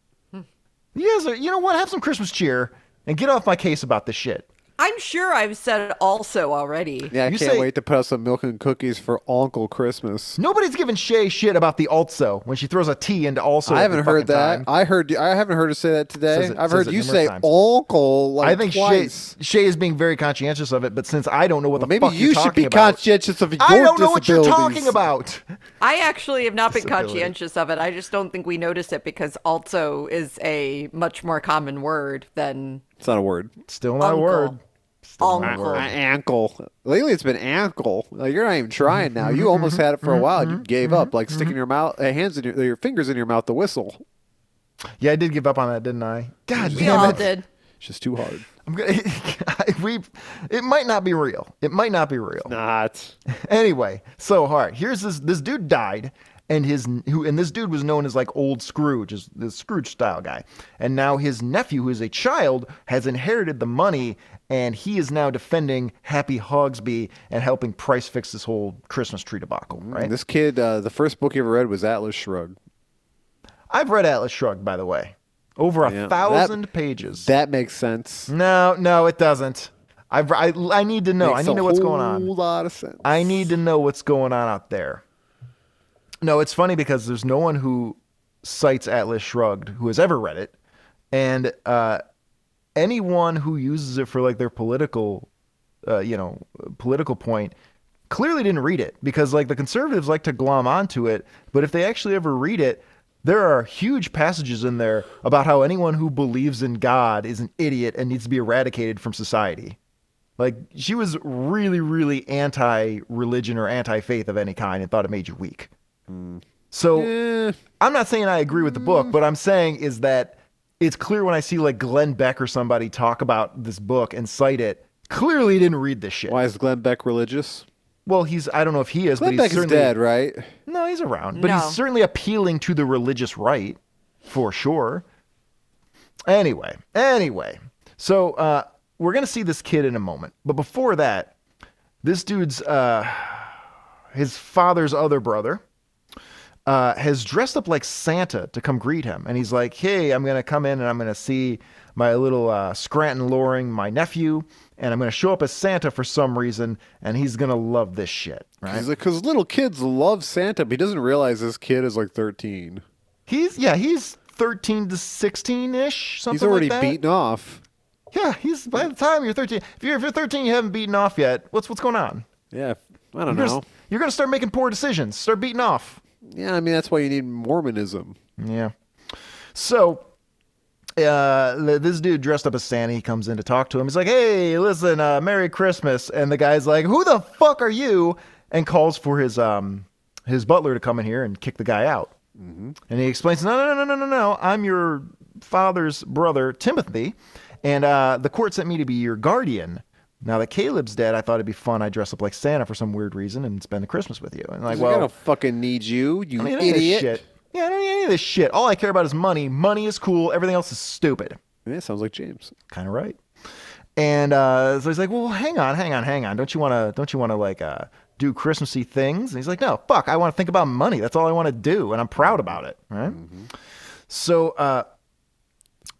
D: You guys are, you know what? Have some Christmas cheer and get off my case about this shit.
E: I'm sure I've said it also already.
C: Yeah, I
D: You
C: can't
D: say-
C: wait to put out some milk and cookies for Uncle Christmas.
D: Nobody's giving Shay shit about the also when she throws a T into also.
C: I
D: every
C: haven't heard
D: fucking
C: that.
D: time.
C: I heard. I haven't heard her say that today.
D: Says it-
C: I've
D: says
C: heard
D: it
C: you
D: numerous
C: say
D: times.
C: "uncle" like
D: I think Shay,
C: twice.
D: Shay is being very conscientious of it, but since I don't know what the
C: Maybe
D: fuck
C: you
D: you're
C: should
D: talking
C: be
D: about,
C: conscientious of your
D: I don't know what you're
C: disabilities.
D: talking about.
E: I actually have not been
D: Disability.
E: conscientious of it. I just don't think we notice it because also is a much more common word than
C: It's not a word.
D: Still not a word.
E: Uncle. uncle.
C: Uh, ankle. Lately, it's been ankle. Like, you're not even trying now.
D: Mm-hmm,
C: You almost had it for a while and you gave up, like sticking your mouth, uh, hands in your, your fingers in your mouth to whistle.
D: Yeah, I did give up on that, didn't I? God
E: We
D: damn
E: all
D: it!
E: did.
C: It's just too hard.
D: I'm gonna, we, it might not be real. It might not be real.
C: Not.
D: anyway, so all right, here's this this dude died, and his who and this dude was known as like old Scrooge, is the Scrooge style guy, and now his nephew, who is a child, has inherited the money, and he is now defending Happy Hogsby and helping price fix this whole Christmas tree debacle. Right?
C: This kid, uh, the first book he ever read was Atlas Shrugged.
D: I've read Atlas Shrugged, by the way, over a
C: Yeah. That-
D: thousand pages.
C: That makes sense.
D: no, no, it doesn't. I've, I I need to know. I
C: Makes
D: need to
C: a
D: know what's going
C: whole
D: on.
C: lot of sense.
D: I need to know what's going on out there. No, it's funny because there's no one who cites Atlas Shrugged who has ever read it, and uh, anyone who uses it for like their political, uh, you know, political point clearly didn't read it because like the conservatives like to glom onto it, but if they actually ever read it, there are huge passages in there about how anyone who believes in God is an idiot and needs to be eradicated from society. Like she was really, really anti-religion or anti-faith of any kind and thought it made you weak. So I'm not saying I agree with the book,
C: Mm.
D: but I'm saying is that it's clear when I see like Glenn Beck or somebody talk about this book and cite it. Clearly, he didn't read this shit.
C: Why is Glenn Beck religious?
D: Well, he's I don't know if he is,
C: Glenn
D: but
C: Beck
D: he's
C: is
D: certainly
C: dead, right?
D: no, he's around, but
E: No.
D: he's certainly appealing to the religious right for sure. Anyway, anyway, so uh, we're gonna see this kid in a moment, but before that, this dude's uh, his father's other brother uh, has dressed up like Santa to come greet him, and he's like, "Hey, I'm gonna come in and I'm gonna see my little uh, Scranton Loring, my nephew, and I'm gonna show up as Santa for some reason, and he's gonna love this shit, right?"
C: Because uh, little kids love Santa, but he doesn't realize this kid is like 13.
D: He's yeah, he's thirteen to sixteen ish. Something
C: He's already
D: like that.
C: beaten off.
D: Yeah, he's by the time you're thirteen. If you're if you're thirteen, you haven't beaten off yet. What's what's going on?
C: Yeah, I don't
D: You're,
C: know.
D: gonna, you're gonna start making poor decisions. Start beating off.
C: Yeah, I mean that's why you need Mormonism.
D: Yeah. So, uh, th- this dude dressed up as Santa, he comes in to talk to him. He's like, "Hey, listen, uh, Merry Christmas!" And the guy's like, "Who the fuck are you?" And calls for his um his butler to come in here and kick the guy out. And he explains, "No, no, no, no, no, no, no. I'm your father's brother, Timothy, and uh, the court sent me to be your guardian." Now that Caleb's dead, I thought it'd be fun. I dress up like Santa for some weird reason and spend the Christmas with you. And like,
C: He's
D: well,
C: like, I don't fucking need you, you
D: I don't need any of this
C: idiot.
D: shit. Yeah, I don't need any of this shit. All I care about is money. Money is cool. Everything else is stupid.
C: Yeah, sounds like James.
D: Kind of right. And uh, so he's like, "Well, hang on, hang on, hang on. Don't you want to? Don't you want to like uh, do Christmassy things?" And he's like, "No, fuck. I want to think about money. That's all I want to do, and I'm proud about it." Right.
C: Mm-hmm.
D: So uh,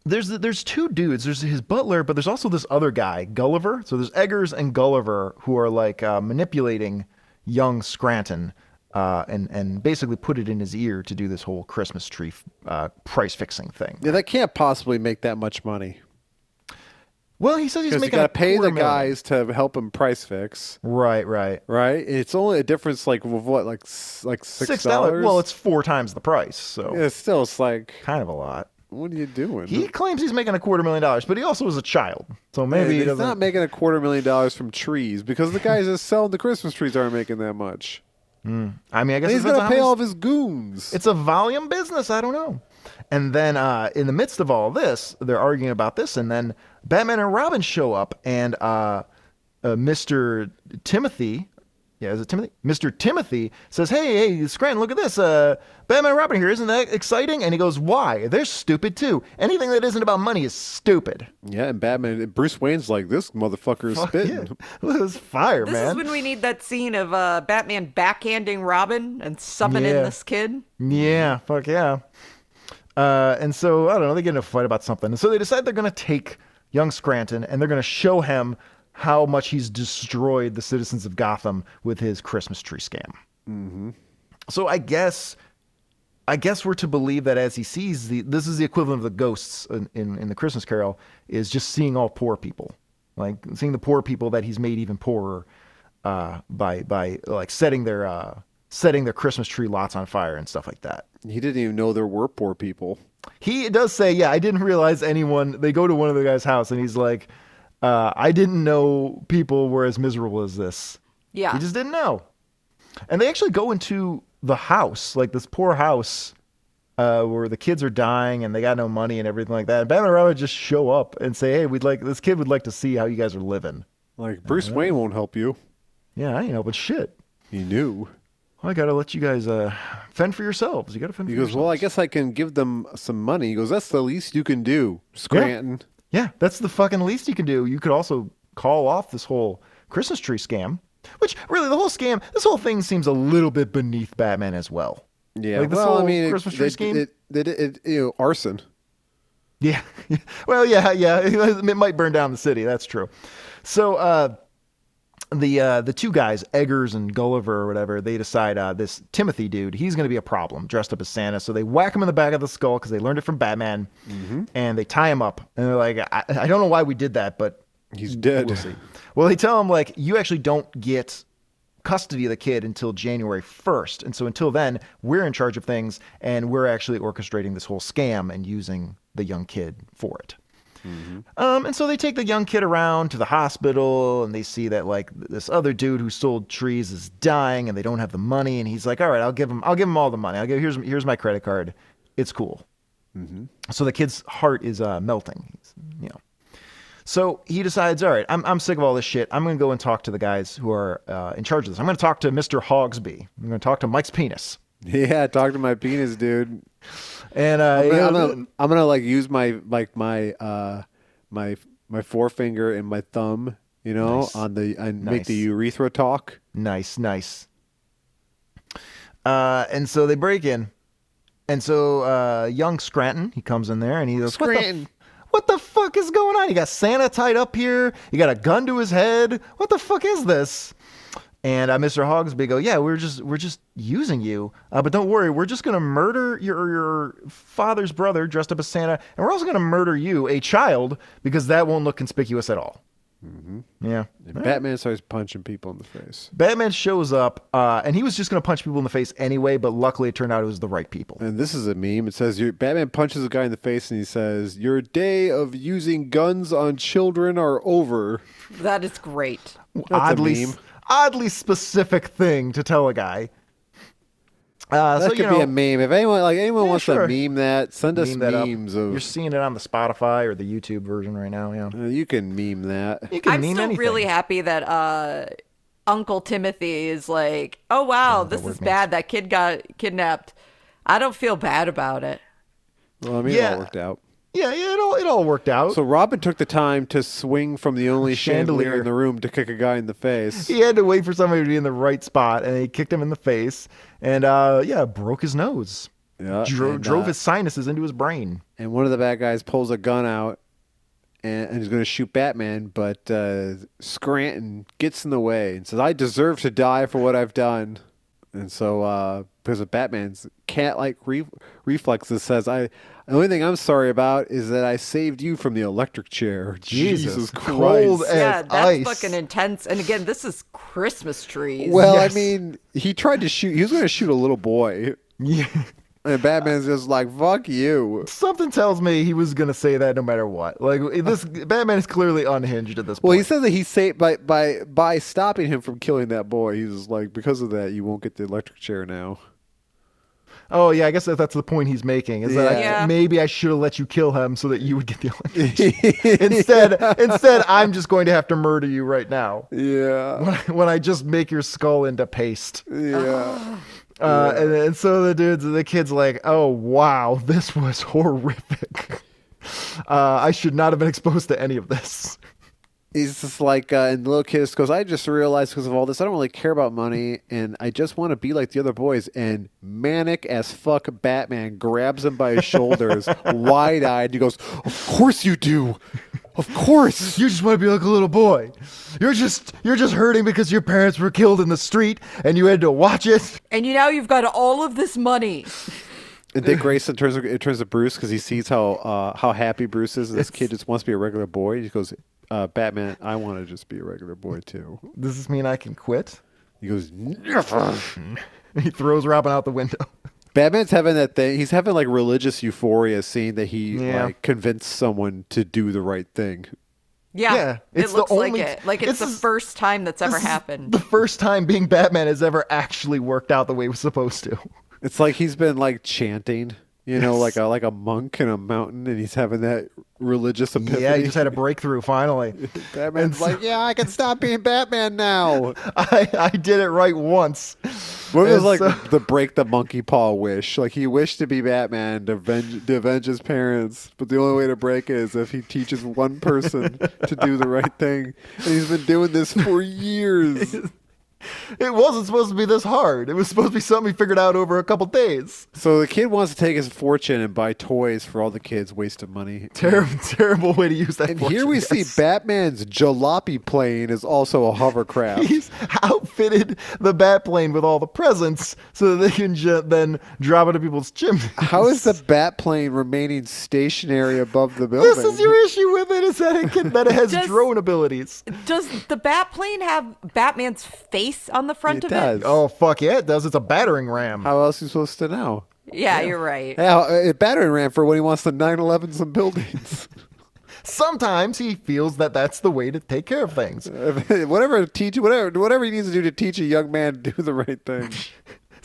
D: there's there's two dudes. There's his butler, but there's also this other guy, Gulliver. So there's Eggers and Gulliver who are like uh, manipulating young Scranton uh, and and basically put it in his ear to do this whole Christmas tree uh, price fixing thing.
C: Yeah, that can't possibly make that much money
D: Well, he says he's
C: because you
D: making
C: got to
D: a
C: pay the
D: quarter million.
C: guys to help him price fix,
D: Right, right.
C: right? It's only a difference like of what, like s- like six
D: Six dollars.
C: dollars.
D: Well, it's four times the price, so
C: yeah, still it's like
D: kind of a lot.
C: what are you doing?
D: He claims he's making a quarter million dollars, but he also was a child, so
C: Hey,
D: maybe he
C: he's
D: doesn't.
C: not making a quarter million dollars from trees because the guys that selling the Christmas trees aren't making that much.
D: I mean, I
C: And he's
D: guess it depends
C: gonna
D: on
C: pay
D: how
C: all
D: many-
C: of his goons.
D: It's a volume business. I don't know. And then uh, in the midst of all this, they're arguing about this, and then Batman and Robin show up, and uh, uh, Mr. Timothy, yeah, is it Timothy? Mr. Timothy says, "Hey, hey, Scranton, look at this. Uh, Batman and Robin here. Isn't that exciting?" And he goes, "Why? They're stupid too. Anything that isn't about money is stupid."
C: yeah, and Batman, Bruce Wayne's like this motherfucker is spitting.
D: It was fire,
E: This
D: man.
E: is when we need that scene of uh, Batman backhanding Robin and summoning
D: Yeah.
E: this kid.
D: Yeah, fuck yeah. Uh, and so I don't know, they get in a fight about something. And so they decide they're gonna take young Scranton and they're gonna show him how much he's destroyed the citizens of Gotham with his Christmas tree scam. Mm-hmm. So I guess I guess we're to believe that as he sees the this is the equivalent of the ghosts in, in, in the Christmas Carol is just seeing all poor people, like seeing the poor people that he's made even poorer uh, by by like setting their uh, setting their Christmas tree lots on fire and stuff like that.
C: He didn't even know there were poor people.
D: He does say, yeah, I didn't realize anyone. They go to one of the guy's house and he's like, uh, I didn't know people were as miserable as this.
E: Yeah.
D: He just didn't know. And they actually go into the house, like this poor house uh, where the kids are dying and they got no money and everything like that. And Batman and Robin just show up and say, hey, we'd like, this kid would like to see how you guys are living.
C: Like Bruce Wayne won't help you.
D: Yeah, I ain't helping shit.
C: He knew.
D: I gotta let you guys uh, fend for yourselves. You gotta fend
C: He
D: for
C: goes,
D: yourselves.
C: Well, I guess I can give them some money. He goes, That's the least you can do, Scranton.
D: Yeah, that's the fucking least you can do. You could also call off this whole Christmas tree scam, which really the whole scam, this whole thing seems a little bit beneath Batman as well.
C: Yeah,
D: Like this
C: well, I
D: whole
C: mean, it-
D: Christmas tree
C: they,
D: scheme?
C: It, it, it, you know, arson.
D: Yeah. well, yeah, yeah. It might burn down the city. That's true. So, uh, the uh, the two guys, Eggers and Gulliver or whatever, they decide uh, this Timothy dude, he's going to be a problem, dressed up as Santa. So they whack him in the back of the skull because they learned it from Batman,
C: Mm-hmm.
D: and they tie him up. And they're like, I, I don't know why we did that, but
C: He's dead.
D: Well, they tell him like you actually don't get custody of the kid until January 1st. And so until then, we're in charge of things and we're actually orchestrating this whole scam and using the young kid for it. Um, and so they take the young kid around to the hospital, and they see that like th- this other dude who sold trees is dying, and they don't have the money. And he's like, "All right, I'll give him. I'll give him all the money. I'll give here's here's my credit card. It's cool." So the kid's heart is uh, melting. He's, you know. So he decides, all right, I'm, I'm sick of all this shit. I'm going to go and talk to the guys who are uh, in charge of this. I'm going to talk to Mr. Hogsby. I'm going to talk to Mike's penis.
C: Yeah, talk to my penis, dude.
D: And uh,
C: I'm
D: yeah,
C: gonna, I'm gonna- I'm gonna, like use my like my uh my my forefinger and my thumb, you know, on the and make the
D: Nice.
C: urethra talk.
D: Nice, nice. Uh, and so they break in, and so uh, young Scranton he comes in there and he goes,
C: Scranton.
D: What the, f- what the fuck is going on? You got Santa tied up here. You got a gun to his head. What the fuck is this?" And uh, Mr. Hogsby go, "Yeah, we're just we're just using you, uh, but don't worry, we're just gonna murder your your father's brother dressed up as Santa, and we're also gonna murder you, a child, because that won't look conspicuous at all." Yeah.
C: And Batman starts punching people in the face.
D: Batman shows up, uh, and he was just going to punch people in the face anyway, but luckily it turned out it was the right people.
C: And this is a meme. It says your Batman punches a guy in the face and he says, "Your day of using guns on children are over."
E: That is great.
C: a
D: oddly,
C: meme.
D: oddly specific thing to tell a guy. Uh,
C: That
D: so,
C: could
D: you know,
C: be a meme. If anyone like anyone
D: Yeah,
C: wants
D: sure.
C: to meme that, send us
D: meme that up.
C: memes of
D: You're seeing it on the Spotify or the YouTube version right now. Yeah,
C: Uh, you can meme that.
D: you can
E: I'm
D: meme
E: still
D: anything.
E: really happy that uh, Uncle Timothy is like, oh wow, this is bad. That kid got kidnapped. I don't feel bad about it.
C: Well, I mean, it
D: Yeah.
C: all worked out.
D: yeah, yeah, it all it all worked out.
C: So Robin took the time to swing from the only chandelier,
D: Chandelier.
C: in the room to kick a guy in the face.
D: he had to wait for somebody to be in the right spot, and he kicked him in the face, and uh, yeah, broke his nose.
C: Yeah,
D: Dro-
C: and,
D: drove
C: uh,
D: his sinuses into his brain.
C: And one of the bad guys pulls a gun out and, and is going to shoot Batman, but uh, Scranton gets in the way and says, "I deserve to die for what I've done." And so, uh, because of Batman's cat-like re- reflexes, says, "I." The only thing I'm sorry about is that I saved you from the electric chair. Jesus, Christ!
D: Cold as
E: yeah, that's
D: ice.
E: fucking intense. And again, this is Christmas trees.
C: Well,
D: Yes.
C: I mean, he tried to shoot. He was going to shoot a little boy,
D: Yeah.
C: and Batman's just like, "Fuck you."
D: Something tells me he was gonna say that no matter what. Like this, Batman is clearly unhinged at this point.
C: Well, he said that he saved by by by stopping him from killing that boy. He was like, because of that, you won't get the electric chair now.
D: oh yeah, I guess that, that's the point he's making. Is that I,
E: Yeah. Yeah.
D: maybe I should have let you kill him so that you would get the electric. instead, instead, I'm just going to have to murder you right now
C: Yeah,
D: when I, when I just make your skull into paste.
C: yeah.
D: Uh, and, and so the dudes, the kid's like, oh wow, this was horrific. Uh, I should not have been exposed to any of this.
C: He's just like, uh, and the little kid just goes, "I just realized because of all this, I don't really care about money, and I just want to be like the other boys." And manic as fuck, Batman grabs him by his shoulders, wide eyed. He goes, "Of course you do, of course."
D: You just want to be like a little boy. You're just you're just hurting because your parents were killed in the street and you had to watch it.
E: and you now you've got all of this money.
C: And Dick Grayson turns it turns to Bruce because he sees how uh, how happy Bruce is. and This kid just wants to be a regular boy. He goes, uh, Batman, I want to just be a regular boy too.
D: Does this mean I can quit?
C: He goes, never.
D: He throws Robin out the window.
C: Batman's having that thing. He's having like religious euphoria, seeing that he
D: Yeah.
C: like convinced someone to do the right thing.
E: Yeah,
D: Yeah, it's
E: it
D: the
E: looks
D: only-
E: like it. Like it's
D: this
E: the
D: is-
E: first time that's ever
D: This is
E: happened.
D: The first time being Batman has ever actually worked out the way it was supposed to.
C: It's like he's been like chanting, you know, like a like a monk in a mountain, and he's having that religious epiphany.
D: Yeah, he just had a breakthrough finally.
C: Batman's like, yeah, I can stop being Batman now.
D: I, I did it right once.
C: What was
D: And
C: like
D: so-
C: the break the monkey paw wish? Like he wished to be Batman to avenge, to avenge his parents, but the only way to break it is if he teaches one person to do the right thing. And he's been doing this for years.
D: it wasn't supposed to be this hard. It was supposed to be something he figured out over a couple days.
C: So the kid wants to take his fortune and buy toys for all the kids, waste of money.
D: Terrible, terrible way to use that.
C: And here
D: fortune,
C: we see
D: yes.
C: Batman's jalopy plane is also a hovercraft.
D: He's outfitted the bat plane with all the presents so that they can ju- then drop it to people's chimneys.
C: How is the bat plane remaining stationary above the building?
D: This is your issue with it is that it can, that it has
E: Just-
D: drone abilities.
E: Does the Batplane have Batman's face face on the front
C: It
E: of
C: does.
E: it.
D: Oh fuck yeah, it does. It's a battering ram.
C: How else are you supposed to know?
E: Yeah, you're right.
C: Yeah, uh, it battering ram for when he wants to 9-11 some buildings.
D: Sometimes he feels that that's the way to take care of things.
C: whatever teach whatever whatever he needs to do to teach a young man to do the right thing.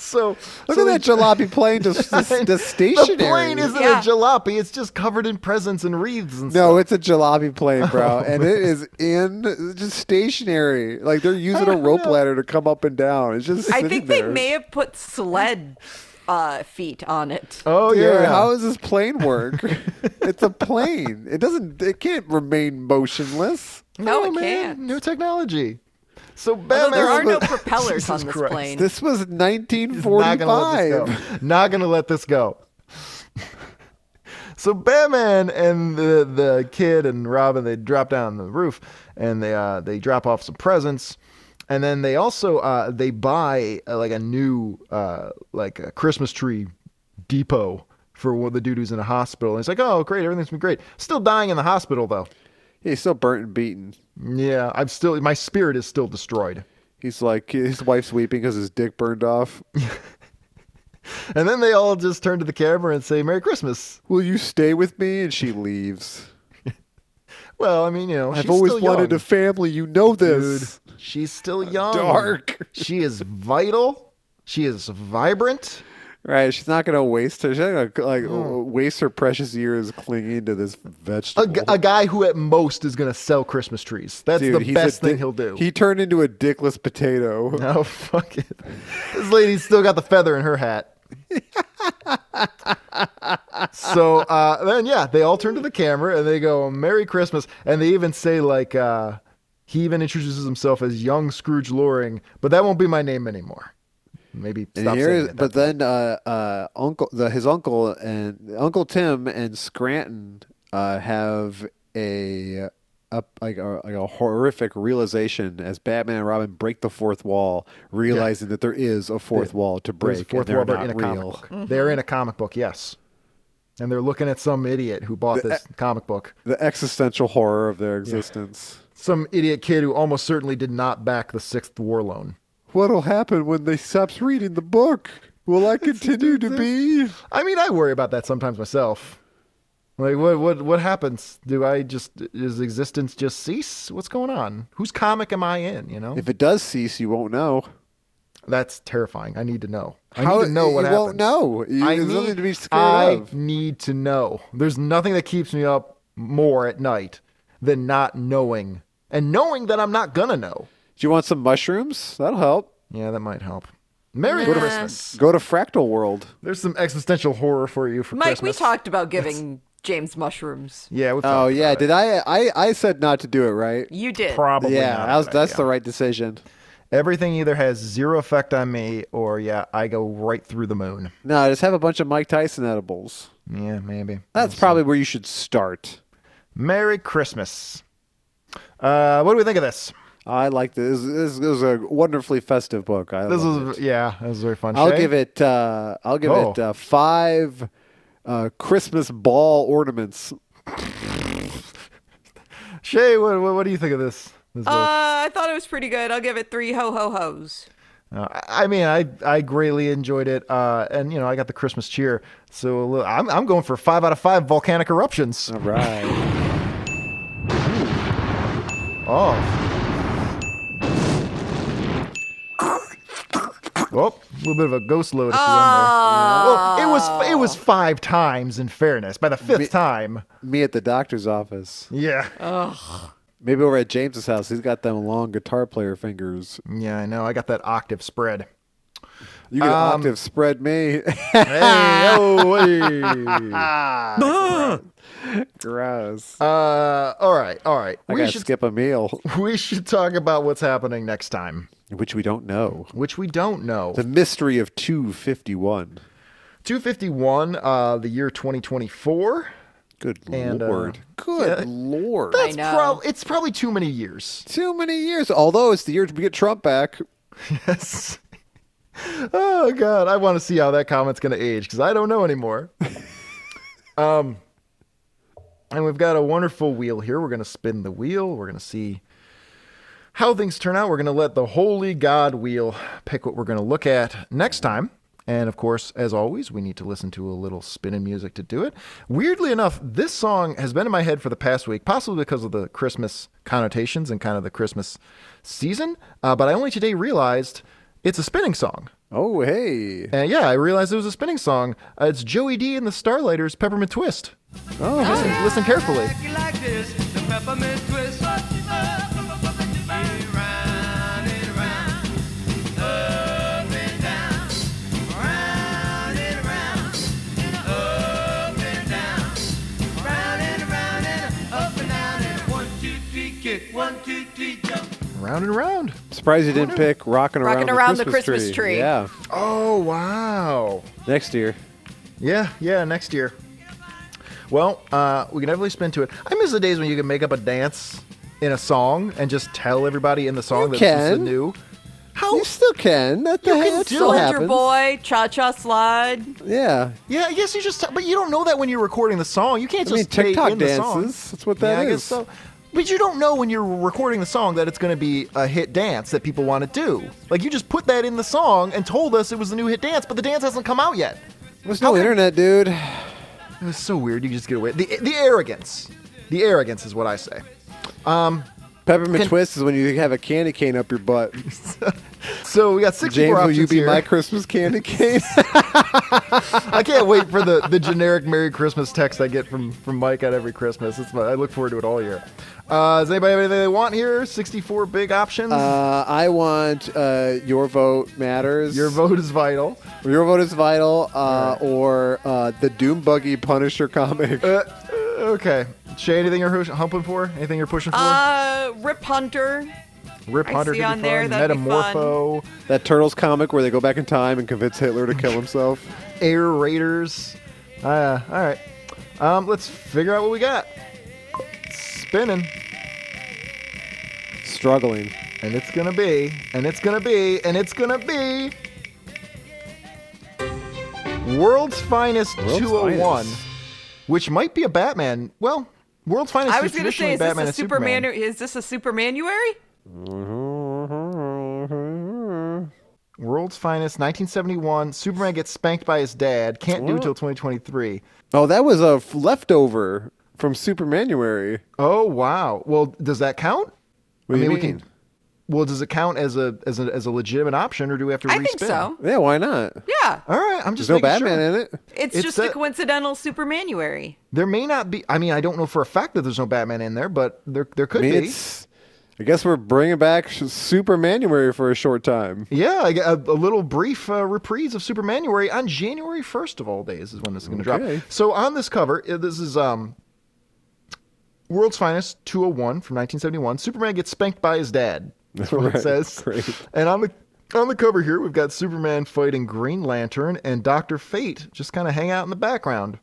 D: So
C: Look
D: so
C: at that
D: he-
C: jalopy plane just, just, just
D: The
C: stationary.
D: plane isn't
E: Yeah.
D: a jalopy. It's just covered in presents and wreaths and
C: No, it's a jalopy plane,
D: Oh,
C: bro, and it is in just stationary. Like they're using a rope ladder to come up and down. It's just.
E: I
C: sitting
E: think
C: there.
E: they may have put sled uh, feet on it.
D: Oh
C: Dude,
D: yeah.
C: How does this plane work? it's a plane. It doesn't. It can't remain motionless.
E: no,
D: Oh,
E: it
D: man,
E: can't.
D: New technology. So
E: Although
D: Batman.
E: there are no
C: Jesus
E: propellers on this
D: Christ.
E: plane.
C: This was
D: Not gonna let
C: 1945.
D: this go. Not gonna let this go. so Batman and the the kid and Robin they drop down the roof and they uh, they drop off some presents. And then they also uh, they buy uh, like a new uh, like a Christmas tree depot for one of the dude who's in a hospital. And it's like, oh great, everything's been great. Still dying in the hospital though.
C: He's still burnt and beaten.
D: Yeah, I'm still my spirit is still destroyed.
C: He's like his wife's weeping because his dick burned off.
D: And then they all just turn to the camera and say Merry Christmas.
C: Will you stay with me? And she leaves.
D: Well, I mean, you know,
C: I've
D: she's
C: always
D: still
C: wanted
D: young.
C: a family. You know
D: Dude,
C: this.
D: she's still young.
C: Uh, Dark.
D: she is vital. She is vibrant.
C: Right? She's not gonna waste her. She's not gonna like waste her precious years clinging to this vegetable.
D: A, gu- a guy who at most is going to sell Christmas trees. That's
C: Dude,
D: the
C: he's a
D: best thing
C: dick-
D: he'll do.
C: He turned into a dickless potato.
D: oh, fuck it. This lady's still got the feather in her hat. so uh, then, yeah, they all turn to the camera and they go, Merry Christmas. And they even say, like, uh, he even introduces himself as young Scrooge Loring, but that won't be my name anymore. Maybe
C: And
D: stop
C: here
D: saying
C: is-
D: it.
C: but then uh, uh, uncle, the, his uncle and Uncle Tim and Scranton uh, have a, a like a like a horrific realization as Batman and Robin break the fourth wall, realizing that there is a fourth wall to
D: There's a
C: break.
D: fourth
C: and
D: wall,
C: they're
D: they're in a
C: not
D: comic
C: real.
D: book. They're in a comic book, yes. And they're looking at some idiot who bought this
C: uh,
D: comic book.
C: The existential horror of their existence.
D: Some idiot kid who almost certainly did not back the sixth war loan.
C: What'll happen when they stops reading the book? Will I continue to be?
D: I mean, I worry about that sometimes myself. Like, what, what, what happens? Do I just, does existence just cease? What's going on? Whose comic am I in? You know,
C: If it does cease, you won't know.
D: that's terrifying. I need to know. I
C: How-
D: need to know what
C: you
D: happens.
C: won't know. You-
D: I
C: there's
D: need,
C: nothing to be scared
D: I
C: of.
D: need to know. There's nothing that keeps me up more at night than not knowing and knowing that I'm not gonna know.
C: Do you want some mushrooms? That'll help.
D: Yeah, that might help. Merry
E: Nah.
D: Christmas.
C: Go to Fractal World.
D: There's some existential horror for you for
E: Mike,
D: Christmas.
E: we talked about giving James mushrooms.
D: Yeah. We've
C: Oh
D: talked
C: yeah,
D: about it.
C: did I, I? I said not to do it, right?
E: You did.
D: probably.
C: yeah,
D: not a
C: that was,
D: good
C: that's the
D: idea.
C: right decision.
D: Everything either has zero effect on me, or yeah, I go right through the moon.
C: No, just have a bunch of Mike Tyson edibles.
D: Yeah, maybe.
C: That's probably where you should start.
D: Merry Christmas. Uh, what do we think of this?
C: I like this. This, this is a wonderfully festive book. I
D: This
C: love it.
D: was yeah, this was very fun.
C: I'll
D: Shay?
C: give it. Uh, I'll give
D: Oh.
C: it uh, five uh, Christmas ball ornaments.
D: Shay, what, what, what do you think of this? this book?
E: Uh, I thought it was pretty good. I'll give it three ho ho ho's.
D: Uh, I I mean, I I greatly enjoyed it, uh, and you know, I got the Christmas cheer. So a little- I'm I'm going for five out of five volcanic eruptions.
C: All right.
D: Oh, oh, a little bit of a ghost load at the end there. Well, it was it was five times. In fairness, by the fifth time,
C: Me at the doctor's office.
D: yeah,
C: Maybe over at James's house. He's got them long guitar player fingers.
D: yeah, I know. I got that octave spread.
C: You can octave spread me.
D: Um, Hey, oh, hey.
C: Gross.
D: Uh, all right, all right.
C: I
D: we
C: gotta
D: should
C: skip a meal,
D: we should talk about what's happening next time,
C: which we don't know.
D: which we don't know.
C: The mystery of 251.
D: 251, uh, the year 2024.
C: Good
D: And, uh,
C: lord. Good lord.
D: That's
E: know.
D: prob- it's probably too many years.
C: too many years. Although it's the year we get Trump back.
D: Yes. oh god, I want to see how that comment's going to age because I don't know anymore. um, and we've got a wonderful wheel here. We're going to spin the wheel. We're going to see how things turn out, we're going to let the holy God wheel pick what we're going to look at next time. And of course, as always, we need to listen to a little spinning music to do it. Weirdly enough, this song has been in my head for the past week, possibly because of the Christmas connotations and kind of the Christmas season. Uh, but I only today realized it's a spinning song.
C: Oh, hey.
D: And yeah, I realized it was a spinning song. Uh, it's Joey D and the Starlighters' Peppermint Twist.
C: Oh,
D: Listen, listen carefully.
F: Like you like this, the peppermint twist. Round and round, up and down. Round and round, up and down. Round and round and up and down. And one, two, three, kick. One, two, three, jump.
D: Round and round.
C: surprised you didn't pick Rockin' Around,
E: Rockin'
C: the,
E: Around the
C: Christmas
E: Christmas
C: tree.
E: Tree.
C: Yeah.
D: Oh, wow.
C: Next year.
D: Yeah, yeah, next year. Well, uh, we can definitely spin to it. I miss the days when you could make up a dance in a song and just tell everybody in the song
C: You
D: that this is
C: can.
D: the new. How?
C: You still can. That the
D: Oh. You can
C: hell
D: do
C: still
D: it.
E: Soldier
C: happens.
E: Boy, Cha Cha Slide.
C: Yeah.
D: Yeah, I guess you just. But you don't know that when you're recording the song. You can't
C: I
D: just
C: mean,
D: play
C: TikTok
D: in the song.
C: dances. That's what
D: Yeah,
C: that
D: I
C: is.
D: guess so. But you don't know when you're recording the song that it's going to be a hit dance that people want to do. Like you just put that in the song and told us it was the new hit dance, but the dance hasn't come out yet.
C: There's no internet, dude.
D: It was so weird. You could just get away. The the arrogance, the arrogance is what I say.
C: Peppermint
D: Can-
C: twist is when you have a candy cane up your butt.
D: So we got six
C: James,
D: more
C: will
D: options
C: you be
D: here.
C: my Christmas candy cane?
D: I can't wait for the, the generic Merry Christmas text I get from, from Mike at every Christmas. It's my, I look forward to it all year. Uh, does anybody have anything they want here? 64 big options.
C: uh, I want uh, your vote matters.
D: Your vote is vital.
C: Your vote is vital. Uh, Or uh, the Doom Buggy Punisher comic.
D: Uh, okay. Shay, anything you're hu- humping for? Anything you're pushing for?
E: Uh, Rip Hunter.
D: Rip
E: I
D: Hunter
E: see
D: could be
E: on there,
D: fun.
E: that'd be fun.
D: Metamorpho,
C: that Turtles comic where they go back in time and convince Hitler to kill himself.
D: Air Raiders. Uh, all right. Um, let's figure out what we got. Spinning.
C: Struggling.
D: And it's gonna be, and it's gonna be, and it's gonna be. World's Finest
C: World's
D: 201,
C: Finest.
D: which might be a Batman. Well, World's Finest
E: I
D: is
E: was going to
D: traditionally
E: say, is
D: Batman
E: this a
D: and
E: Superman? Is this a Supermanuary?
D: World's Finest, 1971. Superman gets spanked by his dad. Can't do till 2023.
C: Oh, that was a f- leftover from Supermanuary.
D: Oh wow. Well, does that count?
C: What do you
D: we
C: mean?
D: can. Well, does it count as a as a as a legitimate option, or do we have to?
E: I
D: respin?
E: think so.
C: Yeah, why not?
E: Yeah.
D: All right, I'm just
C: There's no
D: making sure.
C: Batman in it.
E: It's,
D: Uh, It's
E: just
D: that-
E: a coincidental Supermanuary.
D: There may not be. I mean, I don't know for a fact that there's no Batman in there, but there there
C: I
D: could
C: mean,
D: be.
C: it's. I guess we're bringing back sh- Supermanuary for a short time.
D: Yeah, I got a, a little brief uh, reprise of Supermanuary on January 1st of all days is when this is going to
C: Okay.
D: drop. So on this cover, uh, this is um, World's Finest 201 from 1971. Superman gets spanked by his dad. That's what
C: Right,
D: it says.
C: great.
D: And on the on the cover here, we've got Superman fighting Green Lantern and Doctor Fate just kind of hang out in the background.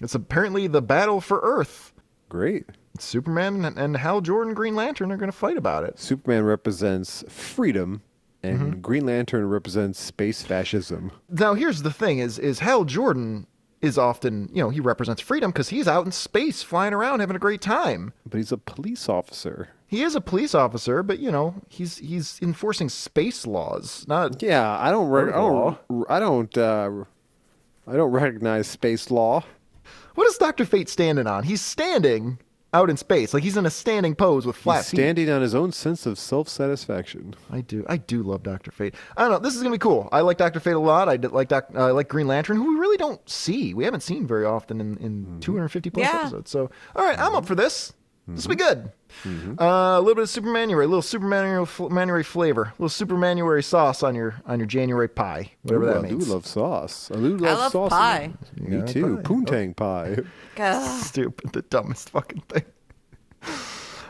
D: It's apparently the battle for Earth.
C: Great.
D: Superman and- and Hal Jordan, Green Lantern, are going to fight about it.
C: Superman represents freedom, and Green Lantern represents space fascism.
D: now here's the thing is is hal jordan is often you know he represents freedom because he's out in space flying around having a great time
C: But he's a police officer.
D: he is a police officer but you know he's he's enforcing space laws not
C: Yeah, I don't. Re- I
D: Law.
C: don't. I don't. Uh, I don't recognize space law.
D: what is dr fate standing on he's standing out in space like he's in a standing pose with flat
C: He's standing on his own sense of self-satisfaction.
D: feet i do i do love dr fate i don't know this is gonna be cool i like dr fate a lot i did like doc uh, i like green lantern who we really don't see we haven't seen very often in, in
C: Mm-hmm.
D: 250 plus
E: Yeah.
D: episodes so all right, i'm up for this this will be
C: Mm-hmm.
D: good Uh, a little bit of supermanuary, a little supermanuary fl- manuary flavor, a little supermanuary sauce on your on your January pie, whatever
C: Ooh,
D: that
C: I do
D: means.
C: love sauce. I do love,
E: love
C: sauce.
E: pie.
C: Me too. Poontang pie.
E: Ugh.
D: Stupid, the dumbest fucking thing.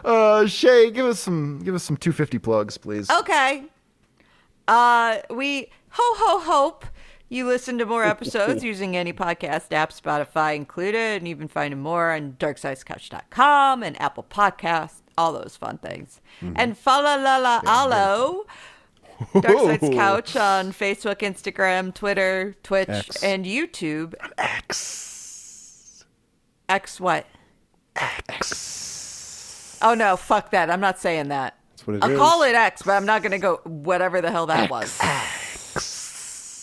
D: Uh, Shay, give us some give us some 250 plugs, please.
E: Oh. Okay. Uh, we ho ho hope you listen to more episodes using any podcast app, Spotify included, and even finding more on darksidescouch.com and Apple Podcasts, all those fun things. And follow la la allo. Dark Sides Couch on Facebook, Instagram, Twitter, Twitch,
C: X.
E: and YouTube. X. X what? X. Oh no, fuck that. I'm not saying that.
C: It's That's what it is.
E: I'll call it X, but I'm not going to go whatever the hell that was.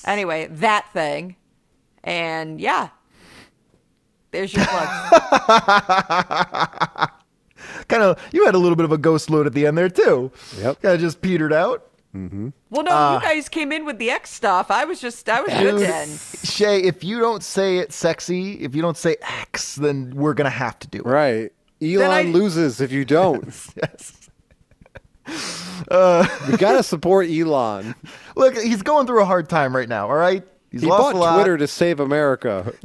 E: Anyway, that thing. And yeah. There's your plug.
D: Kind of, you had a little bit of a ghost load at the end there too.
C: Yep.
D: Kind of just petered out.
E: well, no,
C: Uh.
E: you guys came in with the X stuff. I was just, I was good then.
D: Shay, if you don't say it sexy, if you don't say X, then we're gonna have to do it.
C: Right. Elon
E: I-
C: loses if you don't.
D: Yes.
C: we gotta support Elon.
D: Look, he's going through a hard time right now. All right. He's
C: He
D: lost a
C: bought
D: lot.
C: Twitter to save America.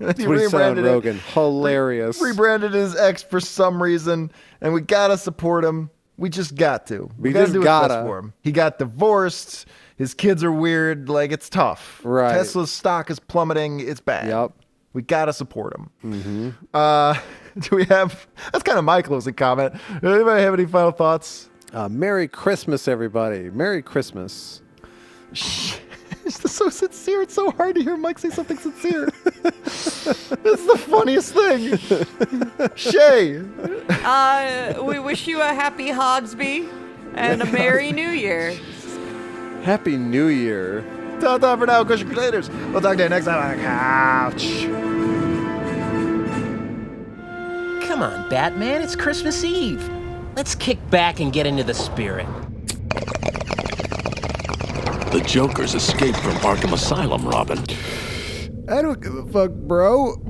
D: That's
C: That's what he said on Rogan. Hilarious.
D: rebranded his ex for some reason, and we gotta support him. We just got to.
C: We
D: gotta
C: just
D: do what's
C: gotta.
D: best for him. He got divorced. His kids are weird. Like it's tough.
C: Right.
D: Tesla's stock is plummeting. It's bad.
C: Yep.
D: We gotta support him.
C: Mm-hmm.
D: Uh, do we have? That's kind of my closing comment. Anybody have any final thoughts?
C: Uh, Merry Christmas, everybody. Merry Christmas.
D: It's just so sincere. It's so hard to hear Mike say something sincere. it's the funniest thing. Shay,
E: Uh, we wish you a happy Hogsby and a Merry New Year.
C: Happy New Year.
D: ta ta for now, Christian Crusaders. We'll talk to you next time on the couch.
G: Come on, Batman, it's Christmas Eve. Let's kick back and get into the spirit.
H: The Joker's escaped from Arkham Asylum, Robin.
C: I don't give a fuck, bro.